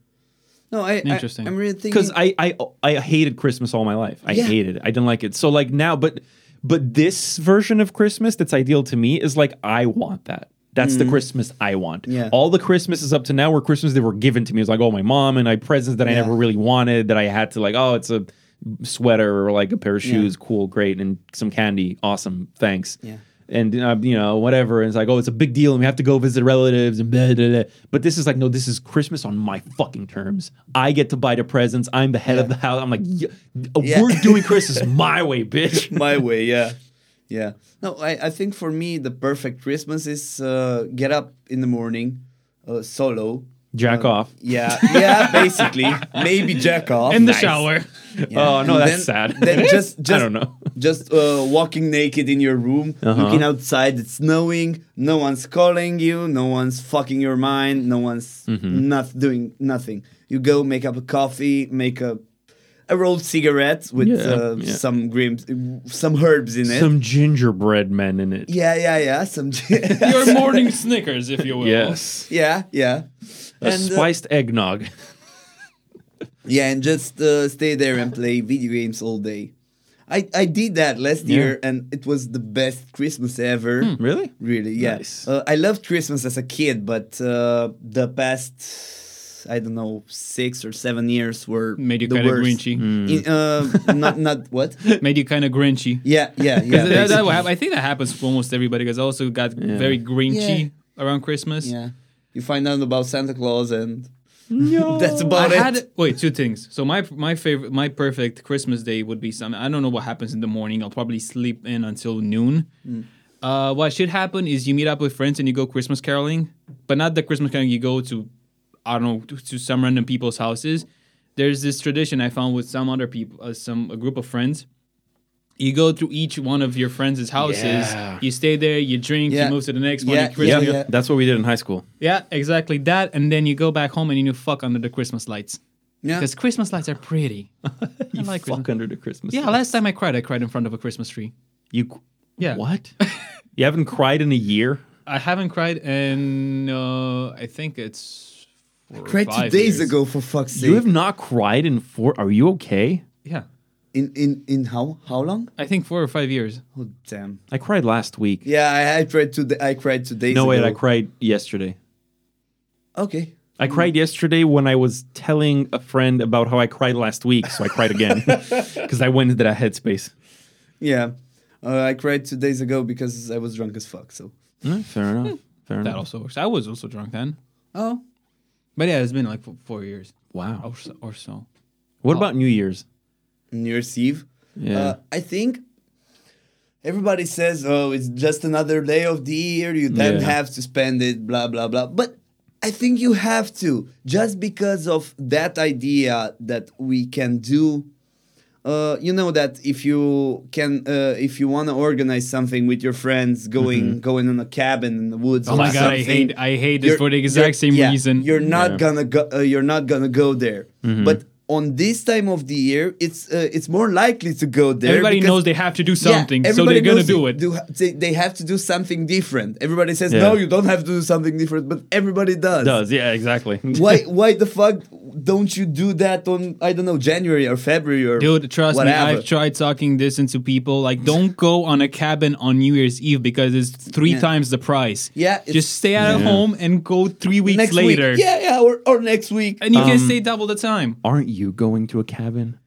B: No, I
C: Hmm. Interesting.
B: I, am really thinking
A: because I, I I hated Christmas all my life. I
B: Yeah.
A: hated it. I didn't like it. So like now, but but this version of Christmas that's ideal to me is like I want that. That's the Christmas I want.
B: Mm. Yeah.
A: All the Christmases up to now were Christmas that were given to me. It was like, oh, my mom and I presents that I
B: Yeah.
A: never really wanted that I had to like, oh, it's a sweater or like a pair of shoes, cool, great, and some candy, awesome, thanks.
B: Yeah.
A: And uh, you know whatever, and it's like oh, it's a big deal, and we have to go visit relatives, and blah, blah, blah. but this is like no, this is Christmas on my fucking terms. I get to buy the presents. I'm the head of the house. I'm like, "Yeah,
B: Yeah.
A: we're doing Christmas my way, bitch.
B: my way yeah yeah no I, I think for me the perfect christmas is uh, get up in the morning uh, solo Oh.
A: Jack off.
B: yeah yeah basically maybe jack off
C: In the
B: Nice.
C: shower.
B: Yeah.
A: Oh, no,
B: And
A: that's sad.
B: then just just
A: I don't know. Uh-huh.
B: just uh, walking naked in your room, looking outside, it's snowing, no one's calling you, no one's fucking your mind, no one's
A: Mm-hmm.
B: not doing nothing. You go make up a coffee, make a a rolled cigarette with
A: Yeah,
B: uh,
A: yeah.
B: some grims, some herbs in it.
A: Some gingerbread men in it.
B: yeah, yeah, yeah. Some
C: Your morning Snickers, if you will.
A: Yes.
B: yeah, yeah.
A: A
B: And, uh,
A: spiced eggnog.
B: Yeah, and just uh, stay there and play video games all day. I, I did that last
A: Yeah.
B: year, and it was the best Christmas ever.
C: Hmm.
A: really?
B: Really, yeah.
A: Nice.
B: Uh, I loved Christmas as a kid, but uh, the past, I don't know, six or seven years were
C: Made you
B: the
C: kind of
B: worst.
C: grinchy. Hmm.
B: In- uh, not not what?
C: Made you kind of grinchy.
B: Yeah, yeah, yeah.
C: Is that- that
B: basically.
C: what hap- I think that happens for almost everybody because I also got very grinchy around Christmas.
B: yeah. You find out about Santa Claus, and
A: No.
B: that's about
C: I
B: it.
C: had wait two things. So my my favorite my perfect Christmas day would be something. I don't know what happens in the morning. I'll probably sleep in until noon.
B: Mm.
C: Uh, what should happen is you meet up with friends and you go Christmas caroling, but not the Christmas caroling you go to. I don't know to, to some random people's houses. There's this tradition I found with some other people, uh, some a group of friends. You go to each one of your friends' houses.
D: Yeah.
C: You stay there. You drink.
B: Yeah.
C: You move to the next one.
B: Yeah,
C: you
A: yeah,
C: Christmas-
B: Yeah.
A: that's what we did in high school.
C: yeah, exactly that. And then you go back home and you fuck under the Christmas lights.
B: Yeah.
C: Because Christmas lights are pretty. I like
A: Fuck
C: Christmas.
A: under the Christmas.
C: Yeah,
A: tree.
C: last time I cried, I cried in front of a Christmas tree.
A: you.
C: Yeah.
A: What? you haven't cried in a year?
C: I haven't cried in, uh, I think it's. four or
B: Cried two
C: five
B: days
C: years.
B: ago, for fuck's sake.
A: You have not cried in four. Are you okay?
C: Yeah.
B: in, in, in how, how long?
C: I think four or five years.
B: Oh, damn.
A: I cried last week.
B: Yeah, I, I cried two. da- I cried two days.
A: no, wait,
B: ago.
A: I cried yesterday.
B: Okay.
A: I cried yesterday when I was telling a friend about how I cried last week, so I cried again because I went into that headspace.
B: Yeah, uh, I cried two days ago because I was drunk as fuck. So.
A: Fair enough. Fair
B: Hmm.
C: That
A: enough.
C: also works. I was also drunk then.
B: Oh.
C: But yeah, it's been like f- four years
A: Wow.
C: or so. Or so.
A: What about New Year's?
B: New Year's Eve.
A: Yeah.
B: Uh, I think everybody says, "Oh, it's just another day of the year. You don't
A: Yeah.
B: have to spend it." Blah blah blah. But I think you have to, just because of that idea that we can do. Uh, you know that if you can, uh, if you want to organize something with your friends, going going on a cabin in the woods.
C: Mm-hmm. Oh
B: or
C: my god, I
B: something,
C: hate I hate this
B: you're-
C: for the
B: you're-
C: exact same
B: yeah,
C: reason.
B: You're not gonna go. Uh, you're not gonna go there.
C: Mm-hmm.
B: But on this time of the year, it's uh, it's more likely to go there.
C: everybody
B: because-
C: knows they have to do
B: Yeah,
C: something, so
B: everybody
C: they're gonna
B: knows
C: do
B: they-
C: it.
B: they, they have to do something different. Everybody says
A: Yeah.
B: no, you don't have to do something different, but everybody does.
A: Does yeah, exactly.
B: Why why the fuck don't you do that on I don't know January or February or
C: Dude, trust
B: whatever.
C: me, I've tried talking this into people. Like, don't go on a cabin on New Year's Eve because it's three
B: Yeah.
C: times the price.
B: Yeah, it's-
C: Just stay at
A: Yeah.
C: home and go three weeks
B: next
C: later.
B: Week. Yeah, yeah, or, or next week.
C: And you can stay double the time.
A: Aren't you going to a cabin?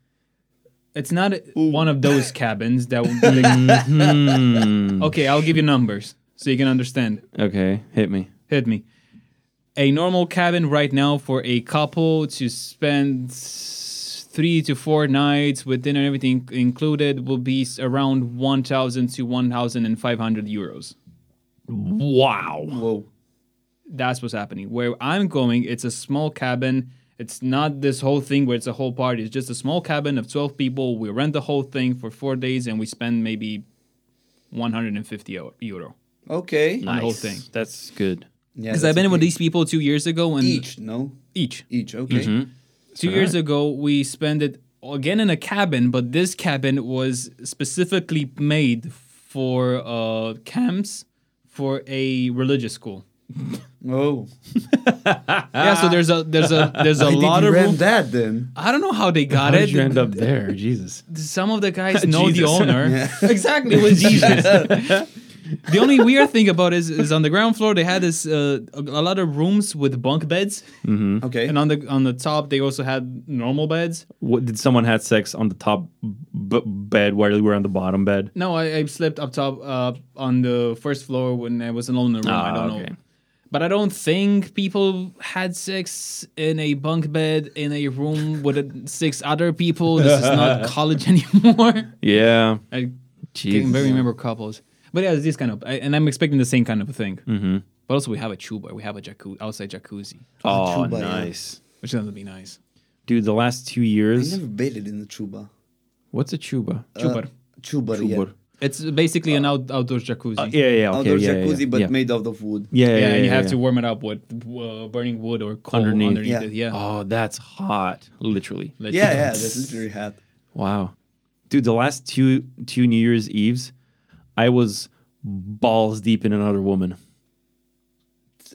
C: It's not one of those cabins that would be Okay, I'll give you numbers so you can understand.
A: Okay, hit me.
C: Hit me. A normal cabin right now for a couple to spend s- three to four nights with dinner and everything included will be s- around 1,000 to 1,500 euros.
A: Wow.
B: Whoa.
C: That's what's happening. Where I'm going, it's a small cabin. It's not this whole thing where it's a whole party. It's just a small cabin of 12 people. We rent the whole thing for four days and we spend maybe 150 eu- euro.
B: Okay.
C: The whole thing.
A: That's good.
B: Yeah,
C: Because
B: that's
C: I've been with
B: okay.
C: these people two years ago and
B: each, no?
C: each.
B: Each, okay.
C: Mm-hmm. Two years ago, we spent it again in a cabin, but this cabin was specifically made for uh, camps for a religious school.
B: Oh.
C: yeah, so there's a there's a there's a
B: I
C: lot
B: Ah. didn't
C: of
B: rent
C: room.
B: that then.
C: I don't know how they got
A: How
C: it.
A: did you end up there? Jesus.
C: Some of the guys know the
A: Jesus.
C: owner. Exactly, it was Jesus. the only weird thing about it is, is on the ground floor they had this uh, a, a lot of rooms with bunk beds,
B: Okay.
C: Mm-hmm. and on the on the top they also had normal beds.
A: What did someone had sex on the top b- bed while you were on the bottom bed?
C: No, I, I slept up top uh, on the first floor when I was alone in the room. I
A: Ah,
C: don't
A: okay.
C: know. But I don't think people had sex in a bunk bed in a room with uh, six other people. This is not college anymore.
A: Yeah.
C: I
A: Jesus.
C: can't very remember couples. But yeah, it's this kind of, I, and I'm expecting the same kind of a thing. Mm-hmm. But also, we have a chuba, we have a jacuzzi, outside jacuzzi,
A: Oh,
B: Chuba, yeah.
A: nice.
C: which is gonna be nice.
A: Dude, the last two
B: I
A: years.
B: never bathed in the chuba.
A: What's a chuba?
C: Chuba.
B: Chubber, yeah.
A: Uber.
C: It's basically an out, outdoor jacuzzi.
A: Uh, Yeah, yeah, yeah, okay,
B: Outdoor
A: yeah, yeah,
B: jacuzzi, but
A: yeah.
B: made out of wood.
A: yeah, yeah,
C: Yeah,
A: yeah,
C: and you have
A: yeah.
C: to warm it up with uh, burning wood or coal
A: Underneath.
C: underneath,
B: Yeah.
C: it. Yeah.
A: Oh, that's hot, literally.
C: Let
B: Yeah,
C: you-
B: yeah, that's literally hat.
A: Wow, dude, the last two two New Year's Eves, I was balls deep in another woman.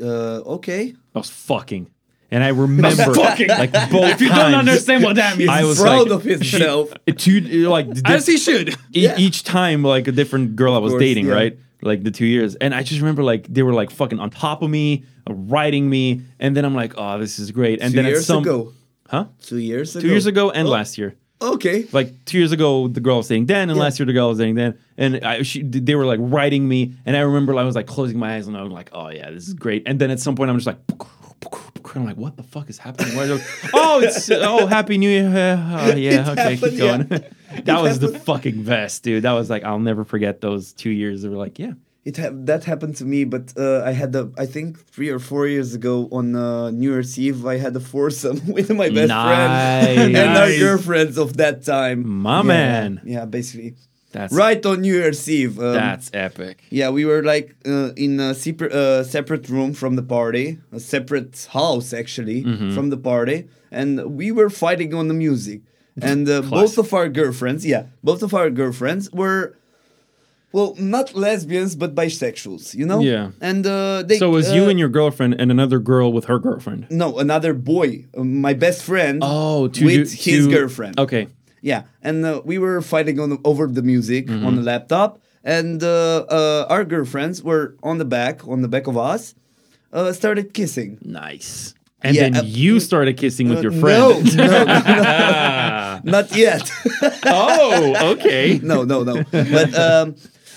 B: Uh, okay.
A: I was fucking, and I remember like both. If
C: You don't understand what that means.
A: I was
B: Proud
A: like,
B: of himself.
A: two like
C: As he should.
A: e-
B: Yeah.
A: each time like a different girl I was
B: course,
A: dating,
B: yeah.
A: right? Like the two years, and I just remember like they were like fucking on top of me, uh, riding me, and then I'm like, oh, this is great. And
B: two
A: then at
B: years
A: some
B: ago.
A: huh,
B: Two years ago.
A: two years ago and last year,
B: Okay.
A: like two years ago the girl was dating Dan, and
B: Yeah.
A: last year the girl was dating Dan, and I, she, they were like riding me, and I remember I was like closing my eyes and I'm like, oh yeah, this is great. And then at some point I'm just like. I'm like, what the fuck is happening? Why do- oh, it's oh, happy New Year! Uh, yeah, okay,
B: happened,
A: keep going.
B: yeah.
A: that was the
B: happened.
A: fucking best, dude. That was like I'll never forget those two years. They were like, yeah,
B: It ha- that happened to me, but uh, I had a I think three or four years ago on uh, New Year's Eve I had a foursome with my best friend and our
A: Nice.
B: girlfriends of that time.
A: my
B: yeah,
A: man,
B: Yeah, basically.
A: that's
B: Right on New Year's Eve. Um,
A: That's epic.
B: yeah, we were like uh, in a separ- uh, separate room from the party, a separate house actually
A: Mm-hmm.
B: from the party, and we were fighting on the music. And uh, both of our girlfriends, yeah, both of our girlfriends were, well, not lesbians but bisexuals, you know.
A: Yeah.
B: And uh, they.
A: So it was you
B: uh,
A: and your girlfriend and another girl with her girlfriend.
B: No, another boy, uh, my best friend.
A: Oh, two
B: with
A: du-
B: his
A: two-
B: girlfriend.
A: Okay,
B: Yeah, and uh, we were fighting on the, over the music on
A: Mm-hmm.
B: the laptop, and uh, uh, our girlfriends were on the back, on the back of us, uh, started kissing.
A: nice. And
B: Yeah,
A: then
B: uh,
A: you started kissing with
B: Uh,
A: your friend.
B: No, no, no, no. not yet.
A: oh, okay.
B: no, no, no. But um,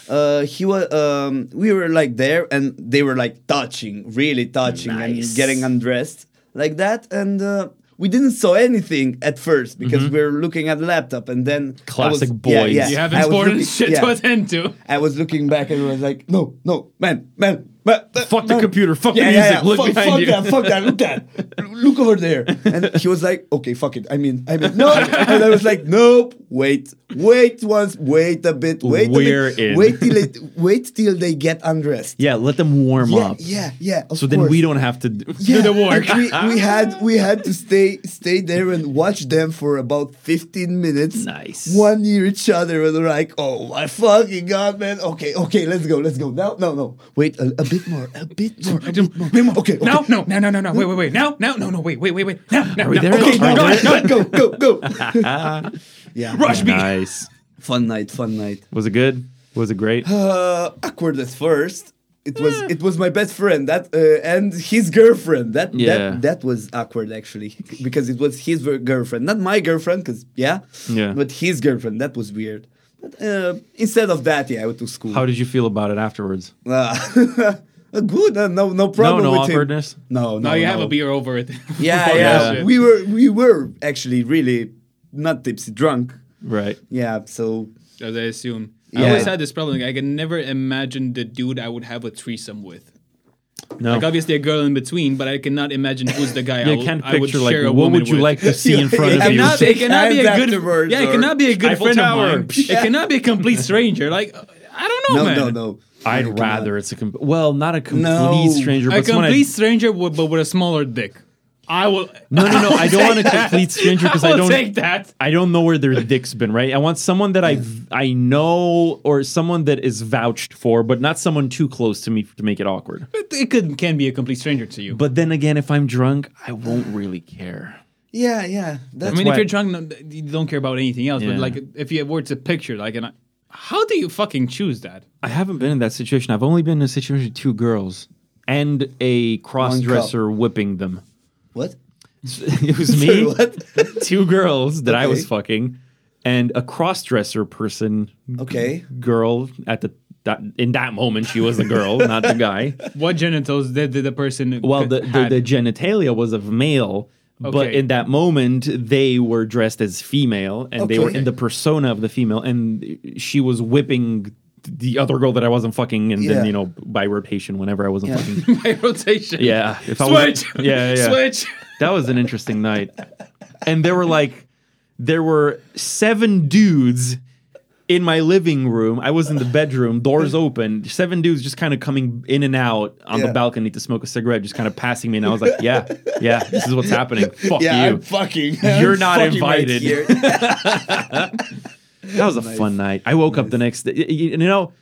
B: uh, he was. Um, we were like there, and they were like touching, really touching,
A: Nice.
B: and getting undressed like that, and. Uh, we didn't saw anything at first because we were looking at the laptop, and then I
A: Mm-hmm. Classic
B: was, yeah,
A: boys.
B: yeah,
C: You have
B: I was
C: important
B: looking-
C: shit
B: yeah.
C: to attend to.
B: I was looking back and was like, no, no, man, man, man. uh,
A: Fuck the
B: man.
A: computer. Fuck
B: Yeah,
A: the
B: yeah,
A: music.
B: yeah.
A: Look
B: fuck,
A: behind
B: fuck
A: you.
B: that, fuck that, look that. Look over there. And he was like, okay, fuck it. I mean, I mean, no. And I was like, nope, wait, wait once, wait a bit, wait
A: We're
B: a bit.
A: in.
B: Wait till it, wait till they get undressed.
A: Yeah, let them warm
B: Yeah,
A: up.
B: yeah, yeah. of
A: So then
B: course.
A: we don't have to do
B: Yeah,
A: the work.
B: and we, we had we had to stay stay there and watch them for about 15 minutes.
A: Nice.
B: One near each other and we're like, oh my fucking god, man. Okay, okay, let's go, let's go. No, no, no. Wait, a, a bit more, a bit more, a bit more. Okay, okay.
C: No, no, no, no, no, no. Wait, wait, wait. Now, now, no, no, wait, wait, wait, wait. Now, now,
A: we
C: now.
A: there?
B: Okay,
A: Okay,
B: no,
A: go
B: go,
A: on,
B: go, go, go, yeah,
C: Rush me.
A: nice.
B: Fun night, fun night.
A: Was it good? Was it great?
B: Uh, awkward at first. It was it was my best friend that uh, and his girlfriend that
A: Yeah.
B: that that was awkward actually because it was his ver- girlfriend not my girlfriend because yeah
A: Yeah.
B: but his girlfriend that was weird but uh, instead of that yeah I went to school
A: How did you feel about it afterwards?
B: uh, good uh, no no
A: No,
B: problem
A: no
B: with
A: awkwardness.
B: him no no
C: Now you have
B: no.
C: a beer over it.
B: yeah
C: Fuck
B: yeah,
C: that
A: Yeah.
C: shit.
B: we were we were actually really not tipsy drunk
A: Right.
B: yeah so
C: As I assume.
B: Yeah.
C: I always had this problem. I can never imagine the dude I would have a threesome with.
A: No.
C: Like obviously a girl in between, but I cannot imagine who's the guy I,
A: you
C: will-
A: can't
C: I would
A: picture
C: share
A: like
C: a
A: what
C: woman
A: would you
C: with.
A: like to see in front of
B: I'm
A: you.
B: not-
C: it cannot be
B: Hands
C: a good
B: afterwards
C: yeah, it
B: or
C: cannot be a good
A: Eiffel
C: friend
A: Tower.
C: of mine. It cannot be a complete stranger. Like I don't know,
B: no
C: Oh, man.
B: no no You
A: I'd
B: cannot.
A: rather it's a com- well, not a complete
B: Oh, No.
A: stranger,
C: A
A: but someone I-
C: complete stranger with, but with a smaller dick. I will.
A: no, no, no. I don't want a complete stranger because
C: I
A: I,
C: will
A: don't
C: take that.
A: I don't know where their dick's been, right? I want someone that I I know or someone that is vouched for, but not someone too close to me to make it awkward.
C: It, it could can be a complete stranger to you.
A: But then again, if I'm drunk, I won't really care.
B: yeah yeah that's
C: I mean,
A: why-
C: if you're drunk, no- you don't care about anything else.
A: Yeah.
C: But like, if you were to picture, like, and I, how do you fucking choose that?
A: I haven't been in that situation. I've only been in a situation with two girls and a cross dresser whipping them.
B: what
A: It was me,
B: what?
A: two girls that I was
B: Okay.
A: fucking, and a cross dresser person.
B: Okay.
A: girl at the that, in that moment she was the girl, not the guy.
C: What genitals did, did the person?
A: Well,
C: c-
A: the, the,
C: had?
A: the genitalia was of male, but
C: Okay.
A: in that moment they were dressed as female and they were
B: Okay.
A: in the persona of the female, and she was whipping the other girl that I wasn't fucking, and
B: Yeah.
A: then you know by rotation whenever I wasn't
B: Yeah.
A: fucking.
C: my rotation.
A: Yeah, if I was-
C: Switch.
A: yeah, yeah, yeah.
C: Switch.
A: That was an interesting night, and there were like there were seven dudes in my living room. I was in the bedroom, doors open, seven dudes just kind of coming in and out on the
B: Yeah.
A: balcony to smoke a cigarette, just kind of passing me. And I was like, yeah, yeah, this is what's happening. Fuck
B: yeah,
A: you.
B: I'm fucking.
A: You're
B: I'm
A: not
B: fucking right
A: invited.
B: here.
A: That was a fun night. I woke up the next day. Y- y- You know,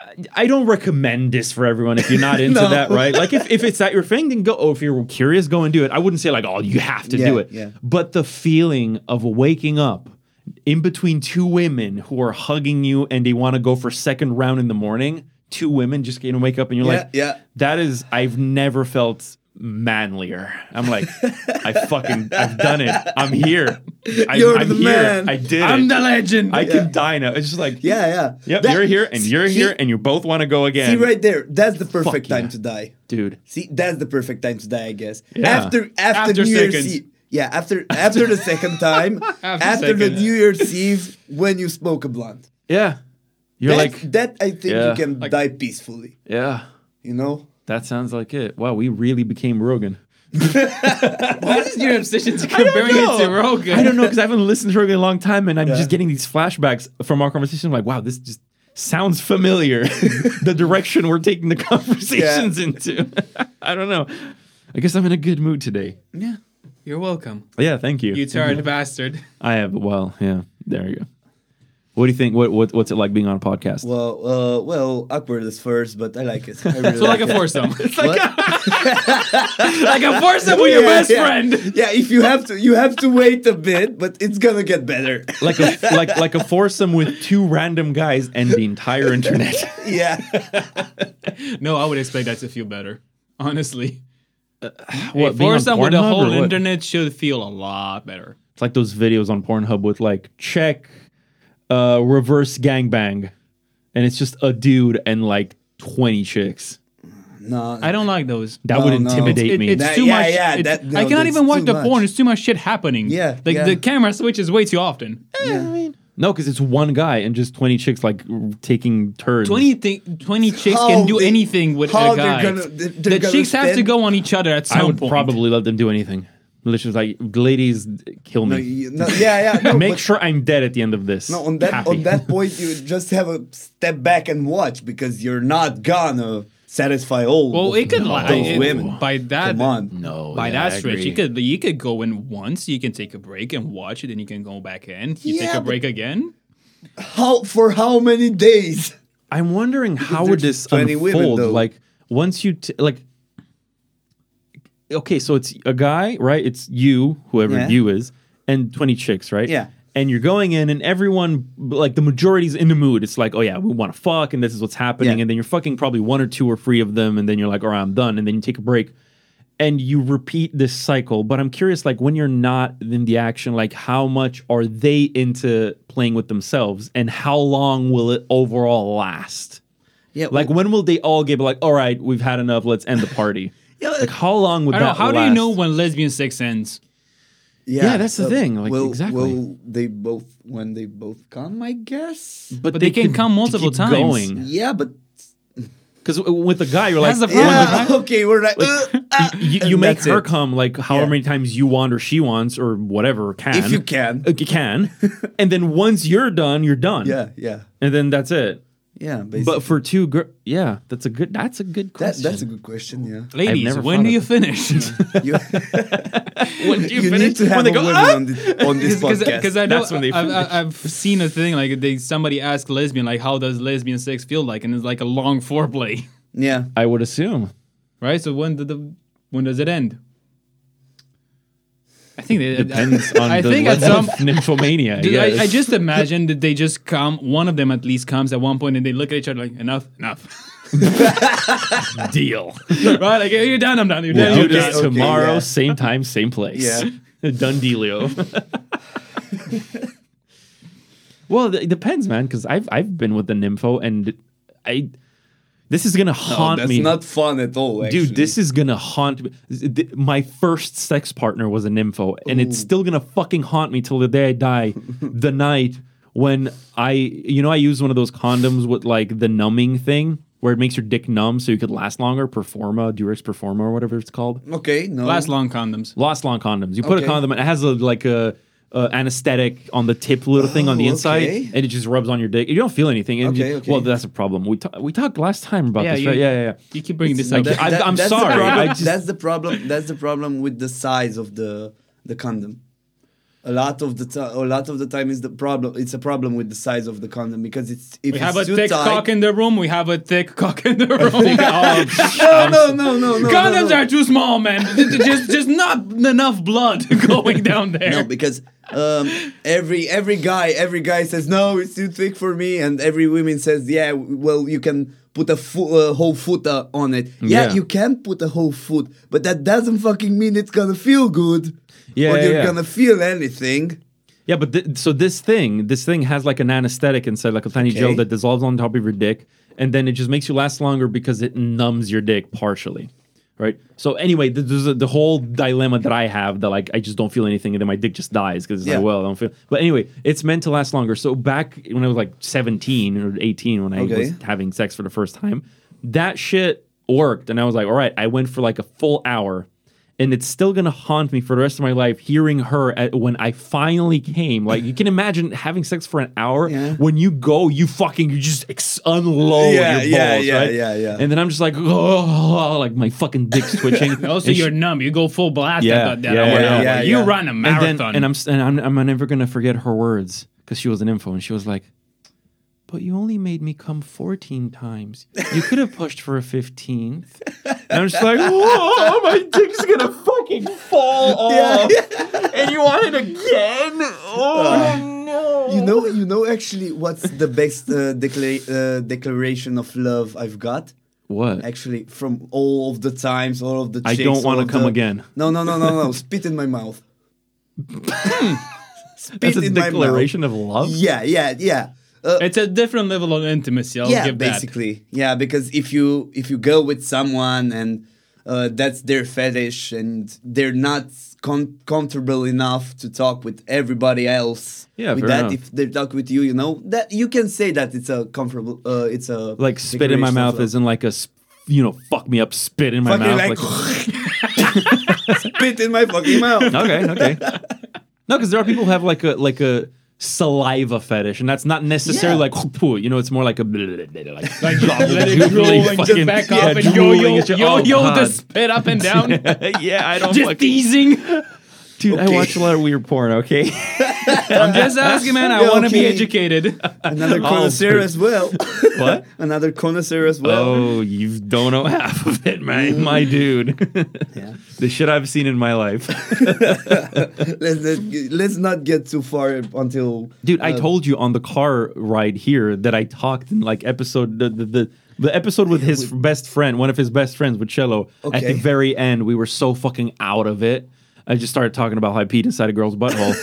A: I- I don't recommend this for everyone if you're not into
B: No.
A: that, right? Like if, if it's not your thing, then go. Or if you're curious, go and do it. I wouldn't say like, oh, you have to
B: Yeah,
A: do it.
B: yeah.
A: But the feeling of waking up in between two women who are hugging you and they want to go for second round in the morning, two women just going to wake up and you're
B: Yeah,
A: like,
B: yeah.
A: that is, I've never felt manlier. I'm like, I fucking, I've done it. I'm here. I,
B: You're
A: I'm
B: the
A: here.
B: man.
A: I did it.
C: I'm the legend.
A: I can die now. It's just like,
B: Yeah, yeah.
A: yep,
B: That-
A: you're here and you're
B: see-
A: here and you both want to go again.
B: See right there. That's the perfect time
A: yeah.
B: to die.
A: Dude,
B: See, that's the perfect time to die, I guess.
A: Yeah.
B: After after,
C: After
B: New Year's
C: seconds.
B: Eve. Yeah, after after the second time, after, the
C: second.
B: New Year's Eve, when you smoke a blunt,
A: yeah. You're
B: That-
A: like,
B: that. I think
A: Yeah.
B: you can
C: Like-
B: die peacefully.
A: yeah,
B: You know,
A: that sounds like it. Wow, we really became Rogan.
C: What is your obsession to comparing it to Rogan?
A: I don't know because I haven't listened to Rogan in a long time and I'm
B: Yeah.
A: just getting these flashbacks from our conversation. I'm like, wow, this just sounds familiar. the direction we're taking the conversations into. I don't know. I guess I'm in a good mood today.
C: You're welcome.
A: Yeah, thank you. Mm-hmm.
C: You tired bastard.
A: I have well, yeah. There you go. What do you think? What, what what's it like being on a podcast?
B: well, uh, well, awkward is first, but I like it. I really
C: So like
B: like,
C: a
B: it.
C: foursome.
B: What?
C: like a foursome with your
B: Yeah,
C: best
B: yeah.
C: friend.
B: Yeah, if you have to, you have to wait a bit, but it's gonna get better.
A: like a like like a foursome with two random guys and the entire internet.
B: yeah,
C: No, I would expect that to feel better. Honestly.
A: Uh, What,
C: a
A: being on
C: foursome with the
A: Pornhub or
C: whole
A: what?
C: internet should feel a lot better.
A: It's like those videos on Pornhub with like check, uh, reverse gangbang, and it's just a dude and like twenty chicks.
B: no,
C: I don't like those.
A: That
B: No,
A: would
B: Oh, no.
A: intimidate
C: It-
A: me.
C: It's
B: That-
C: too
B: yeah,
C: much.
B: yeah,
C: it's-
B: that- no,
C: I cannot
B: that's
C: even watch
B: too
C: the porn.
B: much.
C: It's too much shit happening.
B: Yeah,
C: Like
B: yeah.
C: the camera switches way too often.
A: no, because it's one guy and just twenty chicks like r- taking turns.
C: 20, thi- 20 chicks
B: How
C: can do
B: they-
C: anything with
B: how
C: a
B: they're
C: guy.
B: gonna- they're- they're
C: the
B: gonna
C: chicks have to
B: stand-
C: go on each other at some
A: I would
C: point.
A: probably let them do anything. Literally, like ladies, kill
B: no,
A: me.
B: you- no, yeah, yeah. No,
A: Make
B: but-
A: sure I'm dead at the end of this.
B: No, on that
A: Happy.
B: on that point, you just have a step back and watch because you're not gonna satisfy all.
C: Well,
B: of
C: it could
B: those
C: lie. It-
B: women.
C: by that.
B: Come on.
A: Oh,
D: No.
C: By
D: yeah,
C: that
D: I
C: stretch, you
D: agree.
C: could you could go in once, you can take a break and watch it, then you can go back in. You
B: Yeah,
C: take a
B: but-
C: break again.
B: How for how many days?
A: I'm wondering how would
B: there's
A: this
B: 20
A: unfold.
B: women, though.
A: like once you t- like, okay, so it's a guy, right? It's you, whoever
B: Yeah.
A: you is, and twenty chicks, right?
B: Yeah.
A: And you're going in, and everyone, like the majority's in the mood. It's like, oh yeah, we want to fuck, and this is what's happening.
B: Yeah.
A: And then you're fucking probably one or two or three of them, and then you're like, all right, I'm done. And then you take a break, and you repeat this cycle. But I'm curious, like when you're not in the action, like how much are they into playing with themselves, and how long will it overall last?
G: Yeah,
A: Like when will they all get like, all right, we've had enough, let's end the party? like how long would
C: I
A: that
C: don't know. How do you
A: last?
C: know when lesbian sex ends?
A: Yeah, that's the thing, like,
B: will,
A: exactly.
B: Will they both when they both come? I guess.
C: But they can
A: could
C: come multiple
A: keep
C: times.
A: Going
B: Yeah, but
A: because with the guy, you're like, "Oh
C: That's the
A: when
C: problem.
B: yeah. okay, we're like. uh, ah,
A: you,
B: and
A: you make
B: that's
A: her
B: it.
A: come like however
B: Yeah.
A: many times you want or she wants or whatever can
B: If you can.
A: Uh, you can, and then once you're done, you're done.
B: Yeah, yeah,
A: and then that's it.
B: yeah. Basically.
A: But for two girl, yeah, that's a good. That's a good
B: that,
A: question.
B: that's a good question. Yeah.
C: Ladies,
A: never
C: when
A: thought
C: do
A: of
C: you finish?
B: You,
A: when do you,
B: you
A: finish
B: need to
A: when
B: have
A: they
B: a
A: go,
B: woman
A: "Ah!"
B: on this, on this podcast.
C: Because I know
A: That's when they
C: I've,
A: finish.
C: I've- I've seen a thing like they somebody asked lesbian like how does lesbian sex feel like, and it's like a long foreplay,
B: yeah.
A: I would assume.
C: right? So when did the when does it end? I think they,
A: Depends
C: I,
A: on
C: I
A: the
C: think at
A: level
C: some.
A: of nymphomania.
C: Dude,
A: yes.
C: I, I just imagine that they just come. One of them at least comes at one point, and they look at each other like enough, enough,
A: deal.
C: right? Like "Hey, you're done, I'm done, you're
A: We'll
C: done.
A: do
C: you're
A: this
C: done."
B: okay,
A: tomorrow,
B: yeah.
A: same time, same place.
B: Yeah.
A: Done dealio. well, it depends, man, because I've I've been with the nympho and I this is gonna haunt
B: Oh, that's
A: me.
B: not fun at all. Actually.
A: Dude, this is gonna haunt me. Th- My first sex partner was a nympho, and it's still gonna fucking haunt me till the day I die. the night when I, you know, I use one of those condoms with like the numbing thing where it makes your dick numb so you could last longer. Performa, Durex Performa, or whatever it's called.
B: okay. No.
C: Last long condoms.
A: Lost long condoms. You put a
B: Okay.
A: condom, and it has a like a uh, anesthetic on the tip little thing on the
B: Oh,
A: inside,
B: okay.
A: and it just rubs on your dick. You don't feel anything. It
B: Okay,
A: just-
B: okay.
A: Well, that's a problem. We ta- we talked last time about
C: Yeah,
A: this,
C: you-
A: right? Yeah, yeah, yeah.
C: You keep bringing this
A: I
C: up.
A: can't- I- I'm
B: that's
A: sorry,
B: The problem,
A: I just-
B: That's the problem. That's the problem with the size of the the condom. A lot of the time, a lot of the time is the problem. It's a problem with the size of the condom because it's if it's
C: We have a
B: too
C: thick
B: tight,
C: cock in the room. We have a thick cock in the room.
B: No, no, no, no, no. no,
C: Condoms
B: no.
C: are too small, man. just, just not enough blood going down there.
B: No, because um, every every guy every guy says no, it's too thick for me, and every woman says yeah. Well, you can put a fo- uh, whole foot uh, on it. Yeah,
A: Yeah.
B: you can put a whole foot, but that doesn't fucking mean it's gonna feel good.
A: Yeah,
B: or
A: yeah,
B: you're
A: yeah.
B: gonna feel anything.
A: Yeah, but th- so this thing, this thing has like an anesthetic inside, like a tiny gel
B: Okay.
A: that dissolves on top of your dick, and then it just makes you last longer because it numbs your dick partially, right? So anyway, th- there's a, the whole dilemma that I have that like I just don't feel anything, and then my dick just dies because it's
B: Yeah.
A: like, well, I don't feel. But anyway, it's meant to last longer. So back when I was like 17 or 18, when I
B: Okay.
A: was having sex for the first time, that shit worked, and I was like, all right, I went for like a full hour and it's still gonna haunt me for the rest of my life hearing her at, when I finally came. Like you can imagine having sex for an hour.
B: Yeah.
A: When you go, you fucking you just ex- unload
B: Yeah,
A: your
B: yeah,
A: balls,
B: yeah,
A: right?
B: yeah, yeah.
A: And then I'm just like, oh, like my fucking dick's twitching.
C: Also,
A: And she-
C: you're numb. You go full blast.
A: Yeah,
C: Yeah, that
A: yeah,
C: hour.
A: yeah,
B: yeah,
C: you
B: yeah.
C: run a
A: and
C: marathon.
A: then and I'm s- and I'm, I'm never gonna forget her words because she was an info and she was like, "But you only made me come 14 times. You could have pushed for a 15th." And I'm just like, "Whoa, my dick's gonna fucking fall off." And you want it again? Oh no!
B: You know, you know. Actually, what's the best uh, decla- uh, declaration of love I've got?
A: what?
B: Actually, from all of the times, all of the.
A: I
B: chicks,
A: don't wanna
B: all of
A: come
B: the-
A: again.
B: No, no, no, no, no. Spit in my mouth. Spit
A: That's a
B: in my mouth.
A: declaration of love.
B: Yeah, yeah, yeah. Uh,
C: it's a different level of intimacy. I'll
B: yeah,
C: give that.
B: basically, yeah. Because if you if you go with someone and uh, that's their fetish and they're not com- comfortable enough to talk with everybody else.
A: Yeah,
B: with
A: fair
B: that,
A: enough.
B: if they talk with you, you know that you can say that it's a comfortable. Uh, it's a
A: Like spit in my
B: declaration of
A: mouth
B: love.
A: isn't like a. Sp- you know, fuck me up, spit in my
B: fucking
A: mouth.
B: like,
A: like-
B: spit in my fucking mouth.
A: okay, okay. No, because there are people who have like a like a saliva fetish, and that's not necessarily
B: Yeah.
A: like poo. You know, it's more like a like,
C: Like, let it drool
A: Drooling
C: and
A: fucking-
C: just back
A: yeah,
C: up and yo
A: drooling
C: yo
A: and shit.
C: yo
A: Oh,
C: yo
A: God.
C: the spit up and down.
A: yeah, I don't.
C: just
A: fuck-
C: teasing.
A: dude, I
B: Okay.
A: watch a lot of weird porn. Okay,
C: I'm just asking, man. I
B: Yeah,
C: want to be
B: okay.
C: educated.
B: Another
A: Oh.
B: connoisseur as well.
A: what?
B: Another connoisseur as well.
A: Oh, you don't know half of it, man. My dude,
B: Yeah.
A: the shit I've seen in my life,
B: Let's, let's, let's not get too far until.
A: dude. I told you on the car ride here that I talked in like episode the the. the the episode with his best friend, one of his best friends with Cello, at the
B: Okay.
A: very end, we were so fucking out of it. I just started talking about how I peed inside a girl's butthole.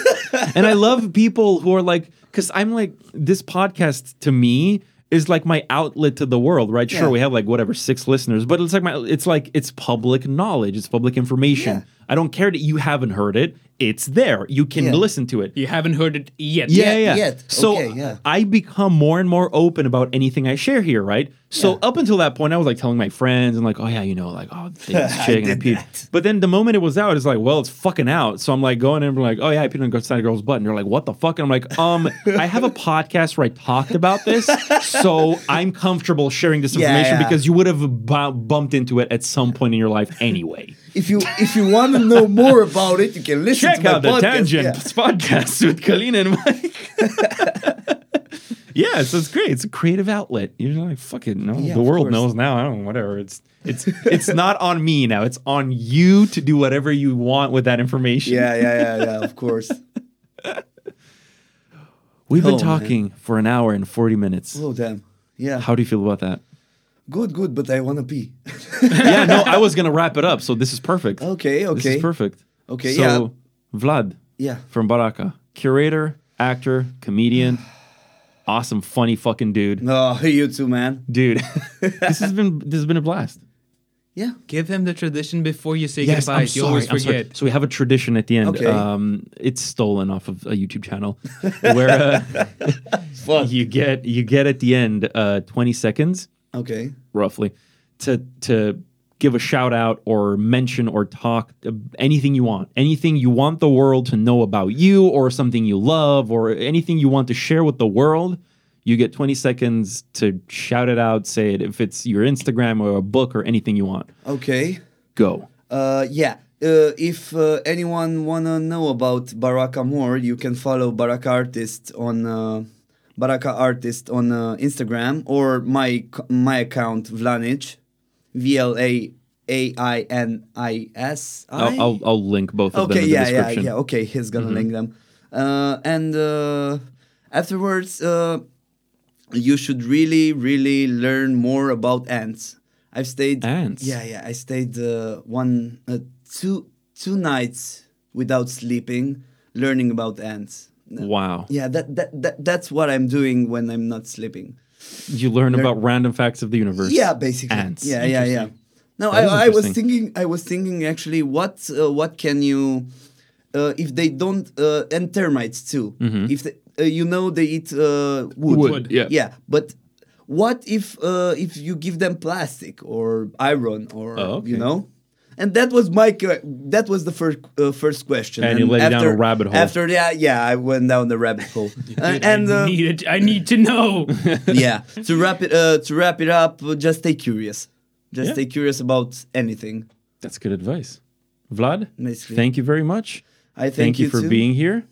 A: and I love people who are like, because I'm like, this podcast to me is like my outlet to the world, right? Sure,
B: Yeah.
A: we have like whatever six listeners, but it's like my, it's like it's public knowledge, it's public information.
B: Yeah.
A: I don't care that you haven't heard it; it's there. You can
B: Yeah.
A: listen to it.
C: You haven't heard it yet.
A: Yeah, yeah.
B: Yet- yet.
A: So
B: Okay, yeah.
A: I become more and more open about anything I share here, right? So up until that point, I was like telling my friends and like, oh yeah, you know, like oh, this chick and I
B: did
A: peed.
B: that.
A: But then the moment it was out, it's like, well, it's fucking out. So I'm like going in and like, oh yeah, I peed on inside a girl's butt, and they're like, what the fuck? And I'm like, um, I have a podcast where I talked about this, so I'm comfortable sharing this
B: Yeah,
A: information
B: yeah.
A: because you would have bu- bumped into it at some point in your life anyway.
B: If you if you want to know more about it, you can listen
A: Check
B: to my
A: out the
B: podcast.
A: Tangent
B: Yeah.
A: podcast with Colleen and Mike. yeah, so it's great. It's a creative outlet. You're just like, fuck it. No,
B: Yeah,
A: the
B: of
A: world
B: course.
A: knows now. I don't know, whatever. It's it's it's not on me now. It's on you to do whatever you want with that information.
B: Yeah, yeah, yeah, yeah. Of course.
A: We've been
B: Oh, man.
A: talking for an hour and 40 minutes.
B: Oh damn. Yeah.
A: How do you feel about that?
B: Good, good. But I wanna pee.
A: yeah, no, I was gonna wrap it up, so this is perfect.
B: Okay,
A: This
B: Oh, okay.
A: is perfect.
B: Okay,
A: so,
B: yeah.
A: Vlad
B: Yeah.
A: from Baraka, curator, actor, comedian, awesome, funny fucking dude.
B: No, Oh, you too, man.
A: dude. this has been this has been a blast.
B: Yeah.
C: Give him the tradition before you say goodbye.
A: I'm
C: you always
A: sorry, I'm sorry.
C: forget.
A: So we have a tradition at the end.
B: Okay.
A: Um, it's stolen off of a YouTube channel where uh, you get you get at the end uh, 20 seconds
B: Okay.
A: roughly to to give a shout out or mention or talk uh, anything you want, anything you want the world to know about you or something you love or anything you want to share with the world. You get 20 seconds to shout it out, say it if it's your Instagram or a book or anything you want.
B: Okay.
A: Go.
B: Uh, yeah. Uh, if uh, anyone wanna know about Baraka more, you can follow Baraka Artist on uh, Baraka Artist on uh, Instagram or my c- my account Vlanic, V L A A I N I S.
A: I'll, I'll, I'll link both of them
B: Okay,
A: in the
B: yeah, yeah,
A: description. Mm-hmm.
B: yeah. Okay, he's gonna link them. Uh, and uh, afterwards, uh, you should really, really learn more about ants. I've stayed
A: Ants?
B: Yeah, yeah. I stayed uh, one, uh, two, two nights without sleeping, learning about ants.
A: Wow.
B: Yeah, that, that that that's what I'm doing when I'm not sleeping.
A: You learn about random facts of the universe.
B: Yeah, basically.
A: Ants.
B: Yeah, yeah, yeah. No,
A: That is
B: I, I was
A: interesting.
B: thinking. I was thinking actually, what uh, what can you, uh, if they don't uh, and termites too.
A: Mm-hmm.
B: If they, uh, you know they eat uh, wood.
C: Wood, Wood, yeah.
B: Yeah, but what if uh, if you give them plastic or iron or
A: Oh, okay.
B: you know. And that was my que- that was the first uh, first question.
A: And you led down a rabbit hole.
B: After that, yeah, I went down the rabbit hole. Uh, and
C: I,
B: uh,
C: need it. I need to know.
B: yeah to wrap it uh, to wrap it up uh, just stay curious just
A: Yeah.
B: stay curious about anything
A: That's good advice. Vlad,
B: Basically.
A: thank you very much.
B: i thank,
A: Thank, you, for
B: too.
A: being here.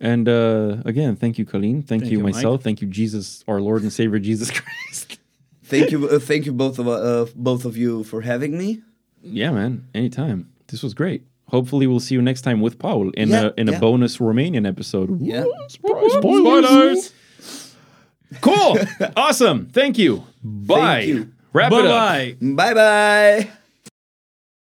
A: And uh, again, thank you, Colleen. Thank, you,
C: you, Mike.
A: myself. Thank you, Jesus, our Lord and Savior, Jesus Christ.
B: thank you uh, thank you both of uh, both of you for having me
A: yeah, man. Anytime. This was great. Hopefully, we'll see you next time with Paul in
B: Yeah,
A: a in
B: yeah.
A: a bonus Romanian episode.
B: yeah
A: Spoilers. Spoilers. Cool. awesome. Thank you. Bye.
B: you.
A: Wrap
C: Bye
A: it up.
B: bye
C: bye.
B: bye